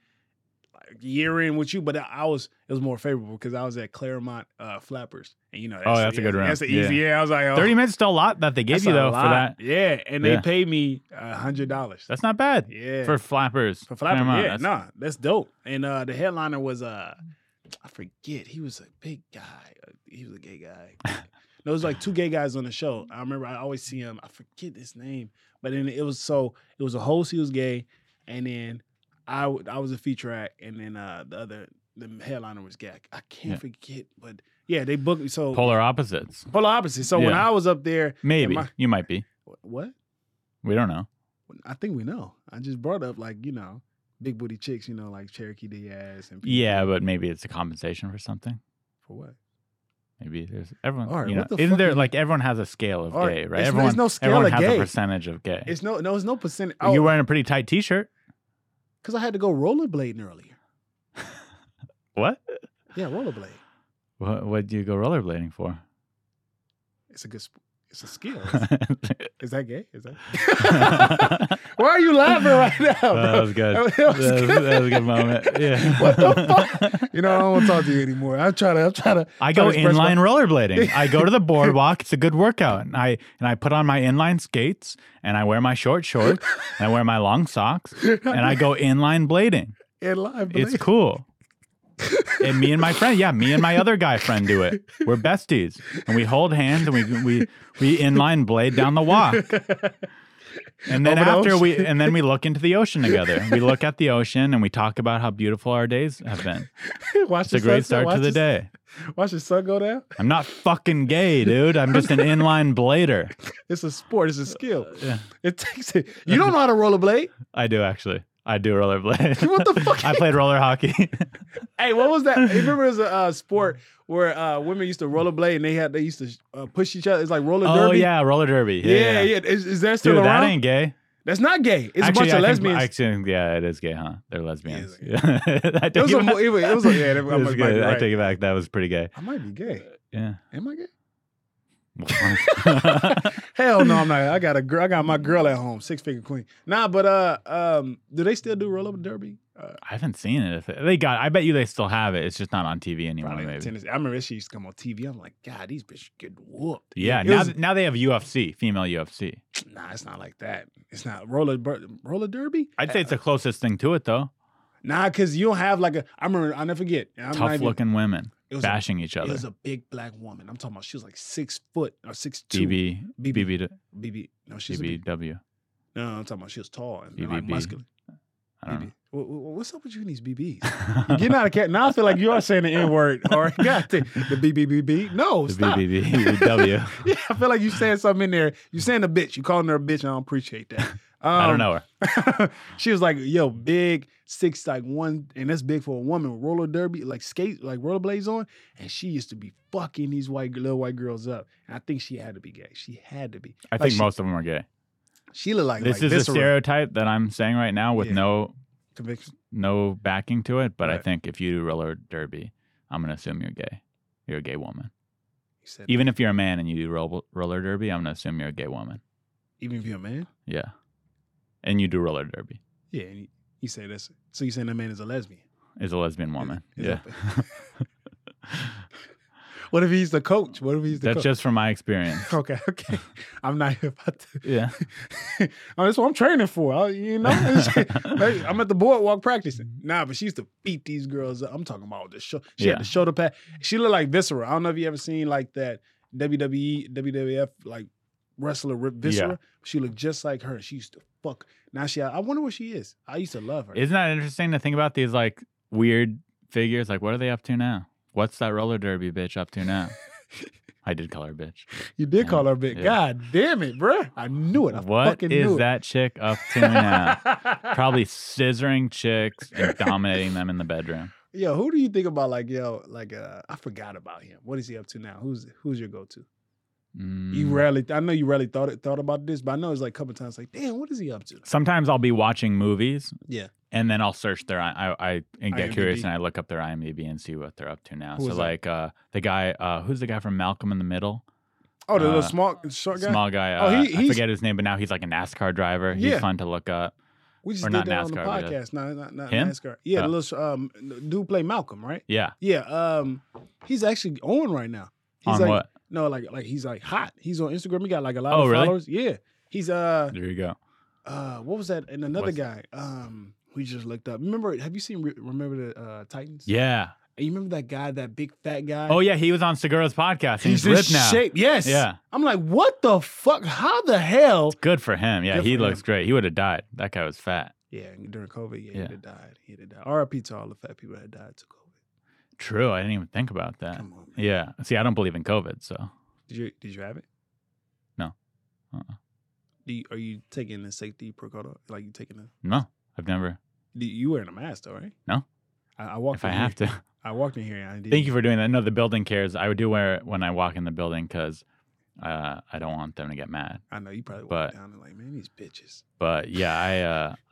Speaker 2: like year in with you, but I, I was, it was more favorable because I was at Claremont uh, Flappers. And you know, that's,
Speaker 1: Oh, that's a good round.
Speaker 2: That's an
Speaker 1: Yeah.
Speaker 2: easy, yeah. I was like, oh,
Speaker 1: thirty minutes is still a lot that they gave
Speaker 2: that's
Speaker 1: you
Speaker 2: a
Speaker 1: though for
Speaker 2: lot.
Speaker 1: that.
Speaker 2: Yeah. And
Speaker 1: Yeah.
Speaker 2: they paid me a $100.
Speaker 1: That's not bad.
Speaker 2: yeah.
Speaker 1: for flappers.
Speaker 2: For Flapper,
Speaker 1: Claremont,
Speaker 2: yeah,
Speaker 1: that's-
Speaker 2: nah, that's dope. And uh, the headliner was uh, I forget, he was a big guy. Uh, He was a gay guy. no, it was like two gay guys on the show. I remember I always see him. I forget his name, but then it was so it was a host. He was gay, and then I w- I was a feature act, and then uh, the other the headliner was gay. I can't
Speaker 1: Yeah.
Speaker 2: forget, but yeah, they booked me. So
Speaker 1: polar opposites.
Speaker 2: polar opposite. So when
Speaker 1: Yeah.
Speaker 2: I was up there,
Speaker 1: Maybe
Speaker 2: I-
Speaker 1: you might be.
Speaker 2: what?
Speaker 1: We don't know.
Speaker 2: I think we know. I just brought up like you know, big booty chicks. You know, like Cherokee Diaz and people.
Speaker 1: Yeah, but maybe it's a compensation for something.
Speaker 2: for what?
Speaker 1: Maybe there's everyone.
Speaker 2: All right,
Speaker 1: you know,
Speaker 2: what the
Speaker 1: isn't
Speaker 2: fuck
Speaker 1: there
Speaker 2: is-
Speaker 1: like everyone has a scale of
Speaker 2: All right,
Speaker 1: gay, right?
Speaker 2: it's-
Speaker 1: everyone,
Speaker 2: there's no scale
Speaker 1: everyone
Speaker 2: of
Speaker 1: has
Speaker 2: gay.
Speaker 1: a percentage of gay.
Speaker 2: It's no, no, it's no percentage.
Speaker 1: You're
Speaker 2: Oh,
Speaker 1: wearing a pretty tight T-shirt.
Speaker 2: because I had to go rollerblading earlier.
Speaker 1: What?
Speaker 2: Yeah, rollerblade.
Speaker 1: What? What do you go rollerblading for?
Speaker 2: It's a good. Sp- it's a skill.
Speaker 1: that
Speaker 2: Is that gay? Is that? Why are you laughing right now? Bro?
Speaker 1: was good.
Speaker 2: That was
Speaker 1: That was,
Speaker 2: good.
Speaker 1: that was a good moment. Yeah.
Speaker 2: What the fuck? You know, I don't want to talk to you anymore. I'm trying to. I'm trying to.
Speaker 1: I go
Speaker 2: trying to express
Speaker 1: inline
Speaker 2: my-
Speaker 1: rollerblading. I go to the boardwalk. It's a good workout. And I and I put on my inline skates and I wear my short shorts and I wear my long socks and I go inline blading.
Speaker 2: inline.
Speaker 1: It's
Speaker 2: blade.
Speaker 1: cool. and me and my friend, yeah, me and my other guy friend do it. We're besties, and we hold hands and we we we inline blade down the walk. And then
Speaker 2: Over the
Speaker 1: after
Speaker 2: ocean.
Speaker 1: we and then we look into the ocean together. We look at the ocean and we talk about how beautiful our days have been.
Speaker 2: watch
Speaker 1: It's a great start to the
Speaker 2: day.
Speaker 1: day.
Speaker 2: Watch the sun go down.
Speaker 1: I'm not fucking gay, dude. I'm just an inline blader.
Speaker 2: It's a sport. It's a skill.
Speaker 1: yeah.
Speaker 2: It takes it. You don't know how to rollerblade.
Speaker 1: I do actually. I do rollerblade.
Speaker 2: What the fuck?
Speaker 1: I played roller hockey.
Speaker 2: Hey, what was that? You remember it was a uh, sport where uh, women used to rollerblade and they had they used to uh, push each other. It's like roller
Speaker 1: oh
Speaker 2: derby.
Speaker 1: yeah, roller derby. Yeah,
Speaker 2: yeah, yeah. Is, is that still
Speaker 1: Dude,
Speaker 2: around?
Speaker 1: that ain't gay.
Speaker 2: That's not gay. It's a bunch of
Speaker 1: I think-
Speaker 2: lesbians.
Speaker 1: actually, yeah, it is gay, huh? They're lesbians.
Speaker 2: Yeah,
Speaker 1: I
Speaker 2: it
Speaker 1: take
Speaker 2: was a,
Speaker 1: it back.
Speaker 2: mo- it was, it was a, yeah. that- I,
Speaker 1: It was
Speaker 2: might be
Speaker 1: good. I
Speaker 2: right.
Speaker 1: take it back. That was pretty gay.
Speaker 2: I might be gay.
Speaker 1: Yeah.
Speaker 2: Am I gay? Hell no, I'm not. I got a girl. I got my girl at home, six figure queen. Nah, but uh, um, do they still do roller derby? Uh,
Speaker 1: I haven't seen it. If they got, I bet you they still have it. It's just not on TV anymore.
Speaker 2: probably in
Speaker 1: maybe.
Speaker 2: Tennessee. I remember she used to come on TV. I'm like, God, these bitches get whooped.
Speaker 1: Yeah.
Speaker 2: It
Speaker 1: Now,
Speaker 2: was-
Speaker 1: now they have UFC, female UFC.
Speaker 2: nah, it's not like that. It's not roller bur- roller derby.
Speaker 1: I'd say it's the closest thing to it, though.
Speaker 2: Nah, cause you don't have like a. I remember. I'll never forget. I'm not
Speaker 1: Tough
Speaker 2: even-
Speaker 1: looking women
Speaker 2: It was, a,
Speaker 1: bashing each
Speaker 2: it
Speaker 1: other.
Speaker 2: was a big black woman. I'm talking about. She was like six foot or six two.
Speaker 1: BB,
Speaker 2: BB.
Speaker 1: BB,
Speaker 2: BB. No, she's a big-
Speaker 1: BBW.
Speaker 2: no, no, I'm talking about. She was tall and and, like
Speaker 1: BBB.
Speaker 2: muscular.
Speaker 1: I don't know.
Speaker 2: BB. Wha- wha- What's up with you and these BBs? You're getting out of cat. Now I feel like you are saying the N word or God, the, the BBBB. No,
Speaker 1: The
Speaker 2: stop.
Speaker 1: BBBW.
Speaker 2: Yeah, I feel like you saying something in there. You saying a bitch. You calling her a bitch. and I don't appreciate that. Um,
Speaker 1: I don't know her.
Speaker 2: she was like, "Yo, big six like one, and that's big for a woman. Roller derby, like skate, like rollerblades on." And she used to be fucking these white little white girls up. And I think she had to be gay. She had to be.
Speaker 1: I
Speaker 2: Like,
Speaker 1: think
Speaker 2: she,
Speaker 1: most of them are gay.
Speaker 2: She looked like
Speaker 1: This
Speaker 2: like
Speaker 1: is a
Speaker 2: visceral
Speaker 1: stereotype that I'm saying right now with
Speaker 2: Yeah.
Speaker 1: no
Speaker 2: conviction.
Speaker 1: no backing to it, but I
Speaker 2: Right.
Speaker 1: think if you do roller derby, I'm gonna assume you're gay. You're a gay woman.
Speaker 2: He said,
Speaker 1: Even if you're a man and you do roll, roller derby, I'm gonna assume you're a gay woman.
Speaker 2: even if you're a man,
Speaker 1: Yeah, and you do roller derby
Speaker 2: yeah. And he, he said that's so. You saying that man is a lesbian?
Speaker 1: is a lesbian woman.
Speaker 2: Is
Speaker 1: yeah,
Speaker 2: that- What if he's the coach? What if he's the
Speaker 1: that's
Speaker 2: coach?
Speaker 1: just from my experience.
Speaker 2: Okay, okay. I'm not here about to.
Speaker 1: Yeah,
Speaker 2: oh, that's what I'm training for. I- you know, Like, I'm at the boardwalk practicing. Nah, but she used to beat these girls up. I'm talking about the show. She
Speaker 1: Yeah.
Speaker 2: had the shoulder pad. She looked like Viscera. I don't know if you ever seen like that E, WWE, WWF like wrestler Rip Viscera.
Speaker 1: Yeah.
Speaker 2: She looked just like her. She used to fuck. Now she. I wonder where she is. I used to love her.
Speaker 1: isn't that interesting to think about these like weird figures? Like, what are they up to now? What's that roller derby bitch up to now? I did call her bitch.
Speaker 2: you did call her a bit.
Speaker 1: Yeah.
Speaker 2: God damn it, bruh. I knew it. I
Speaker 1: What
Speaker 2: fucking
Speaker 1: is
Speaker 2: knew
Speaker 1: that chick up to now? Probably scissoring chicks and dominating them in the bedroom.
Speaker 2: it.
Speaker 7: Yo, who do you think about? Like, yo, like, uh, I forgot about him. What is he up to now? Who's who's your go to? You
Speaker 1: Mm.
Speaker 7: rarely, I know you rarely thought it, thought about this, but I know it's like a couple times, like, damn, what is he up to?
Speaker 1: Sometimes I'll be watching movies.
Speaker 7: Yeah.
Speaker 1: And then I'll search their I I, I and get
Speaker 7: IMDb.
Speaker 1: curious and I look up their IMDb and see what they're up to now.
Speaker 7: Who
Speaker 1: so
Speaker 7: is that?
Speaker 1: like uh the guy uh who's the guy from Malcolm in the Middle?
Speaker 7: Oh, the
Speaker 1: Uh,
Speaker 7: little small, short guy.
Speaker 1: Small guy.
Speaker 7: Oh,
Speaker 1: uh,
Speaker 7: he-
Speaker 1: I
Speaker 7: he's-
Speaker 1: forget his name, but now he's like a NASCAR driver.
Speaker 7: Yeah.
Speaker 1: He's fun to look up.
Speaker 7: we just
Speaker 1: or
Speaker 7: did
Speaker 1: not
Speaker 7: that on the
Speaker 1: NASCAR, but, uh,
Speaker 7: podcast. No, not, not
Speaker 1: him?
Speaker 7: NASCAR. Yeah, the
Speaker 1: Oh.
Speaker 7: little um, dude play Malcolm, right?
Speaker 1: Yeah.
Speaker 7: Yeah, um, he's actually on right now. He's
Speaker 1: On
Speaker 7: like,
Speaker 1: what?
Speaker 7: No, like like he's like hot. He's on Instagram. He got like a lot
Speaker 1: Oh,
Speaker 7: of
Speaker 1: really?
Speaker 7: followers. Yeah, he's uh
Speaker 1: There you go.
Speaker 7: uh what was that? And another
Speaker 1: What's-
Speaker 7: guy um we just looked up. Remember? Have you seen Re- Remember the uh, Titans?
Speaker 1: Yeah.
Speaker 7: And you remember that guy, that big fat guy?
Speaker 1: Oh yeah, he was on Segura's podcast. and
Speaker 7: he's
Speaker 1: He's,
Speaker 7: in
Speaker 1: ripped now.
Speaker 7: shape. Yes.
Speaker 1: Yeah.
Speaker 7: I'm like, what the fuck? How the hell?
Speaker 1: Good for him. Yeah,
Speaker 7: Good
Speaker 1: he
Speaker 7: for
Speaker 1: looks
Speaker 7: him.
Speaker 1: great. He would have died. That guy was fat.
Speaker 7: Yeah, and during COVID, yeah,
Speaker 1: Yeah.
Speaker 7: he'd have died. He'd have died. R.I.P. to all the fat people that died to COVID.
Speaker 1: True. I didn't even think about that.
Speaker 7: Come on, man.
Speaker 1: Yeah. See, I don't believe in COVID, so
Speaker 7: Did you did you have it?
Speaker 1: No. Uh-uh.
Speaker 7: Do you, are you taking the safety protocol? Like you taking the?
Speaker 1: no, I've never.
Speaker 7: do You wearing a mask though, right?
Speaker 1: No.
Speaker 7: I, I walked.
Speaker 1: If
Speaker 7: in
Speaker 1: I have
Speaker 7: here.
Speaker 1: to.
Speaker 7: I walked in here. And I did.
Speaker 1: Thank you for doing that. No, the building cares. I do wear it when I walk in the building because uh, I don't want them to get mad.
Speaker 7: I know you probably
Speaker 1: But-
Speaker 7: walked down and like, man, these bitches.
Speaker 1: But yeah,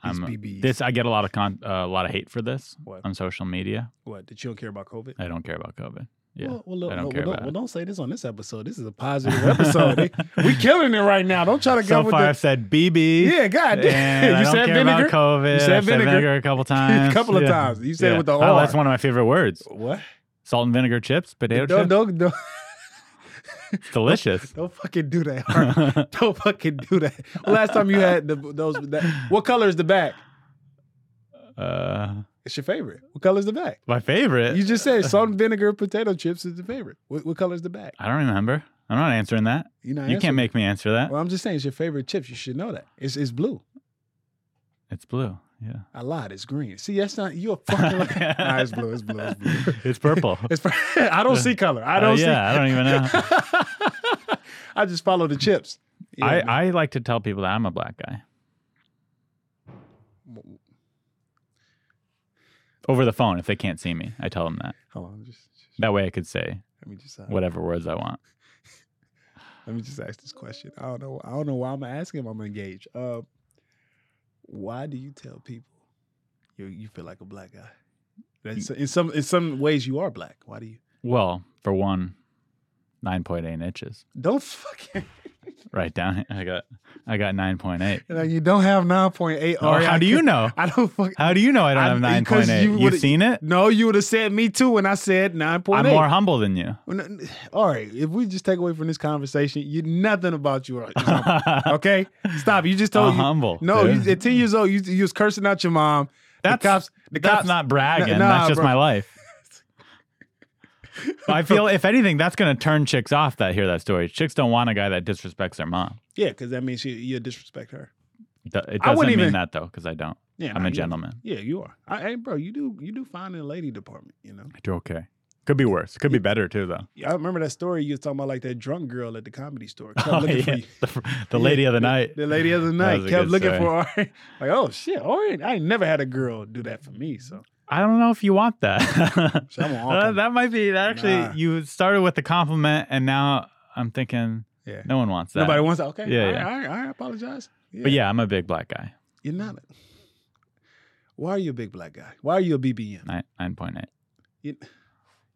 Speaker 1: I uh,
Speaker 7: These
Speaker 1: I'm
Speaker 7: BBs.
Speaker 1: this. I get a lot of con- uh, a lot of hate for this
Speaker 7: What?
Speaker 1: on social media.
Speaker 7: What? That you don't care about COVID?
Speaker 1: I don't care about COVID. Yeah,
Speaker 7: Well, well, look,
Speaker 1: I don't
Speaker 7: well,
Speaker 1: care
Speaker 7: well,
Speaker 1: about
Speaker 7: well,
Speaker 1: it.
Speaker 7: don't say this on this episode. This is a positive episode. Eh? we killing it right now. Don't try to go
Speaker 1: So
Speaker 7: with
Speaker 1: far,
Speaker 7: the-
Speaker 1: I've said BB.
Speaker 7: Yeah, God
Speaker 1: And
Speaker 7: damn.
Speaker 1: I don't care about COVID.
Speaker 7: You said
Speaker 1: I've
Speaker 7: vinegar.
Speaker 1: said vinegar a couple times.
Speaker 7: couple of
Speaker 1: Yeah.
Speaker 7: times. You said it
Speaker 1: Yeah.
Speaker 7: with the
Speaker 1: Oh, that's
Speaker 7: R.
Speaker 1: one of my favorite words.
Speaker 7: What?
Speaker 1: Salt and vinegar chips, potato
Speaker 7: Don't,
Speaker 1: chips.
Speaker 7: don't, don't,
Speaker 1: It's delicious.
Speaker 7: don't fucking do that. Art. don't fucking do that. Well, last time you had the, those, that, what color is the back?
Speaker 1: uh,
Speaker 7: It's your favorite. What color is the back?
Speaker 1: my favorite.
Speaker 7: You just said salt and vinegar potato chips is the favorite. What, what color is the back?
Speaker 1: I don't remember. I'm not answering that.
Speaker 7: You know,
Speaker 1: You can't make me answer that.
Speaker 7: Well, I'm just saying it's your favorite chips. You should know that. It's it's blue.
Speaker 1: It's blue. Yeah.
Speaker 7: I lied. It's green. See, that's not you're fucking. Like, nah, it's blue. It's blue. It's blue.
Speaker 1: It's purple.
Speaker 7: It's. fr- I don't see color. I
Speaker 1: Oh,
Speaker 7: don't
Speaker 1: yeah, I don't even know.
Speaker 7: see. I just follow the chips. Yeah,
Speaker 1: I,
Speaker 7: man.
Speaker 1: I like to tell people that I'm a black guy. Over the phone, if they can't see me, I tell them that.
Speaker 7: hold on. Just, just-
Speaker 1: That way I could say
Speaker 7: let me just uh,
Speaker 1: whatever words I want.
Speaker 7: let me just ask this question. I don't know. I don't know why I'm asking if I'm engaged. Uh, why do you tell people you you feel like a black guy? That's, in some in some ways you are black. Why do you?
Speaker 1: Well, for one, 9.8 inches.
Speaker 7: Don't fucking.
Speaker 1: Right down here. I got I got 9.8.
Speaker 7: Like you don't have nine point eight.
Speaker 1: Oh, how do you know?
Speaker 7: I don't fuck.
Speaker 1: How do you know I don't
Speaker 7: I-
Speaker 1: have nine
Speaker 7: because
Speaker 1: point eight?
Speaker 7: you
Speaker 1: You
Speaker 7: would've-
Speaker 1: have seen it?
Speaker 7: No, you would have said me too when I said nine
Speaker 1: I'm
Speaker 7: point
Speaker 1: more
Speaker 7: eight.
Speaker 1: humble than you.
Speaker 7: All right, if we just take away from this conversation, you nothing about you. are- is humble, Okay, stop. You just told
Speaker 1: I'm
Speaker 7: you,
Speaker 1: humble,
Speaker 7: No,
Speaker 1: dude.
Speaker 7: you, at ten years old, you, you was cursing out your mom.
Speaker 1: That's
Speaker 7: the cops. The
Speaker 1: that's
Speaker 7: cops
Speaker 1: not bragging.
Speaker 7: N- nah,
Speaker 1: that's just
Speaker 7: bro.
Speaker 1: my life. I feel if anything, that's gonna turn chicks off that hear that story. Chicks don't want a guy that disrespects their mom.
Speaker 7: Yeah, because that means you, you disrespect her.
Speaker 1: It do- it
Speaker 7: I
Speaker 1: doesn't
Speaker 7: wouldn't
Speaker 1: mean
Speaker 7: even-
Speaker 1: that though, because I don't.
Speaker 7: Yeah,
Speaker 1: I'm
Speaker 7: nah,
Speaker 1: a
Speaker 7: you-
Speaker 1: gentleman.
Speaker 7: Yeah, you are. I, hey, bro, you do you do fine in the lady department. You know,
Speaker 1: You're okay. Could be worse. Could be better too, though.
Speaker 7: Yeah, I remember that story you was talking about, like that drunk girl at the comedy store. Kept
Speaker 1: Oh,
Speaker 7: looking for
Speaker 1: yeah.
Speaker 7: you.
Speaker 1: The, fr- the lady of the night.
Speaker 7: The lady of the night
Speaker 1: was a
Speaker 7: kept
Speaker 1: good
Speaker 7: looking
Speaker 1: story.
Speaker 7: for Ari. Like, oh shit, Ari, I ain't never had a girl do that for me. So
Speaker 1: I don't know if you want that.
Speaker 7: So I'm walking.
Speaker 1: Uh, that might be that actually.
Speaker 7: Nah.
Speaker 1: You started with the compliment, and now I'm thinking
Speaker 7: yeah,
Speaker 1: no one wants that.
Speaker 7: nobody wants that. Okay,
Speaker 1: Yeah,
Speaker 7: all right,
Speaker 1: yeah.
Speaker 7: all right, all right, I apologize.
Speaker 1: But yeah, I'm a big black guy.
Speaker 7: you're not. A, why are you a big black guy? Why are you a BBM?
Speaker 1: Nine nine point eight.
Speaker 7: You,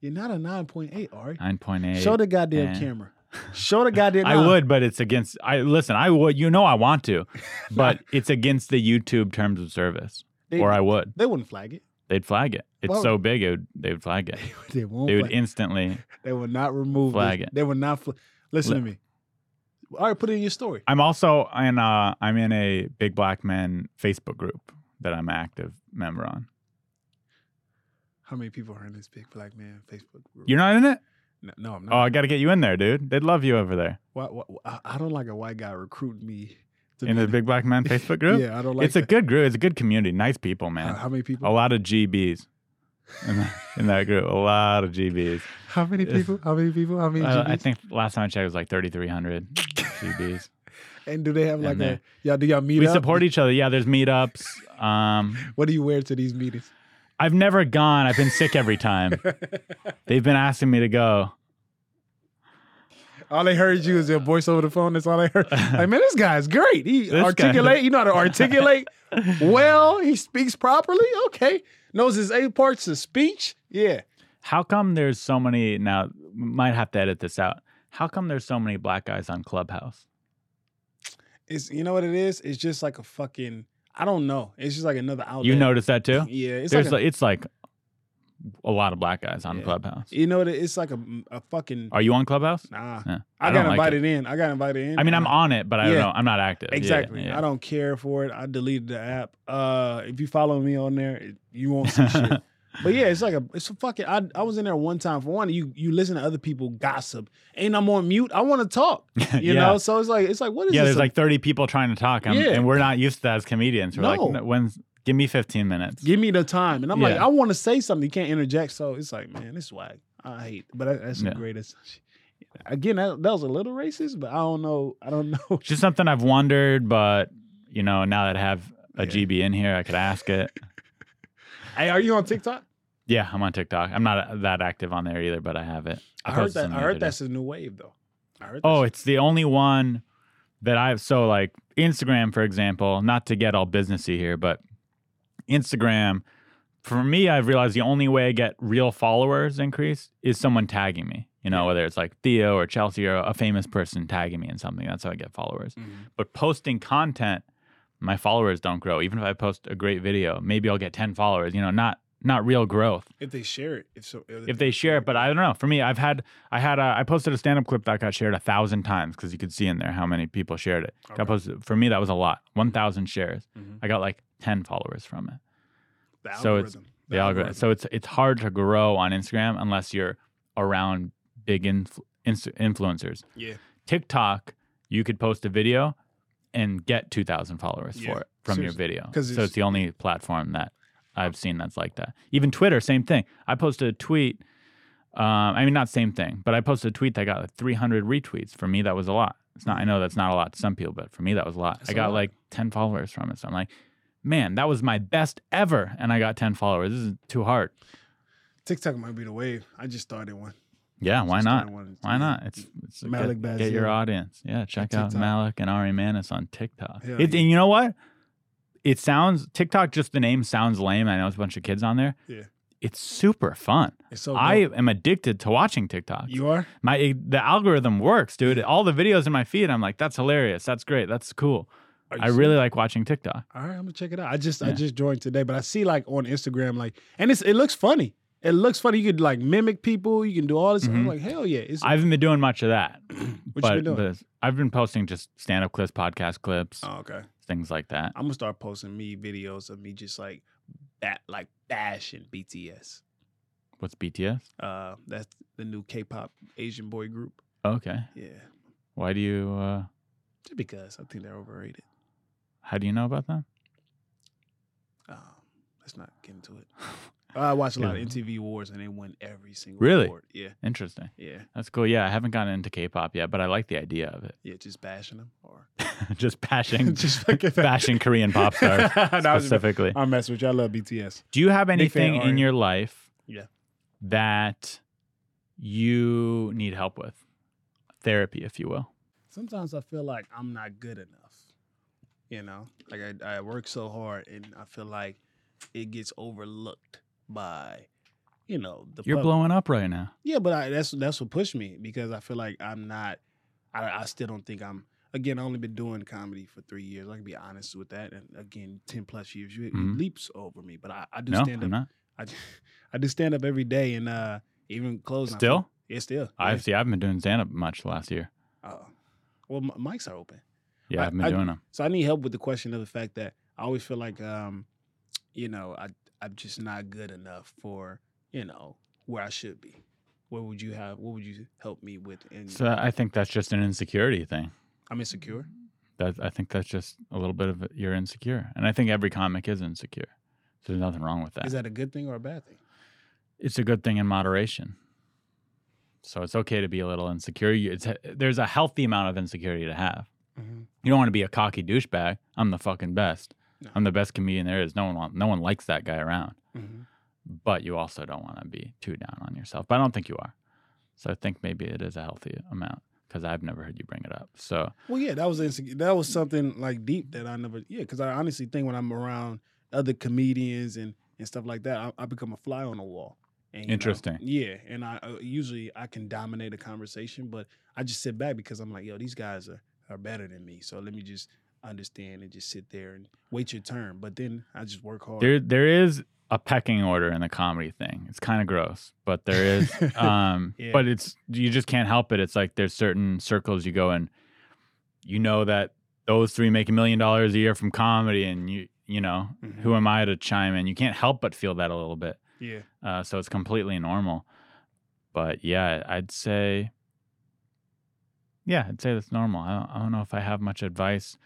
Speaker 7: you're not a nine point eight, Ari.
Speaker 1: Nine point eight.
Speaker 7: Show the goddamn
Speaker 1: and-
Speaker 7: camera. Show the goddamn.
Speaker 1: I
Speaker 7: nah.
Speaker 1: would, but it's against. I listen. I would. You know, I want to, but it's against the YouTube terms of service.
Speaker 7: They-
Speaker 1: or I would.
Speaker 7: They wouldn't flag it.
Speaker 1: They'd flag it. It's
Speaker 7: Well-
Speaker 1: so big. It would, they would flag it.
Speaker 7: They won't.
Speaker 1: They would
Speaker 7: flag-
Speaker 1: instantly.
Speaker 7: they will not remove.
Speaker 1: flag
Speaker 7: this.
Speaker 1: it.
Speaker 7: They will not. Fl- Listen
Speaker 1: Li-
Speaker 7: to me. All right, put it in your story.
Speaker 1: I'm also in. Uh, I'm in a big black men Facebook group that I'm an active member on.
Speaker 7: How many people are in this big black man Facebook group?
Speaker 1: You're not in it.
Speaker 7: no, no, I'm not.
Speaker 1: Oh, I got to get you in there, dude. They'd love you over there
Speaker 7: Why, why, why- I- I don't like a white guy recruiting me to
Speaker 1: in
Speaker 7: be
Speaker 1: the big black men Facebook group.
Speaker 7: Yeah, I don't like Uh-huh.
Speaker 1: It's a
Speaker 7: that.
Speaker 1: good group. It's a good community. Nice people,
Speaker 7: How,
Speaker 1: man. Oh,
Speaker 7: how many people?
Speaker 1: A lot of GBs in, that- in that group. A lot of GBs.
Speaker 7: How many people? How many people? How many?
Speaker 1: Uh, I
Speaker 7: GBs?
Speaker 1: think last time I checked it was like 3,300 GBs.
Speaker 7: and do they have like
Speaker 1: and
Speaker 7: a
Speaker 1: there.
Speaker 7: y'all? Do y'all meet
Speaker 1: We
Speaker 7: up?
Speaker 1: support each other. Yeah, there's meetups. Um,
Speaker 7: What do you wear to these meetings?
Speaker 1: I've never gone. I've been sick every time. They've been asking me to go.
Speaker 7: All they heard you is your voice over the phone. That's all they heard. Like, man, this guy's great. He
Speaker 1: guy-
Speaker 7: articulate. You know how to articulate well. He speaks properly. Okay, knows his eight parts of speech. Yeah,
Speaker 1: How come there's so many now? Might have to edit this out. How come there's so many black guys on Clubhouse?
Speaker 7: it's you know what it is. It's just like a fucking. I don't know. It's just like another outlet.
Speaker 1: You noticed that too?
Speaker 7: Yeah, it's
Speaker 1: there's
Speaker 7: like,
Speaker 1: like, it's like a lot of black guys on Clubhouse.
Speaker 7: a, you know what it- it's like a, a fucking.
Speaker 1: Are you on Clubhouse?
Speaker 7: Nah,
Speaker 1: Yeah.
Speaker 7: I,
Speaker 1: don't
Speaker 7: got
Speaker 1: like
Speaker 7: invited in. I got invited in.
Speaker 1: I mean, I'm
Speaker 7: Uh,
Speaker 1: on it, but I
Speaker 7: Yeah.
Speaker 1: don't know. I'm not active. Yeah,
Speaker 7: Exactly.
Speaker 1: yeah.
Speaker 7: I don't care for it. I deleted the app. Uh, if you follow me on there, it, you won't see shit. But yeah, it's like a it's a fucking. I I was in there one time for one. You you listen to other people gossip, and I'm on mute. I want to talk. You
Speaker 1: Yeah.
Speaker 7: know, so it's like it's like what is
Speaker 1: Yeah,
Speaker 7: this?
Speaker 1: there's like 30 people trying to talk, I'm-
Speaker 7: Yeah.
Speaker 1: and we're not used to that as comedians. We're
Speaker 7: No.
Speaker 1: like, "No, when's give me 15 minutes.
Speaker 7: give me the time, and I'm like
Speaker 1: Yeah.
Speaker 7: I want to say something. You can't interject, so it's like man, this wag. I hate, but that, that's
Speaker 1: Yeah.
Speaker 7: the greatest. Again, that, that was a little racist, but I don't know. I don't know.
Speaker 1: It's just something I've wondered, but you know, now that I have a GB in here, I could ask it.
Speaker 7: hey, are you on TikTok?
Speaker 1: Yeah, I'm on TikTok. I'm not that active on there either, but I have it.
Speaker 7: I, heard
Speaker 1: posted
Speaker 7: that. I
Speaker 1: something the
Speaker 7: heard
Speaker 1: other day.
Speaker 7: that's a new wave though. I heard.
Speaker 1: Oh,
Speaker 7: that's-
Speaker 1: it's the only one that I've so like Instagram, for example, not to get all businessy here, but Instagram, for me, I've realized the only way I get real followers increased is someone tagging me. You know, whether it's like Theo or Chelsea or a famous person tagging me in something. That's how I get followers. But posting content, my followers don't grow. Even if I post a great video, maybe I'll get 10 followers, you know, not not real growth
Speaker 7: if they share it, if so,
Speaker 1: if they share it. But I don't know. For me, I've had I had a, I posted a stand up clip that got shared a thousand times because you could see in there how many people shared it. Got posted for me that was a lot. One thousand shares. I got like ten followers from it.
Speaker 7: the
Speaker 1: so it's the algorithm. So it's it's hard to grow on Instagram unless you're around big influ- inst- influencers.
Speaker 7: Yeah.
Speaker 1: TikTok, you could post a video and get two thousand followers
Speaker 7: Yeah.
Speaker 1: for it from
Speaker 7: Seriously.
Speaker 1: your video.
Speaker 7: 'Cause
Speaker 1: So
Speaker 7: it's-
Speaker 1: it's the only platform that I've seen that's like that. Even Twitter, same thing. I posted a tweet. Um, I mean, not same thing, but I posted a tweet that got like 300 retweets. For me, that was a lot. It's not. I know that's not a lot to some people, but for me, that was a lot. I
Speaker 7: Mm-hmm. a
Speaker 1: got
Speaker 7: lot.
Speaker 1: like 10 followers from it. So I'm like, man, that was my best ever, and I got 10 followers. This is too hard.
Speaker 7: TikTok might be the wave. I just started one.
Speaker 1: Yeah, why
Speaker 7: Just
Speaker 1: not?
Speaker 7: kinda wanted to-
Speaker 1: Why not? It's, it's a
Speaker 7: Malik
Speaker 1: get, get your
Speaker 7: Bazile.
Speaker 1: audience. Yeah, check out
Speaker 7: TikTok.
Speaker 1: Malik and Ari Manis on TikTok.
Speaker 7: Hell
Speaker 1: It,
Speaker 7: yeah.
Speaker 1: and you know what? It sounds TikTok. Just the name sounds lame. I know it's a bunch of kids on there.
Speaker 7: Yeah.
Speaker 1: it's super fun.
Speaker 7: It's so
Speaker 1: I
Speaker 7: dope.
Speaker 1: am addicted to watching TikTok.
Speaker 7: You are?
Speaker 1: my the algorithm works, dude. All the videos in my feed, I'm like, that's hilarious. That's great. That's cool.
Speaker 7: Are you
Speaker 1: I really like watching TikTok.
Speaker 7: All right, I'm gonna check it out. I just I just joined today, but I see like on Instagram like and it's it looks funny. It looks funny. You could like mimic people. You can do all this. I'm like hell yeah. It's
Speaker 1: Mm-hmm. I haven't been doing much of that.
Speaker 7: what
Speaker 1: but
Speaker 7: you been doing?
Speaker 1: the- I've been posting just stand up clips, podcast clips,
Speaker 7: oh, okay.
Speaker 1: things like that.
Speaker 7: I'm gonna start posting me videos of me just like bat like bashing BTS.
Speaker 1: What's BTS?
Speaker 7: Uh, that's the new K-pop Asian boy group.
Speaker 1: Okay.
Speaker 7: Yeah,
Speaker 1: Why do you? Uh,
Speaker 7: just because I think they're overrated.
Speaker 1: how do you know about them?
Speaker 7: Um, let's not get into it. I watched a lot
Speaker 1: Yeah.
Speaker 7: of MTV Awards and they won every single
Speaker 1: Really?
Speaker 7: award. Yeah,
Speaker 1: Interesting.
Speaker 7: yeah,
Speaker 1: That's cool. Yeah, I haven't gotten into K-pop yet, but I like the idea of it.
Speaker 7: yeah. Just bashing them or
Speaker 1: Just bashing,
Speaker 7: Just fucking-
Speaker 1: bashing Korean pop stars
Speaker 7: That was-
Speaker 1: specifically.
Speaker 7: I mess with you. I love BTS.
Speaker 1: Do you have
Speaker 7: Big fan
Speaker 1: anything in
Speaker 7: Arya.
Speaker 1: your life
Speaker 7: Yeah.
Speaker 1: that you need help with? Therapy, if you will.
Speaker 7: Sometimes I feel like I'm not good enough. You know, like I, I work so hard and I feel like it gets overlooked by, you know, the
Speaker 1: You're
Speaker 7: public.
Speaker 1: blowing up right now.
Speaker 7: Yeah, but I, that's that's what pushed me because I feel like I'm not. I, I still don't think I'm. Again, I only been doing comedy for three years. I can be honest with that. And again, ten plus years, you, you
Speaker 1: Mhm.
Speaker 7: leaps over me. But I, I do
Speaker 1: No,
Speaker 7: stand
Speaker 1: I'm
Speaker 7: up.
Speaker 1: not.
Speaker 7: I, I do stand up every day and uh even closing. I
Speaker 1: Still?
Speaker 7: feel- yeah, still.
Speaker 1: I've see. I haven't been doing stand up much last year.
Speaker 7: yeah. Uh, well, m- mics are open.
Speaker 1: Yeah, I,
Speaker 7: I-
Speaker 1: haven't been
Speaker 7: I-
Speaker 1: doing them.
Speaker 7: So I need help with the question of the fact that I always feel like, um, you know, I I'm just not good enough for you know where I should be. What would you have? What would you help me with? And
Speaker 1: So I think that's just an insecurity thing.
Speaker 7: I'm insecure.
Speaker 1: That I think that's just a little bit of you're insecure, and I think every comic is insecure. So there's nothing wrong with that.
Speaker 7: Is that a good thing or a bad thing?
Speaker 1: it's a good thing in moderation. So it's okay to be a little insecure. You- It's, there's a healthy amount of insecurity to have. You don't want to be a cocky douchebag. I'm the fucking best. I'm the best comedian there is. No one want, no one likes that guy around. but you also don't want to be too down on yourself. But I don't think you are. So I think maybe it is a healthy amount because I've never heard you bring it up. So
Speaker 2: Well, yeah, that was insec- that was something like deep that I never yeah, because I honestly think when I'm around other comedians and and stuff like that, I, I become a fly on the wall. And, you know,
Speaker 1: Interesting.
Speaker 2: yeah, and I uh, usually I can dominate a conversation, but I just sit back because I'm like, yo, these guys are are better than me, so let me just understand and just sit there and wait your turn. But then I just work hard.
Speaker 1: there there is a pecking order in the comedy thing. It's kind of gross, but there is um
Speaker 2: Yeah.
Speaker 1: but it's you just can't help it. It's like there's certain circles you go in you know that those three make a million dollars a year from comedy and you you know,
Speaker 2: Mm-hmm.
Speaker 1: who am I to chime in? You can't help but feel that a little bit.
Speaker 2: yeah,
Speaker 1: Uh, so it's completely normal. But yeah, I'd say, yeah, I'd say that's normal. I don't, I don't know if I have much advice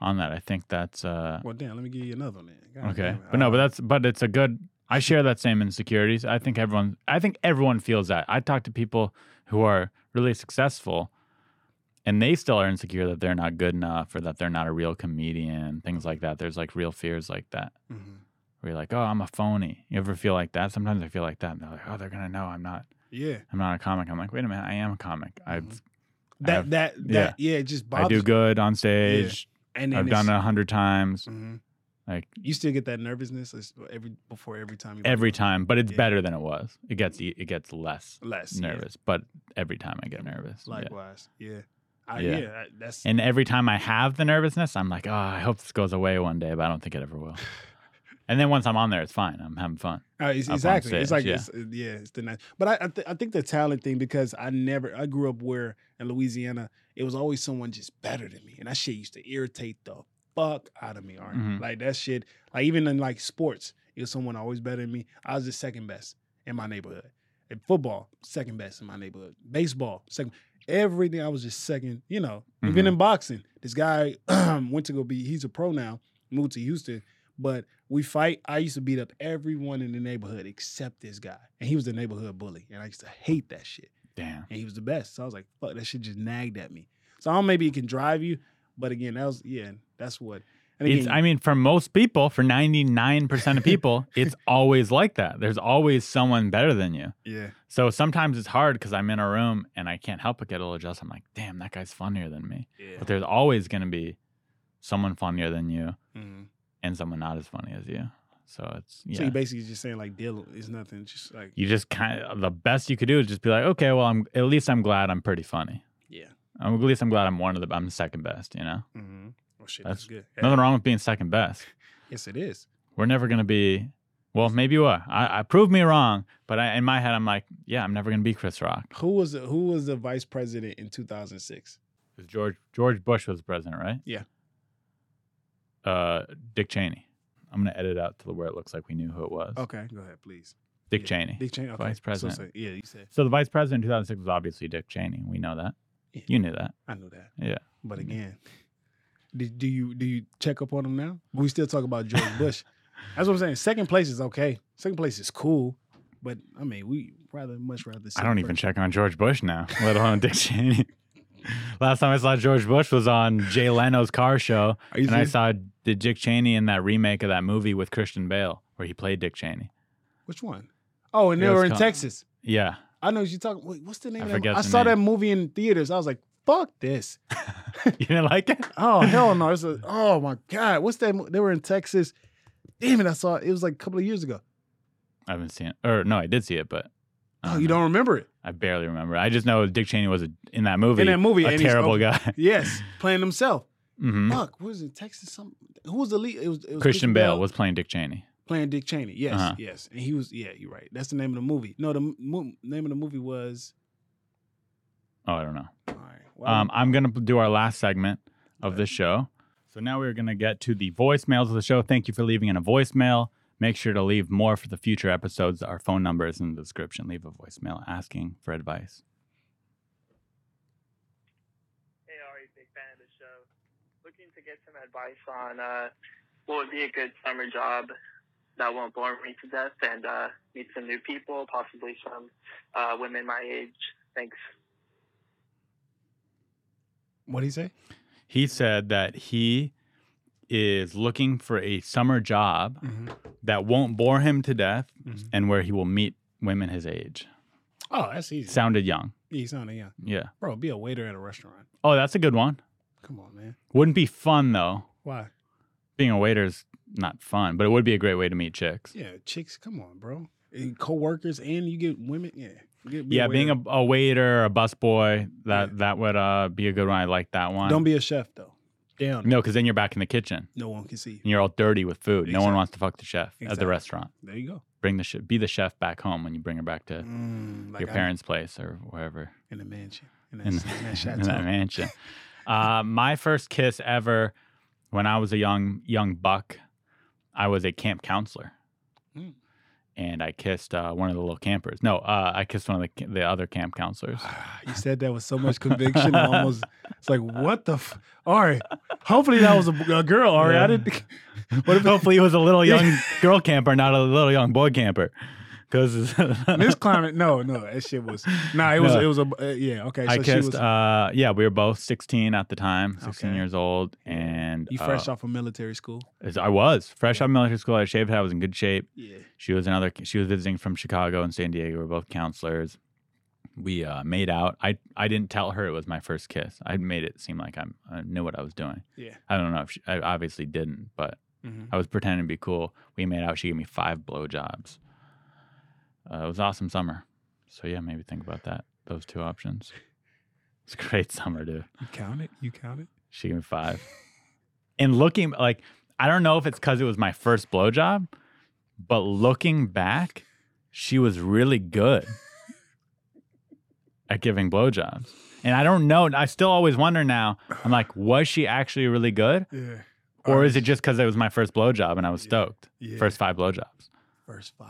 Speaker 1: on that. I think that's uh,
Speaker 2: well, damn, let me give you another one. Then. God
Speaker 1: okay.
Speaker 2: damn it.
Speaker 1: But no, but that's but it's a good. I share that same insecurities. I think everyone. I think everyone feels that. I talk to people who are really successful, and they still are insecure that they're not good enough or that they're not a real comedian. Things like that. There's like real fears like that
Speaker 2: Mhm.
Speaker 1: where you're like, oh, I'm a phony. You ever feel like that? Sometimes I feel like that. And they're like, oh, they're gonna know I'm not.
Speaker 2: yeah,
Speaker 1: I'm not a comic. I'm like, wait a minute, I am a comic. I've
Speaker 2: that
Speaker 1: have-
Speaker 2: that that yeah, it just bothers.
Speaker 1: I do
Speaker 2: me.
Speaker 1: good on stage.
Speaker 2: and
Speaker 1: I've done it a hundred times.
Speaker 2: hmm
Speaker 1: Like
Speaker 2: You still get that nervousness as- every before every time you
Speaker 1: every time, but it's
Speaker 2: Yeah.
Speaker 1: better than it was. It gets e- it gets less
Speaker 2: less yeah.
Speaker 1: nervous, but every time I get nervous. yeah.
Speaker 2: Likewise, yeah, I, yeah.
Speaker 1: Yeah.
Speaker 2: I, that's
Speaker 1: And every time I have the nervousness, I'm like, oh, I hope this goes away one day, but I don't think it ever will. and then once I'm on there, it's fine. I'm having fun.
Speaker 2: Uh, it's,
Speaker 1: up on
Speaker 2: exactly. It's like
Speaker 1: stage,
Speaker 2: yeah. It's, uh, yeah, it's the nice. But I I, th- I think the talent thing because I never I grew up where in Louisiana it was always someone just better than me, and that shit used to irritate the fuck out of me. All
Speaker 1: Mhm.
Speaker 2: like that shit. Like even in like sports, it was someone always better than me. I was the second best in my neighborhood. In football, second best in my neighborhood. Baseball, second. Everything I was just second. You know, even
Speaker 1: Mhm.
Speaker 2: in boxing, this guy went to go be. He's a pro now. Moved to Houston, but we fight. I used to beat up everyone in the neighborhood except this guy, and he was the neighborhood bully, and I used to hate that shit.
Speaker 1: Damn.
Speaker 2: And he was the best, so I was like, "Fuck, that shit just nagged at me." So I don't maybe it can drive you, but again, that was yeah, that's what. And again,
Speaker 1: It's, I mean, for most people, for 99% of people, it's always like that. There's always someone better than you.
Speaker 2: yeah,
Speaker 1: So sometimes it's hard because I'm in a room and I can't help but get a little jealous. I'm like, damn, that guy's funnier than me. But there's always going to be someone funnier than you
Speaker 2: Mhm.
Speaker 1: and someone not as funny as you. So it's, yeah.
Speaker 2: So you
Speaker 1: you,
Speaker 2: basically just saying like, "Deal, it's nothing." Just like
Speaker 1: just kind of, the best you could do is just be like, okay, well, I'm, at least I'm glad I'm pretty funny.
Speaker 2: yeah,
Speaker 1: I'm, at least I'm glad I'm one of the, I'm the second best, you know?
Speaker 2: mm-hmm. oh shit,
Speaker 1: That's-
Speaker 2: that's, good.
Speaker 1: Nothing wrong with being second best.
Speaker 2: Yes, it is.
Speaker 1: We're never going to be, well, maybe you are. I, I prove me wrong, but I, in my head, I'm like, yeah, I'm never going to be Chris Rock.
Speaker 2: Who was the, who was the vice president in two thousand six?
Speaker 1: Because George George Bush was president, right?
Speaker 2: Yeah.
Speaker 1: Uh, Dick Cheney. I'm gonna edit out to where it looks like we knew who it was.
Speaker 2: Okay, go ahead, please.
Speaker 1: Dick
Speaker 2: Oh, Yeah,
Speaker 1: Cheney.
Speaker 2: Dick Cheney, okay.
Speaker 1: Vice
Speaker 2: So-
Speaker 1: president.
Speaker 2: so- yeah, you said.
Speaker 1: so the vice president in 2006 was obviously Dick Cheney. We know that.
Speaker 2: Yeah.
Speaker 1: You knew that.
Speaker 2: I knew that.
Speaker 1: Yeah.
Speaker 2: But again, do, do you do you check up on him now? We still talk about George Bush. That's what I'm saying. Second place is okay. Second place is cool, but I mean, we rather much rather.
Speaker 1: I
Speaker 2: sit
Speaker 1: don't even
Speaker 2: first.
Speaker 1: check on George Bush now, let alone Dick Cheney. Last time I saw George Bush was on Jay Leno's car show,
Speaker 2: Are you
Speaker 1: and I
Speaker 2: serious?
Speaker 1: saw the Dick Cheney in that remake of that movie with Christian Bale, where he played Dick Cheney.
Speaker 2: Which one? Oh, and they
Speaker 1: It was
Speaker 2: were in
Speaker 1: con-
Speaker 2: Texas.
Speaker 1: Yeah,
Speaker 2: I know what you're talking. Wait, what's the name?
Speaker 1: I
Speaker 2: of that
Speaker 1: forget
Speaker 2: mo- I
Speaker 1: the
Speaker 2: saw that
Speaker 1: name.
Speaker 2: movie in theaters. I was like, "Fuck this!"
Speaker 1: you didn't like it?
Speaker 2: Oh hell no! It's a, oh my god! What's that? mo- They were in Texas. Damn it! I saw it. It was like a couple of years ago.
Speaker 1: I haven't seen it, or no, I did see it, but I
Speaker 2: Oh,
Speaker 1: don't
Speaker 2: you
Speaker 1: know.
Speaker 2: don't remember it?
Speaker 1: I barely remember. I just know Dick Cheney was a, in that movie.
Speaker 2: In that movie,
Speaker 1: a
Speaker 2: and he's-
Speaker 1: terrible
Speaker 2: okay.
Speaker 1: guy.
Speaker 2: Yes, playing himself.
Speaker 1: hmm
Speaker 2: Fuck, what was it? Texas? Some who was the lead? It was, it was
Speaker 1: Christian Bale was playing Dick Cheney.
Speaker 2: playing Dick Cheney. Yes,
Speaker 1: Uh-huh.
Speaker 2: yes, and he was. Yeah, you're right. That's the name of the movie. No, the m- mo- name of the movie was.
Speaker 1: Oh, I don't know.
Speaker 2: All right. Well,
Speaker 1: Um, I'm gonna do our last segment of this show. So now we're gonna get to the voicemails of the show. Thank you for leaving in a voicemail. Make sure to leave more for the future episodes. Our phone number is in the description. Leave a voicemail asking for advice.
Speaker 8: Hey Ari, big fan of the show. Looking to get some advice on uh, what would be a good summer job that won't bore me to death and uh, meet some new people, possibly some uh, women my age. Thanks.
Speaker 2: what did he say?
Speaker 1: He said that he is looking for a summer job
Speaker 2: Mm-hmm.
Speaker 1: that won't bore him to death and where he will meet women his age.
Speaker 7: Oh, that's easy.
Speaker 1: Sounded young.
Speaker 7: You sounded young.
Speaker 1: Yeah.
Speaker 7: Bro, be a waiter at a restaurant.
Speaker 1: Oh, that's a good one.
Speaker 7: Come on, man.
Speaker 1: Wouldn't be fun though.
Speaker 7: Why?
Speaker 1: Being a waiter's not fun, but it would be a great way to meet chicks.
Speaker 7: Yeah, chicks, come on, bro. And coworkers and you get women. Yeah. Get- be
Speaker 1: yeah, being
Speaker 7: waiter.
Speaker 1: a, a waiter, a busboy, that that would uh, be a good one. I like that one.
Speaker 7: Don't be a chef though. Down.
Speaker 1: no, because then you're back in the kitchen
Speaker 7: No one can see you.
Speaker 1: and you're all dirty with food. No one
Speaker 7: Exactly.
Speaker 1: wants to fuck the chef at the
Speaker 7: Exactly.
Speaker 1: restaurant.
Speaker 7: There you go.
Speaker 1: Bring the chef, be the chef back home when you bring her back to
Speaker 7: Mm, like
Speaker 1: your
Speaker 7: I-
Speaker 1: parents' place or wherever
Speaker 7: in the mansion. In that,
Speaker 1: in,
Speaker 7: in, that
Speaker 1: in that
Speaker 7: chateau.
Speaker 1: mansion. Uh, my first kiss ever, when I was a young young buck, I was a camp counselor,
Speaker 7: Mm.
Speaker 1: and I kissed uh, one of the little campers. No, uh, I kissed one of the the other camp counselors.
Speaker 7: You said that with so much conviction. I almost, it's like, what the? F- all right. Hopefully that was a, a girl. All right.
Speaker 1: Yeah.
Speaker 7: I didn't.
Speaker 1: What if hopefully it was a little young girl camper, not a little young boy camper? Because
Speaker 7: In this climate, no, no, that shit was. Nah, it was.
Speaker 1: No.
Speaker 7: It was a. Uh, yeah. Okay.
Speaker 1: I
Speaker 7: she
Speaker 1: kissed.
Speaker 7: was.
Speaker 1: uh, yeah, we were both sixteen at the time, sixteen
Speaker 7: Okay.
Speaker 1: years old, and
Speaker 7: you
Speaker 1: uh,
Speaker 7: fresh off of military school.
Speaker 1: as I was fresh out of military school. I shaved head. I was in good shape.
Speaker 7: Yeah.
Speaker 1: She was another. She was visiting from Chicago and San Diego. We are both counselors. We uh, made out. I I didn't tell her it was my first kiss. I made it seem like I'm, I knew what I was doing.
Speaker 7: Yeah.
Speaker 1: I don't know if she, I obviously didn't, but
Speaker 7: Mm-hmm.
Speaker 1: I was pretending to be cool. We made out. She gave me five blowjobs. Uh, it was an awesome summer. So yeah, maybe think about that. Those two options. It's a great summer, dude.
Speaker 7: You count it. You count it.
Speaker 1: She gave me five. and looking like I don't know if it's because it was my first blowjob, but looking back, she was really good at giving blowjobs. And I don't know. I still always wonder now. I'm like, was she actually really good,
Speaker 7: Yeah.
Speaker 1: or is it just because it was my first blowjob and I was stoked?
Speaker 7: Yeah.
Speaker 1: First five blowjobs.
Speaker 7: First five.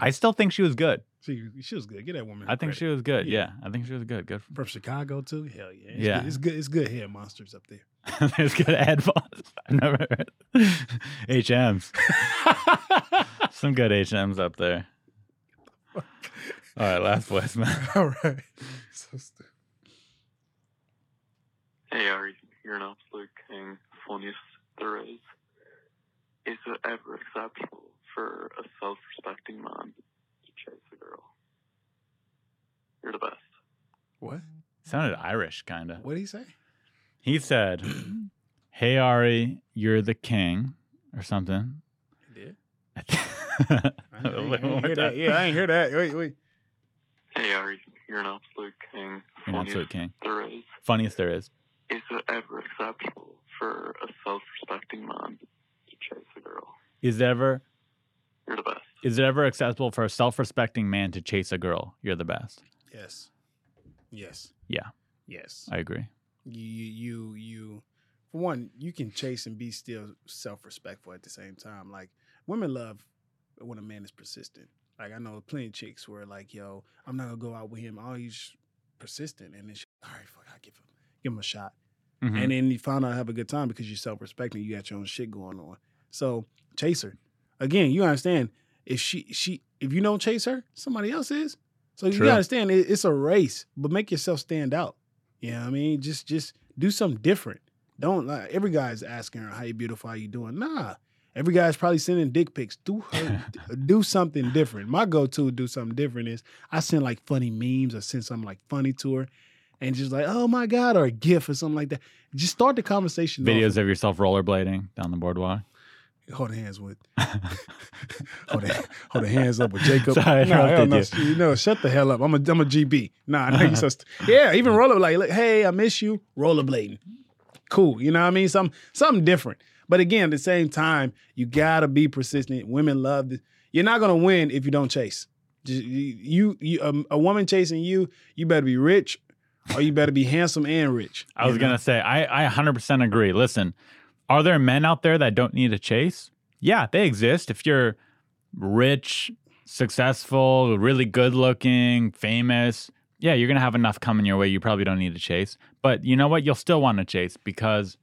Speaker 1: I still think she was good.
Speaker 7: She, she was good. Get that woman.
Speaker 1: I think she
Speaker 7: credit.
Speaker 1: was good. Yeah,
Speaker 7: Yeah.
Speaker 1: I think she was good. Good.
Speaker 7: from Chicago too. Hell yeah. It's
Speaker 1: Yeah.
Speaker 7: Good. It's good. It's good hair monsters up there.
Speaker 1: There's good headphones. I've never heard. HMs. Some good HMs up there. All right, last voicemail.
Speaker 7: All right. So stupid.
Speaker 8: Hey Ari, you're an absolute king. Funniest there is. Is it ever acceptable for a self-respecting man to chase a girl? You're the best.
Speaker 7: What?
Speaker 1: Sounded Irish, kind of.
Speaker 7: What did he say?
Speaker 1: He said, Hey, Ari, you're the king, or something.
Speaker 7: He did.
Speaker 1: I th- Wait, one more time.
Speaker 7: I ain't hear that. Wait, wait.
Speaker 8: Hey Ari, you're an absolute king.
Speaker 1: You're an
Speaker 8: Funniest
Speaker 1: absolute king.
Speaker 8: there is.
Speaker 1: Funniest there is.
Speaker 8: Is it ever acceptable for a self-respecting man to chase a girl?
Speaker 1: Is it ever
Speaker 8: You're the best.
Speaker 1: is it ever acceptable for a self-respecting man to chase a girl? You're the best.
Speaker 7: Yes. Yes.
Speaker 1: Yeah.
Speaker 7: Yes.
Speaker 1: I agree.
Speaker 7: You, you, you, you, for one, you can chase and be still self respectful at the same time. Like, women love when a man is persistent. Like, I know plenty of chicks where, like, yo, I'm not going to go out with him. Oh, he's persistent. And then she, all right, fuck, I'll give him, give him a shot.
Speaker 1: Mhm.
Speaker 7: and then you found out have a good time because you're self-respecting you got your own shit going on so chase her again you understand if she she if you don't chase her somebody else is so
Speaker 1: True.
Speaker 7: you understand it, it's a race but make yourself stand out you know what i mean just just do something different don't like every guy's asking her how you beautiful how you doing nah every guy's probably sending dick pics do her do something different my go-to do something different is i send like funny memes or send something like funny to her and just like oh my god or a gif or something like that just start the conversation off
Speaker 1: Videos of yourself rollerblading down the boardwalk.
Speaker 7: hold hands with. hold, the, hold the hands up with Jacob.
Speaker 1: Sorry, I
Speaker 7: Nah, hell no,
Speaker 1: interrupted
Speaker 7: you know, shut the hell up. I'm a, I'm a GB. Nah, I know you so. St- yeah, even roller like, like, hey, I miss you. Rollerblading, cool. You know what I mean? Some something different. But again, at the same time, you gotta be persistent. Women love this. You're not gonna win if you don't chase. Just- You, you, you um, a woman chasing you, you better be rich, or you better be handsome and rich.
Speaker 1: I was
Speaker 7: You know?
Speaker 1: gonna say I, I 100% agree. Listen, are there men out there that don't need a chase? Yeah, they exist. If you're rich, successful, really good looking, famous, yeah, you're gonna have enough coming your way. You probably don't need a chase. But you know what? You'll still want to chase because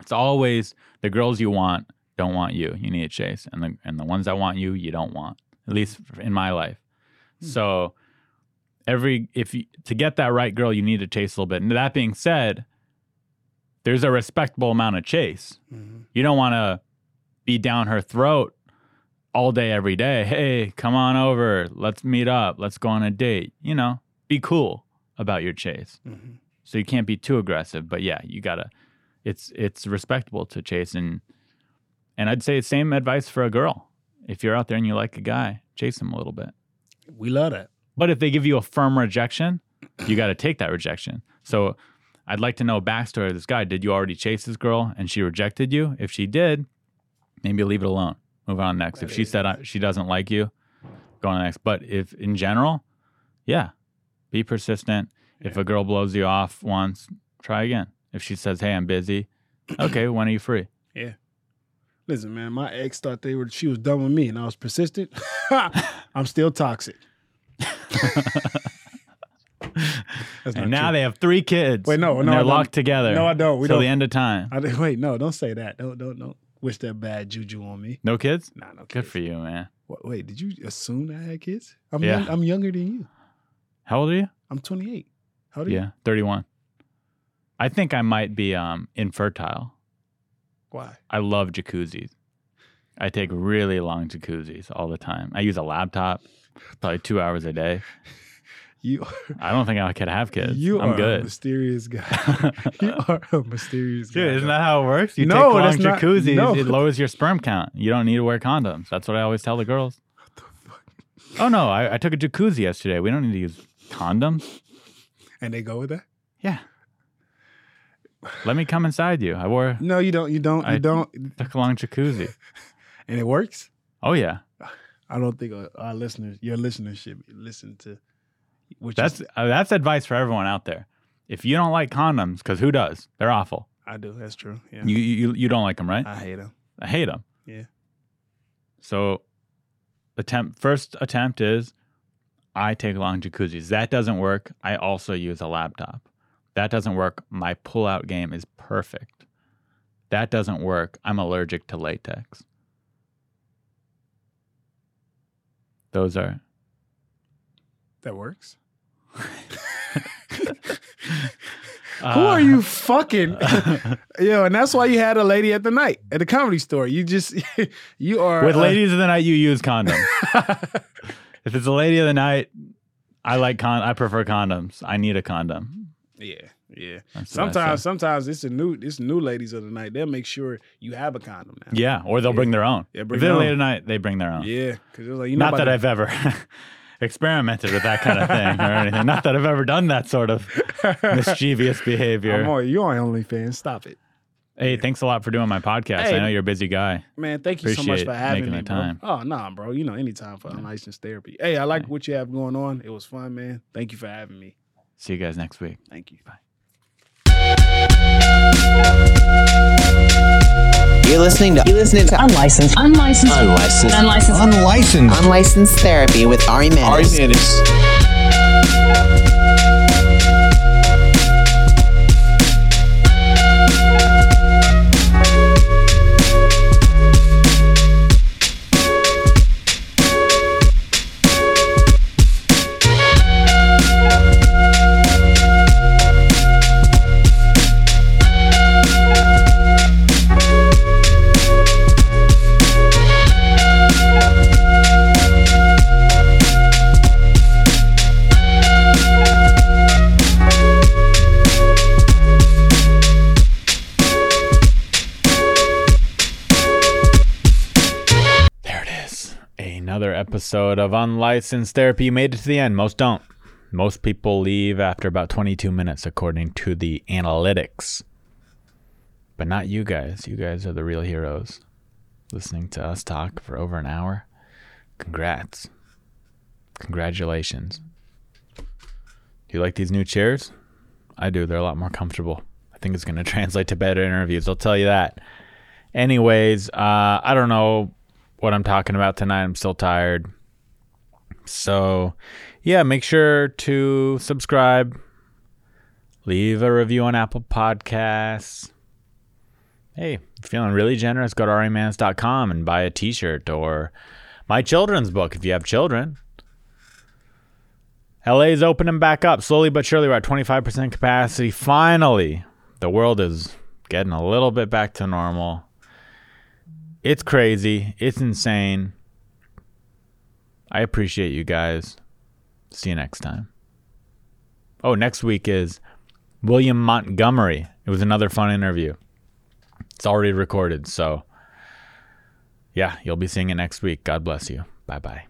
Speaker 1: it's always the girls you want don't want you. You need a chase, and the and the ones that want you, you don't want. At least in my life. So every if you to get that right girl, you need to chase a little bit. And that being said, there's a respectable amount of chase. You don't want to be down her throat all day, every day. Hey, come on over. Let's meet up. Let's go on a date. You know, be cool about your chase. So you can't be too aggressive, but yeah, you gotta. It's it's respectable to chase and and I'd say same advice for a girl. If you're out there and you like a guy, chase him a little bit.
Speaker 7: We love that.
Speaker 1: But if they give you a firm rejection, you got to take that rejection. So I'd like to know backstory of this guy. Did you already chase this girl and she rejected you? If she did, maybe leave it alone. Move on next. If she said uh, she doesn't like you, go on next. But if in general, yeah, be persistent. If a girl blows you off once, try again. If she says, "Hey, I'm busy," okay, when are you free?
Speaker 7: Listen, man, my ex thought they were she was done with me, and I was persistent. I'm still toxic.
Speaker 1: And
Speaker 7: That's not
Speaker 1: now
Speaker 7: true.
Speaker 1: they have three kids.
Speaker 7: Wait, no,
Speaker 1: and
Speaker 7: no, I
Speaker 1: they're
Speaker 7: don't.
Speaker 1: locked together.
Speaker 7: No, I don't. We
Speaker 1: till the
Speaker 7: don't.
Speaker 1: end of time.
Speaker 7: I didn't- wait, no, don't say that. Don't don't don't wish that bad juju on me.
Speaker 1: No kids.
Speaker 7: Nah, no.
Speaker 1: Good
Speaker 7: kids.
Speaker 1: for you, man.
Speaker 7: Wha- Wait, did you assume I had kids? I'm
Speaker 1: Yeah.
Speaker 7: young, I'm younger than you.
Speaker 1: How old are you?
Speaker 7: I'm 28. How old are you?
Speaker 1: Yeah, 31. I think I might be um infertile.
Speaker 7: Why?
Speaker 1: I love jacuzzis. I take really long jacuzzis all the time. I use a laptop, probably two hours a day.
Speaker 7: You
Speaker 1: I don't think I could have kids.
Speaker 7: you
Speaker 1: I'm
Speaker 7: are a
Speaker 1: good.
Speaker 7: mysterious guy. you are a mysterious guy.
Speaker 1: Dude, isn't that how it works? You
Speaker 7: No, that's
Speaker 1: take long
Speaker 7: not-
Speaker 1: jacuzzis,
Speaker 7: no.
Speaker 1: it lowers your sperm count. You don't need to wear condoms. That's what I always tell the girls. Oh no, I, I took a jacuzzi yesterday. We don't need to use condoms.
Speaker 7: and they go with that?
Speaker 1: Yeah. Let me come inside you. I wore
Speaker 7: No, you don't. You don't. You
Speaker 1: I-
Speaker 7: don't.
Speaker 1: took a long jacuzzi.
Speaker 7: And it works.
Speaker 1: Oh yeah.
Speaker 7: I don't think our- our listeners, your listeners, should listen to. Which
Speaker 1: That's
Speaker 7: is,
Speaker 1: uh, that's advice for everyone out there. If you don't like condoms, because who does? They're awful.
Speaker 7: I do. That's true. Yeah,
Speaker 1: You you you don't like them, right?
Speaker 7: I hate them.
Speaker 1: I hate them.
Speaker 7: Yeah.
Speaker 1: So, attempt first attempt is, I take long jacuzzis. That doesn't work. I also use a laptop. That doesn't work. My pullout game is perfect. That doesn't work. I'm allergic to latex. Those are
Speaker 7: That works. Who
Speaker 1: Uh,
Speaker 7: are you fucking? Yo, and that's why you had a lady at the night at the comedy store. You just you are
Speaker 1: With
Speaker 7: uh,
Speaker 1: ladies of the night, you use condoms. if it's a lady of the night, I like con. I prefer condoms. I need a condom.
Speaker 7: Yeah, yeah.
Speaker 1: That's what I
Speaker 7: Sometimes,
Speaker 1: say.
Speaker 7: sometimes it's the new it's new ladies of the night. They'll make sure you have a condom now.
Speaker 1: yeah, or they'll bring their own.
Speaker 7: Yeah,
Speaker 1: if
Speaker 7: bring
Speaker 1: they're
Speaker 7: their
Speaker 1: late
Speaker 7: own.
Speaker 1: at night, they bring their own.
Speaker 7: yeah. Because it was like you know
Speaker 1: Not that
Speaker 7: about the-
Speaker 1: I've ever experimented with that kind of thing or anything. Not that I've ever done that sort of mischievous
Speaker 7: I'm
Speaker 1: behavior.
Speaker 7: on, you're on OnlyFans. Stop it,
Speaker 1: Hey, thanks a lot for doing my podcast.
Speaker 7: Hey.
Speaker 1: I know you're a busy guy.
Speaker 7: man. Thank you so much
Speaker 1: Appreciate
Speaker 7: for having
Speaker 1: making
Speaker 7: me,
Speaker 1: the
Speaker 7: bro.
Speaker 1: time.
Speaker 7: Oh nah, bro. You know, anytime for unlicensed therapy. Hey, I like what you have going on. It was fun, man. Thank you for having me.
Speaker 1: See you guys next week.
Speaker 7: Thank you.
Speaker 6: You're listening to You're listening to
Speaker 9: Unlicensed. Unlicensed.
Speaker 6: Unlicensed
Speaker 9: Unlicensed.
Speaker 6: Unlicensed Unlicensed Therapy with Ari Manis.
Speaker 1: There it is. Another episode of Unlicensed Therapy. You made it to the end. Most don't. Most people leave after about 22 minutes, according to the analytics. But not you guys. You guys are the real heroes. Listening to us talk for over an hour. Congrats. Congratulations. Do you like these new chairs? I do. They're a lot more comfortable. I think it's going to translate to better interviews. I'll tell you that. Anyways, uh, I don't know what I'm talking about tonight. I'm still tired. So, yeah, make sure to subscribe, leave a review on Apple Podcasts. Hey, feeling really generous, go to remans.com and buy a t shirt or my children's book if you have children. LA's opening back up slowly but surely. We're at 25% capacity. Finally, the world is getting a little bit back to normal. It's crazy. It's insane. I appreciate you guys. See you next time. Oh, next week is William Montgomery. It was another fun interview. It's already recorded, so yeah, you'll be seeing it next week. God bless you. Bye bye.